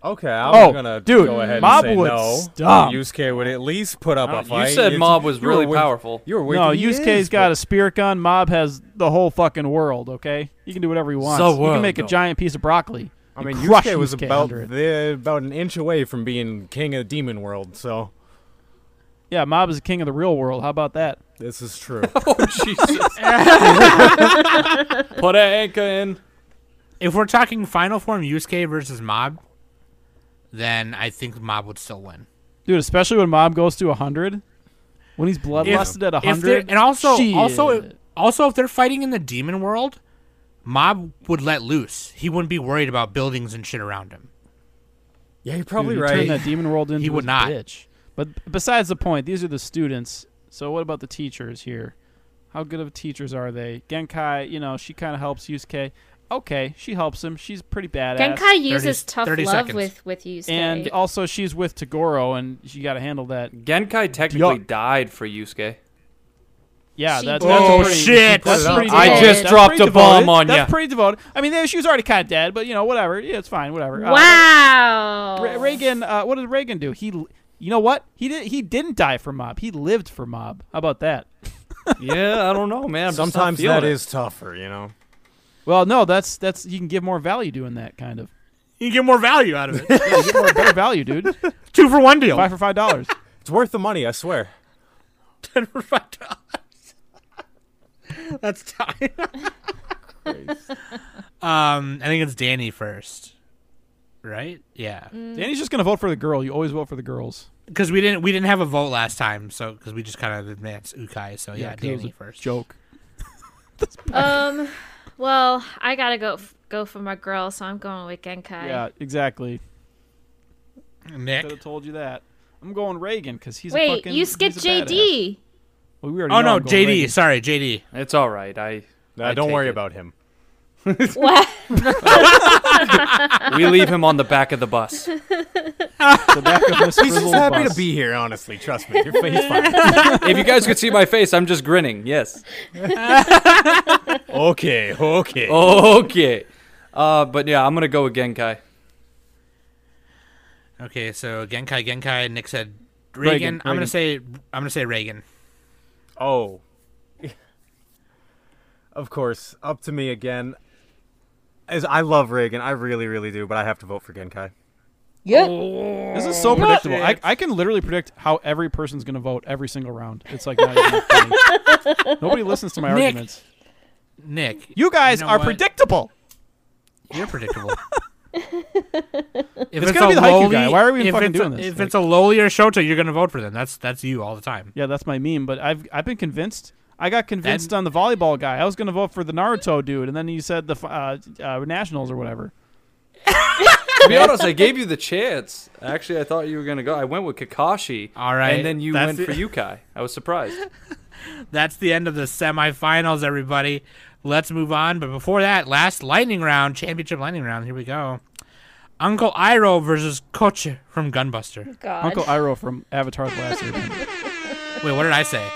Okay, I'm Oh, gonna dude, go ahead Mob and say would no. stomp. Yusuke would at least put up a Uh, you fight. said Mob was you were really with- powerful. You were with no, he Yusuke's is, got but- a spear gun. Mob has the whole fucking world. Okay, you can do whatever he wants. The you can world, make a no. giant piece of broccoli. I and mean, crush Yusuke was about under it. the, about an inch away from being king of demon world. So yeah. Mob is the king of the real world. How about that? this is [LAUGHS] true. Oh, [LAUGHS] Put an anchor in. If we're talking final form Yusuke versus Mob, then I think Mob would still win. Dude, especially when Mob goes to 100. When he's bloodlusted at If they're- 100. and also also shit. also if they're fighting in the demon world, Mob would let loose. He wouldn't be worried about buildings and shit around him. yeah, you're Dude, probably he right. turned that demon world into would his not. bitch. But besides the point, these are the students. So what about the teachers here? How good of teachers are they? Genkai, you know, she kind of helps Yusuke. Okay, she helps him. She's pretty badass. Genkai uses 30 tough 30 love seconds. with with Yusuke. and also she's with Tagoro, and she got to handle that. Genkai technically Yuck. died for Yusuke. Yeah, She that's, did. that's Oh, pretty, shit. That's She pretty did. I devoted. just That's dropped pretty a bomb devoted. on That's ya. pretty devoted. I mean, she was already kind of dead, but you know, whatever. Yeah, it's fine. Whatever. Uh, wow, Re- Reagan, uh, what did Reagan do? He, l- you know what? He did. He didn't die for mob. He lived for mob. How about that? yeah, I don't know, man. I'm just not Sometimes feeling that it. is tougher, you know. Well, no, that's that's you can give more value doing that kind of. You get more value out of it. [LAUGHS] You get more better value, dude. [LAUGHS] Two for one deal. Buy for five dollars. It's worth the money, I swear. Ten for five dollars. That's time. [LAUGHS] um, I think it's Danny first, right? Yeah, Mm. Danny's just gonna vote for the girl. You always vote for the girls. because we didn't we didn't have a vote last time, so because we just kind of advanced Ukai. So yeah, 'cause it was Danny a first. Joke. Um, well, I gotta go f- go for my girl, so I'm going with Genkai. Yeah, exactly. Could have Nick. told you that. I'm going Reagan because he's A Wait, fucking, you skipped he's a badass. JD. Well, we already Oh know no, I'm going JD. [LAUGHS] Reagan. Sorry, JD. It's all right. I Nah, I don't take worry it. about him. What? we leave him on the back of the bus. The back of Miss He's just Frizzle's happy bus. to be here, honestly. Trust me. You're, fi- [LAUGHS] he's fine. If you guys could see my face, I'm just grinning. Yes. okay, okay. Okay. Uh, but yeah, I'm gonna go with Genkai. Okay, so Genkai, Genkai. Nick said Reagan. Reagan, I'm gonna Reagan. say I'm gonna say Reagan. Oh. of course, up to me again. As I love Reagan, I really, really do, but I have to vote for Genkai. This is so predictable. I, I can literally predict how every person's going to vote every single round. It's like not even funny. [LAUGHS] nobody listens to my Nick. arguments. Nick, You guys know are what? predictable. You're [LAUGHS] predictable. if It's gonna a be the Haikyuu guy. Why are we even if fucking it's doing a, this? If Like- it's a lowlier Shota, you're gonna vote for them. That's that's you all the time. Yeah, that's my meme. But I've I've been convinced. I got convinced on the volleyball guy. I was going to vote for the Naruto dude, and then you said the f- uh, uh, Nationals or whatever. to be honest, I gave you the chance. Actually, I thought you were gonna go. I went with Kakashi. All right, and then you that's went for it. Yukai. I was surprised. That's the end of the semifinals, everybody. Let's move on. But before that, last lightning round, championship lightning round. Here we go. Uncle Iroh versus Koche from Gunbuster. God. Uncle Iroh from Avatar: The Last Airbender. Wait, what did I say?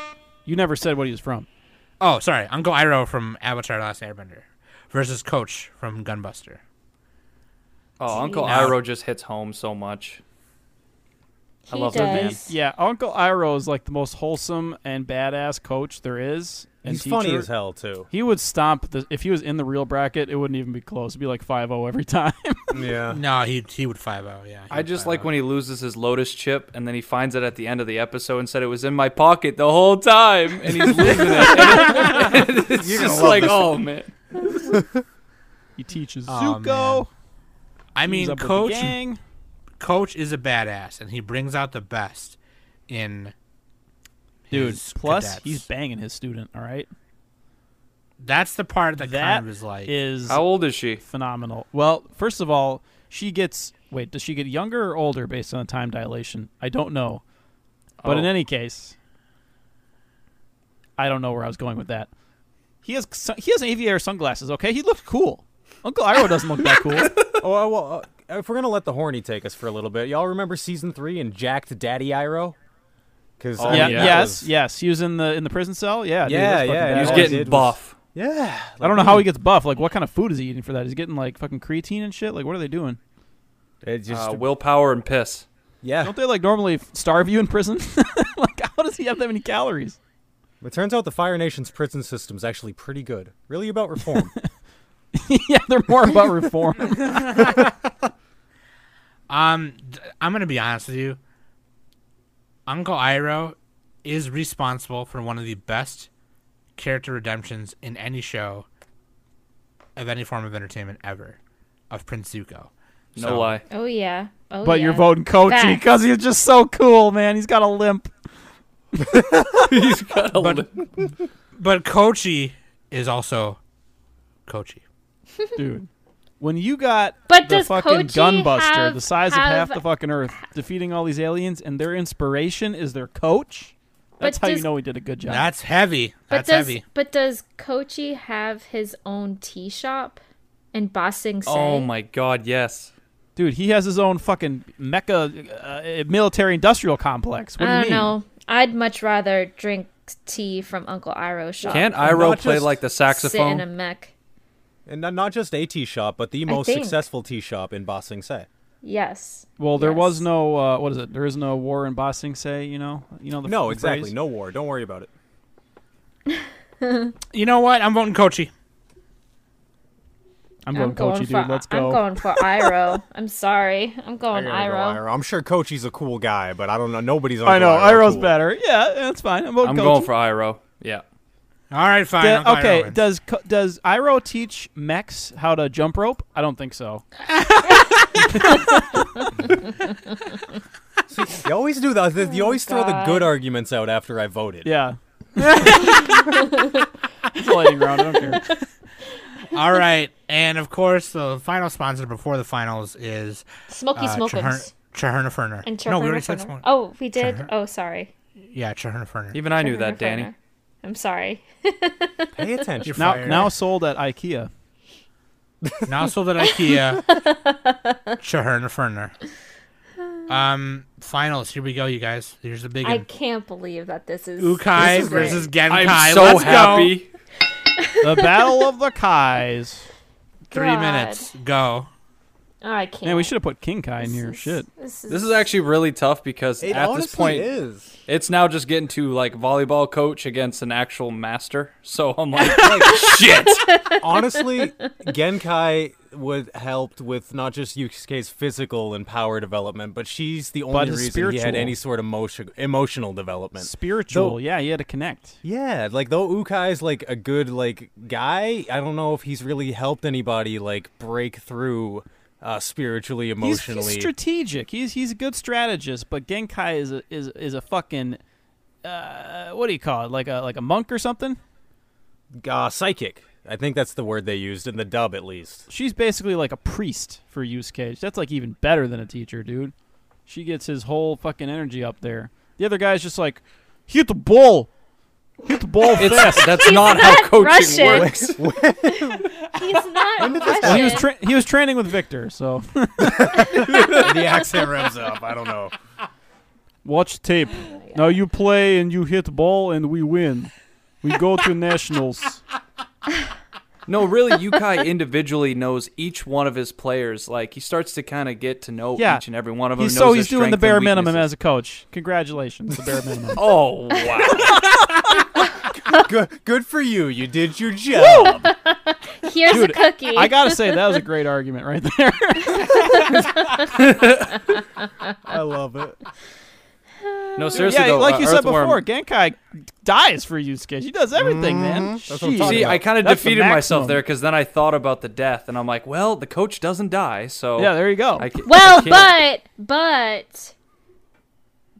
You never said what he was from. Oh, sorry. Uncle Iroh from Avatar: The Last Airbender versus Coach from Gunbuster. Oh, Uncle Now- Iroh just hits home so much. he love that man. does. Yeah, Uncle Iroh is like the most wholesome and badass coach there is. And He's funny teacher. as hell too. He would stomp the if he was in the real bracket, it wouldn't even be close. It'd be like 5-0 every [LAUGHS] time. [LAUGHS] Yeah. No, he he would five oh. zero. Yeah. I just like when he loses his Lotus chip and then he finds it at the end of the episode and said it was in my pocket the whole time [LAUGHS] and he's [LAUGHS] losing it. it's just like, oh man. he teaches Aw, Zuko. I He's mean, up with the Coach gang. Coach is a badass, and he brings out the best in. dude. his Plus, cadets. he's banging his student. All right, That's the part that, that kind of is like. is How old is she? phenomenal. Well, first of all, she gets wait. Does she get younger or older based on the time dilation? I don't know, but in Oh. any case, I don't know where I was going with that. He has sun- he has aviator sunglasses. Okay, he looks cool. Uncle Iroh doesn't look that cool. [LAUGHS] Oh uh, well, uh, if we're gonna let the horny take us for a little bit, y'all remember season three and jacked Daddy Iroh? Because Oh, yeah, yeah. yes, yes. He was in the in the prison cell. Yeah, dude, Yeah, that's fucking yeah, badass. he He's all getting did was- buff. yeah. I don't know how he gets buff. Like, what kind of food is he eating for that? He's getting like fucking creatine and shit. Like, what are they doing? It just Uh, willpower and piss. yeah. Don't they like normally f- starve you in prison? [LAUGHS] like, how does he have that many calories? [LAUGHS] It turns out the Fire Nation's prison system's actually pretty good. Really about reform. yeah, they're more [LAUGHS] about reform. Um, th- I'm gonna be honest with you. Uncle Iroh is responsible for one of the best character redemptions in any show of any form of entertainment ever, of Prince Zuko. No So- lie. [LAUGHS] Oh yeah. Oh but yeah. you're voting Kochi Facts. because he's just so cool, man. He's got a limp. He's got a li- But Kochi is also Kochi. Dude. When you got But the does fucking Kochi gunbuster, have- the size of have- half the fucking earth, defeating all these aliens, and their inspiration is their coach, that's how you does- know he did a good job. That's heavy. But That's does heavy. but does Kochi have his own tea shop in Ba Sing Se? [LAUGHS] Oh my god, yes. Dude, he has his own fucking mecha uh, military industrial complex. What do you I mean? don't know. I'd much rather drink tea from Uncle Iroh's shop. Can't than Iroh not play just like the sit in a saxophone? mech? [LAUGHS] and not, not just a tea shop, but the most think- successful tea shop in Ba Sing Se. Yes. Well, there was Yes. no uh, what is it? There is no war in Ba Sing Se, you know. You know the No, the exactly. phrase? No war. Don't worry about it. You know what? I'm voting Kochi. I'm I'm going going Kochi, for dude. Let's I'm go. going for Iroh. I'm sorry. I'm I going gotta go Iroh. Iroh. I'm sure Kochi's a cool guy, but I don't know. Nobody's. I know Uncle Iroh Iroh's cool. better. Yeah, that's fine. I'm, I'm going for Iroh. Yeah. All right, fine. Uncle Iroh okay, wins. does co- does Iroh teach Mex how to jump rope? I don't think so. [LAUGHS] You always do that. You always throw the Oh God. good arguments out after I voted. Yeah. it's a lightning round. I don't care. All right, and of course the final sponsor before the finals is Smoky uh, Smokins. Chahernaferner. And No, we already Chahernafurner. said Smok- Oh, we did. Chahern- Oh, sorry. Yeah, Chahernaferner. Even I knew that, Chahernafurner. Danny. I'm sorry. Pay attention. Now, Fire. now sold at IKEA. Now sold at [LAUGHS] IKEA. Chahernaferner. Um, finals. Here we go, you guys. Here's the big I one. can't believe that this is Ukai this is great. versus Genkai. I'm so Let's happy. Go. The Battle of the Kais. Three God. minutes. Go. Oh, I can't. Man, we should have put King Kai in here. Shit. This is, This is actually really tough because It at honestly this point [LAUGHS] is. it's now just getting to like volleyball coach against an actual master. So I'm like, shit. Honestly, Genkai would helped with not just Yusuke's physical and power development, but she's the only his reason he had spiritual. any sort of emotion, emotional development. Spiritual. Though- yeah, you had to connect. yeah, like though Ukai's like a good like guy, I don't know if he's really helped anybody like break through uh, spiritually, He's, he's emotionally. strategic. He's he's a good strategist, but Genkai is a, is is a fucking uh, what do you call it? Like a like a monk or something? Uh, psychic. I think that's the word they used in the dub, at least. [LAUGHS] She's basically like a priest for Use Cage. That's like even better than a teacher, dude. She gets his whole fucking energy up there. The other guy's just like, hit the ball, hit the ball fast. That's, that's not how not coaching Russian. works. [LAUGHS] He's not Well, he was Russian. tra- he was training with Victor, so the accent revs up. I don't know. [LAUGHS] watch tape. now you play and you hit ball and we win. We go to [LAUGHS] nationals. No, really, Yukai individually knows each one of his players. Like he starts to kind of get to know Yeah. each and every one of them. He's, knows so their he's doing the strengths bare and minimum weaknesses. as a coach. Congratulations, the bare minimum. Oh wow! Good, good for you. You did your job. Here's Dude, a cookie. I gotta say that was a great argument right there. [LAUGHS] I love it. no, seriously yeah, though, like uh, you said Earthworm- before, Genkai dies for Yusuke. She does everything, man. Mm-hmm. That's what I'm talking See, I kind of That's the defeated myself maximum. there because then I thought about the death, and I'm like, well, the coach doesn't die, so yeah, there you go. I ca- I well, can't- but but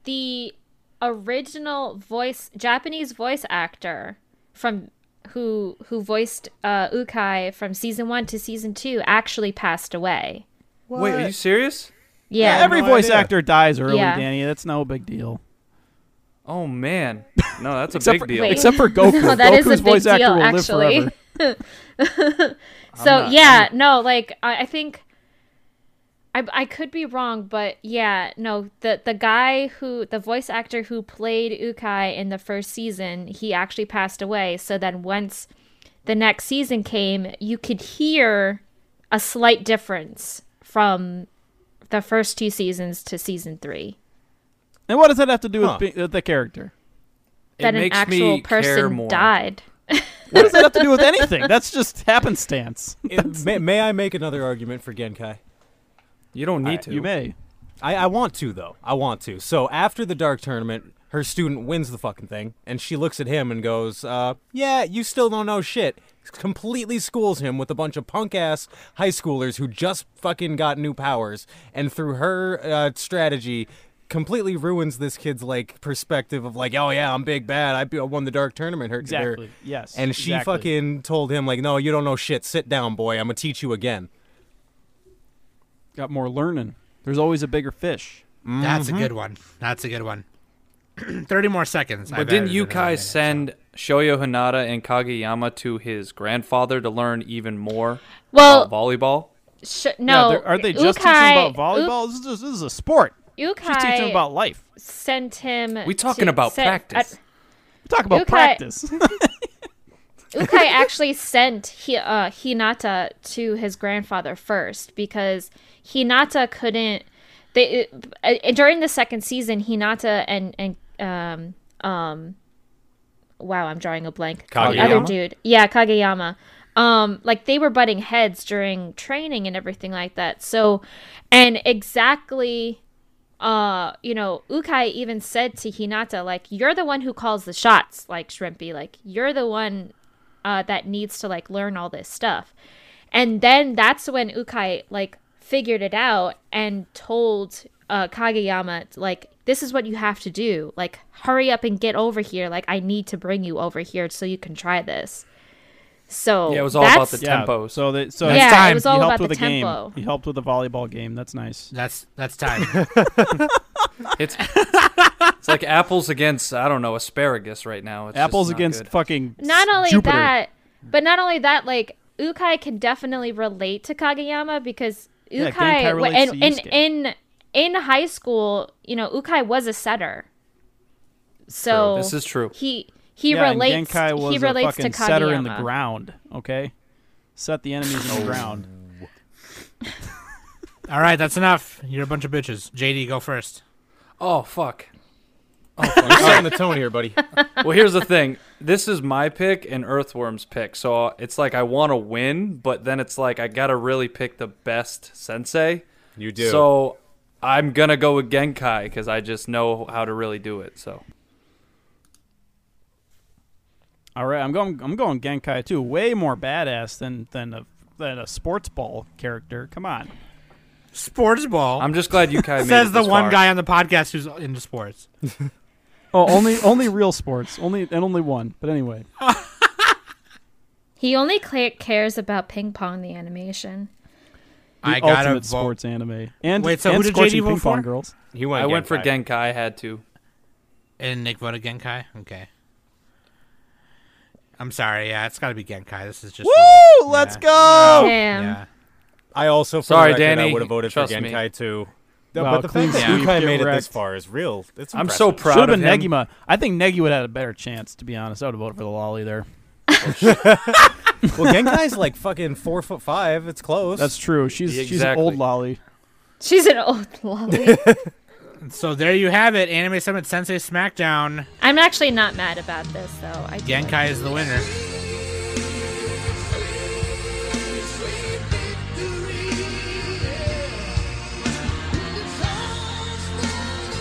the original voice Japanese voice actor from who who voiced uh, Ukai from season one to season two actually passed away. wait, are you serious? Yeah, Every no voice idea. actor dies early, Yeah. Danny. That's no big deal. Oh man, no, that's a Except big for, deal. Wait. [LAUGHS] Except for Goku. No, that is Goku's a big voice deal, actor will live actually. forever. so yeah, no, like I, I think I I could be wrong, but yeah, no, the the guy who the voice actor who played Ukai in the first season, he actually passed away. So then once the next season came, you could hear a slight difference from the first two seasons to season three. And what does that have to do Huh. with, be- with [LAUGHS] the character? It That an makes actual me care person more. died. What does that have to do with anything? That's just happenstance. may, may I make another argument for Genkai? You don't need to. You may. I, I want to though. I want to. So after the dark tournament, her student wins the fucking thing, and she looks at him and goes, uh, "Yeah, you still don't know shit." Completely schools him with a bunch of punk ass high schoolers who just fucking got new powers, and through her uh, strategy, completely ruins this kid's like perspective of like, "Oh yeah, I'm big bad. I be- I won the dark tournament." Her Exactly. her- Yes, And she exactly. fucking told him like, "No, you don't know shit. Sit down, boy. I'm gonna teach you [LAUGHS] again." Got more learning. There's always a bigger fish. [LAUGHS] That's a good one. That's a good one. [CLEARS THROAT] 30 more seconds. But didn't Yukai send Shoyo Hanada and Kageyama to his grandfather to learn even more Well, about volleyball? sh- no, yeah, they're- are they just teaching Ukai- about volleyball? This, is, this is a sport. U- Ukai She's teaching about life. sent him. We talking uh, to- about sent- practice. Talk about Ukai- practice. [LAUGHS] Ukai actually sent Hi- uh, Hinata to his grandfather first because Hinata couldn't. They uh, during the second season, Hinata and and um um, wow, I'm drawing a blank. The other Kageyama? dude, yeah, Kageyama. Um, like they were butting heads during training and everything like that. So, and exactly, uh, you know, Ukai even said to Hinata, like, "You're the one who calls the shots, like Shrimpy. Like, you're the one uh, that needs to like learn all this stuff. And then that's when Ukai like figured it out and told uh, Kageyama like this is what you have to do. Like hurry up and get over here. Like I need to bring you over here so you can try this. So Yeah, it was all about that's- the tempos. So that so Yeah, it's it time. was all he helped about with the a game. tempo. He helped with the volleyball game. That's nice. That's that's time. [LAUGHS] It's it's like apples against I don't know asparagus right now. It's just Apples not against good. fucking not s- only Jupiter. that, but not only that, like Ukai can definitely relate to Kageyama because Yeah, Ukai, Genkai wa- relates and, to and Yusuke. in in high school, you know, Ukai was a setter. So This is true. He he yeah, and relates Genkai was he a relates to fucking Kageyama. setter in the ground. Okay, set the enemies in the ground. All right, that's enough. You're a bunch of bitches. JD, go first. Oh fuck. You're setting the tone here, buddy. Well, here's the thing. This is my pick and Earthworm's pick. So uh, it's like I want to win, but then it's like I gotta really pick the best sensei. You do. So I'm gonna go with Genkai because I just know how to really do it. So All right, I'm going. I'm going Genkai too. Way more badass than than a than a sports ball character. Come on. Sports ball. I'm just glad you Kai made [LAUGHS] it says the this one far. guy on the podcast who's into sports. Oh, only only real sports. Only and only one. But anyway, He only cla cares about ping pong, the animation. the I gotta vote. ultimate sports anime. And Wait, so and who did scorching JD vote ping pong for? girls. He went. I went for Genkai. I had to. And Nick voted Genkai. Okay. I'm sorry. Yeah, it's got to be Genkai. This is just. Woo! Let's Yeah. go. Damn. Yeah. I also, for Sorry, the record, I Danny. would have voted Trust for me. Genkai too. No, Wow, but the clean fact that sweep, Genkai get made it this wrecked. far is real. It's I'm so impressive. proud Should have of him. been Negima. I think Negi would have had a better chance. To be honest, I would have voted for the lolly there. [LAUGHS] well, Genkai's like fucking four foot five. It's close. That's true. She's she's an Exactly. old lolly. She's an old [LAUGHS] lolly. So there you have it. Anime Summit Sensei SmackDown. I'm actually not mad about this though. I do like- Genkai is the winner.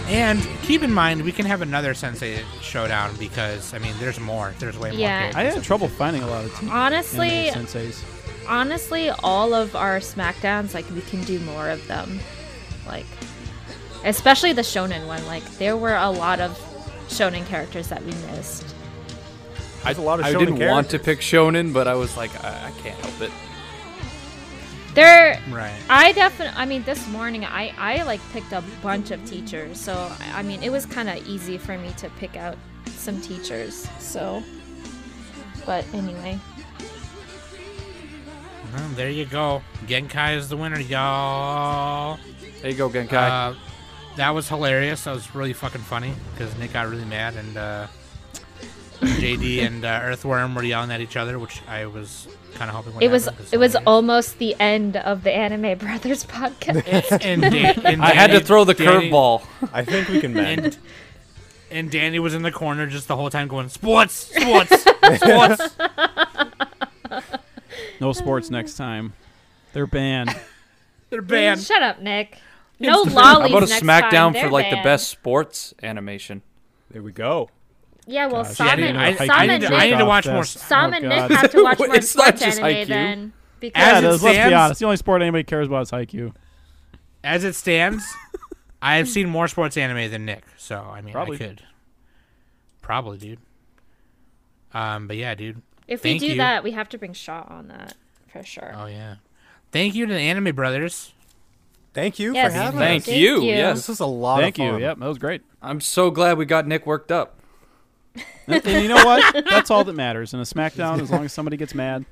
And keep in mind, we can have another Sensei showdown because I mean, there's more. There's way more. Yeah. characters. I had trouble finding a lot of team Honestly, anime senseis. honestly, all of our Smackdowns, like we can do more of them, like especially the Shonen one. Like there were a lot of Shonen characters that we missed. There's a lot of I shonen didn't want characters. to pick Shonen, but I was like, I, I can't help it. There, Right. I definitely. I mean, this morning I I like picked a bunch of teachers, so I- I mean it was kind of easy for me to pick out some teachers. So, but anyway, Well, Mm, there you go. Genkai is the winner, y'all. There you go, Genkai. Uh, that was hilarious. That was really fucking funny because Nick got really mad and uh, [LAUGHS] JD and uh, Earthworm were yelling at each other, which I was kind of hoping. would it was happen 'cause it was I- almost the end of the Anime Brothers [LAUGHS] podcast. [LAUGHS] and, [LAUGHS] Dan- and I had to Danny- throw the Danny- curveball. I think we can mend. And, and Danny was in the corner just the whole time going sports, sports, sports. [LAUGHS] No sports next time. They're banned. They're banned. Shut up, Nick. No How lollies about a next time. SmackDown for They're like the banned. best sports animation? There we go. Yeah, well, Gosh, Sam I didn't and, know I, Haikyuu was Sam and that Nick, I need to watch more Fest. Sam Oh, and God. Nick have to watch Wait, more it's not sports just anime Haikyuu. then. Because it Yeah, it is. Let's be stands- honest. The only sport anybody cares about is Haikyuu. As it stands, I have seen more sports anime than Nick, so I mean, Probably. I could. Probably, dude. Um, but yeah, dude. if we Thank do you. that, we have to bring Shaw on that for sure. Oh yeah. Thank you to the Anime Brothers. Thank you Yes, for having Thank us. Thank you, you. This Yes, was a lot Thank of you. fun. Yep, that was great. I'm so glad we got Nick worked up. [LAUGHS] and you know what? That's all that matters in a SmackDown. As long as somebody gets mad,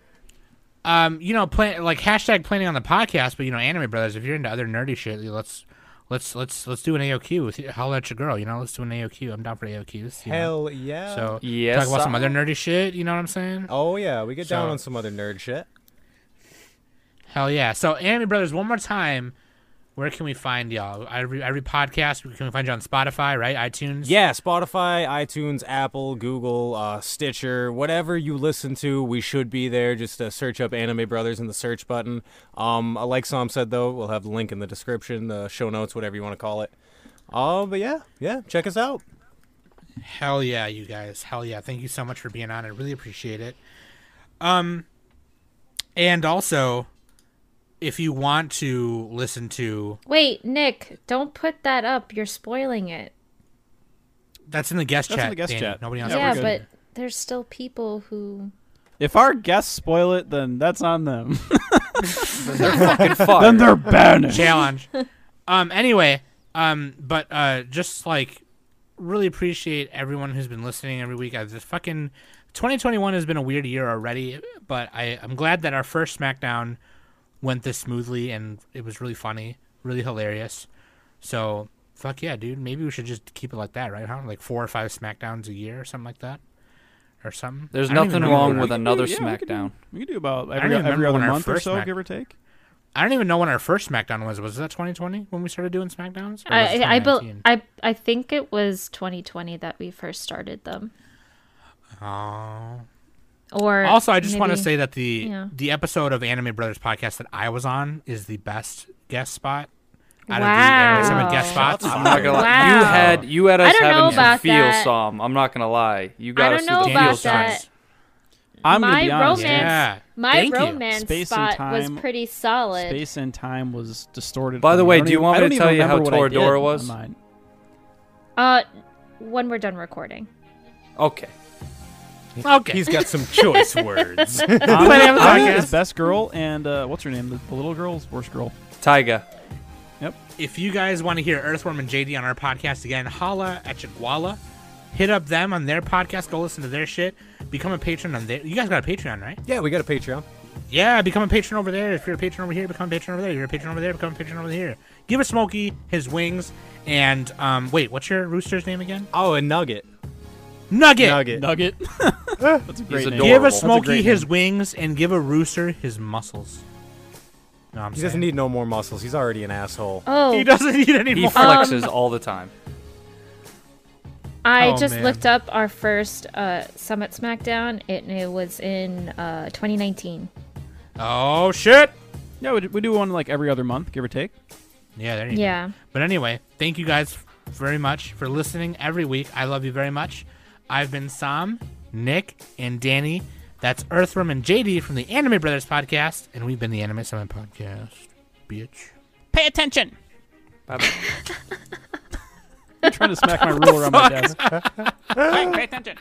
Um, you know, plan like hashtag planning on the podcast, but you know, Anime Brothers. If you're into other nerdy shit, let's let's let's let's do an AOQ. With you. Holla at your girl. You know, let's do an AOQ. I'm down for AOQs. you know. Hell yeah. So Yes, talk about some I- other nerdy shit. You know what I'm saying? oh yeah, we get down So- on some other nerd shit. Hell yeah! So Anime Brothers, one more time. Where can we find y'all? Every every podcast, we can find you on Spotify, right? iTunes. Yeah, Spotify, iTunes, Apple, Google, uh, Stitcher, whatever you listen to, we should be there. Just uh, search up Anime Brothers in the search button. Um, uh, like Sam said, though, we'll have the link in the description, the show notes, whatever you want to call it. Oh, but yeah, yeah, check us out. Hell yeah, you guys. Hell yeah. Thank you so much for being on. I really appreciate it. Um and also if you want to listen to Wait, Nick, don't put that up. You're spoiling it. that's in the guest That's in chat. the guest Danny. chat. Nobody else. Yeah, yeah, we're but good. there's still people who. if our guests spoil it, then that's on them. Fucking fuck. then they're banished. challenge. [LAUGHS] um anyway, um but uh just like really appreciate everyone who's been listening every week. I just fucking 2021 has been a weird year already, but I I'm glad that our first SmackDown went this smoothly and it was really funny, really hilarious. So fuck yeah, dude. Maybe we should just keep it like that, right? Huh? Like four or five Smackdowns a year or something like that, or something. There's I don't even nothing know wrong when with our- another Yeah, we could do- SmackDown. We can do about don't every, even remember every other when our month or first so, Smack- give or take. I don't even know when our first SmackDown was. Was that 2020 when we started doing Smackdowns? Or was it I I, bel 2019? I I think it was 2020 that we first started them. Oh. Or Also, I just want to maybe- say that the yeah. the episode of Anime Brothers podcast that I was on is the best guest spot out of the Anime Summit guest Wow. spots. I'm not gonna lie. You Wow. had you had I us don't know having some about feel, that. Psalm. I'm not gonna lie. You got I us don't know to about the feel Daniel's Psalm. that. spots. I'm gonna My be honest. romance- Yeah. My Thank you. romance Space and spot was time- pretty solid. Space and time was distorted. By for the me. way, I don't do you even- want me I to don't [LAUGHS] even tell you how remember what I did Toradora on was? mine. Uh, when we're done recording. Okay. Okay. He's got some [LAUGHS] choice words. Plenty of Anya podcasts. is best girl, and uh, what's her name? The, the little girl's worst girl. Tyga. if you guys want to hear Earthworm and JD on our podcast again, holla at Chiguala. Hit up them on their podcast. Go listen to their shit. Become a patron on their. You guys got a Patreon, right? yeah, we got a Patreon. Yeah, become a patron over there. If you're a patron over here, become a patron over there. You're a patron over there, become a patron over here. Give a Smokey his wings. And um, wait, what's your rooster's name again? Oh, a nugget. Nugget. Nugget. Nugget. [LAUGHS] That's a great name. adorable. Give a That's a Smokey great his wings and give a rooster his muscles. No, I'm He doesn't saying. need no more muscles. He's already an asshole. Oh, [LAUGHS] He doesn't need any He more. flexes um, all the time. I Oh, just man. looked up our first uh, Summit SmackDown. It, it was in uh, 2019. oh shit. Yeah, we, do- we do one like every other month, give or take. Yeah, there you go. Yeah. But anyway, thank you guys very much for listening every week. I love you very much. I've been Sam, Nick, and Danny. That's Earthworm and JD from the Anime Brothers podcast, and we've been the Anime Summit podcast. Bitch. Pay attention. Bye-bye. [LAUGHS] I'm trying to smack my ruler on my desk. Hey, pay attention.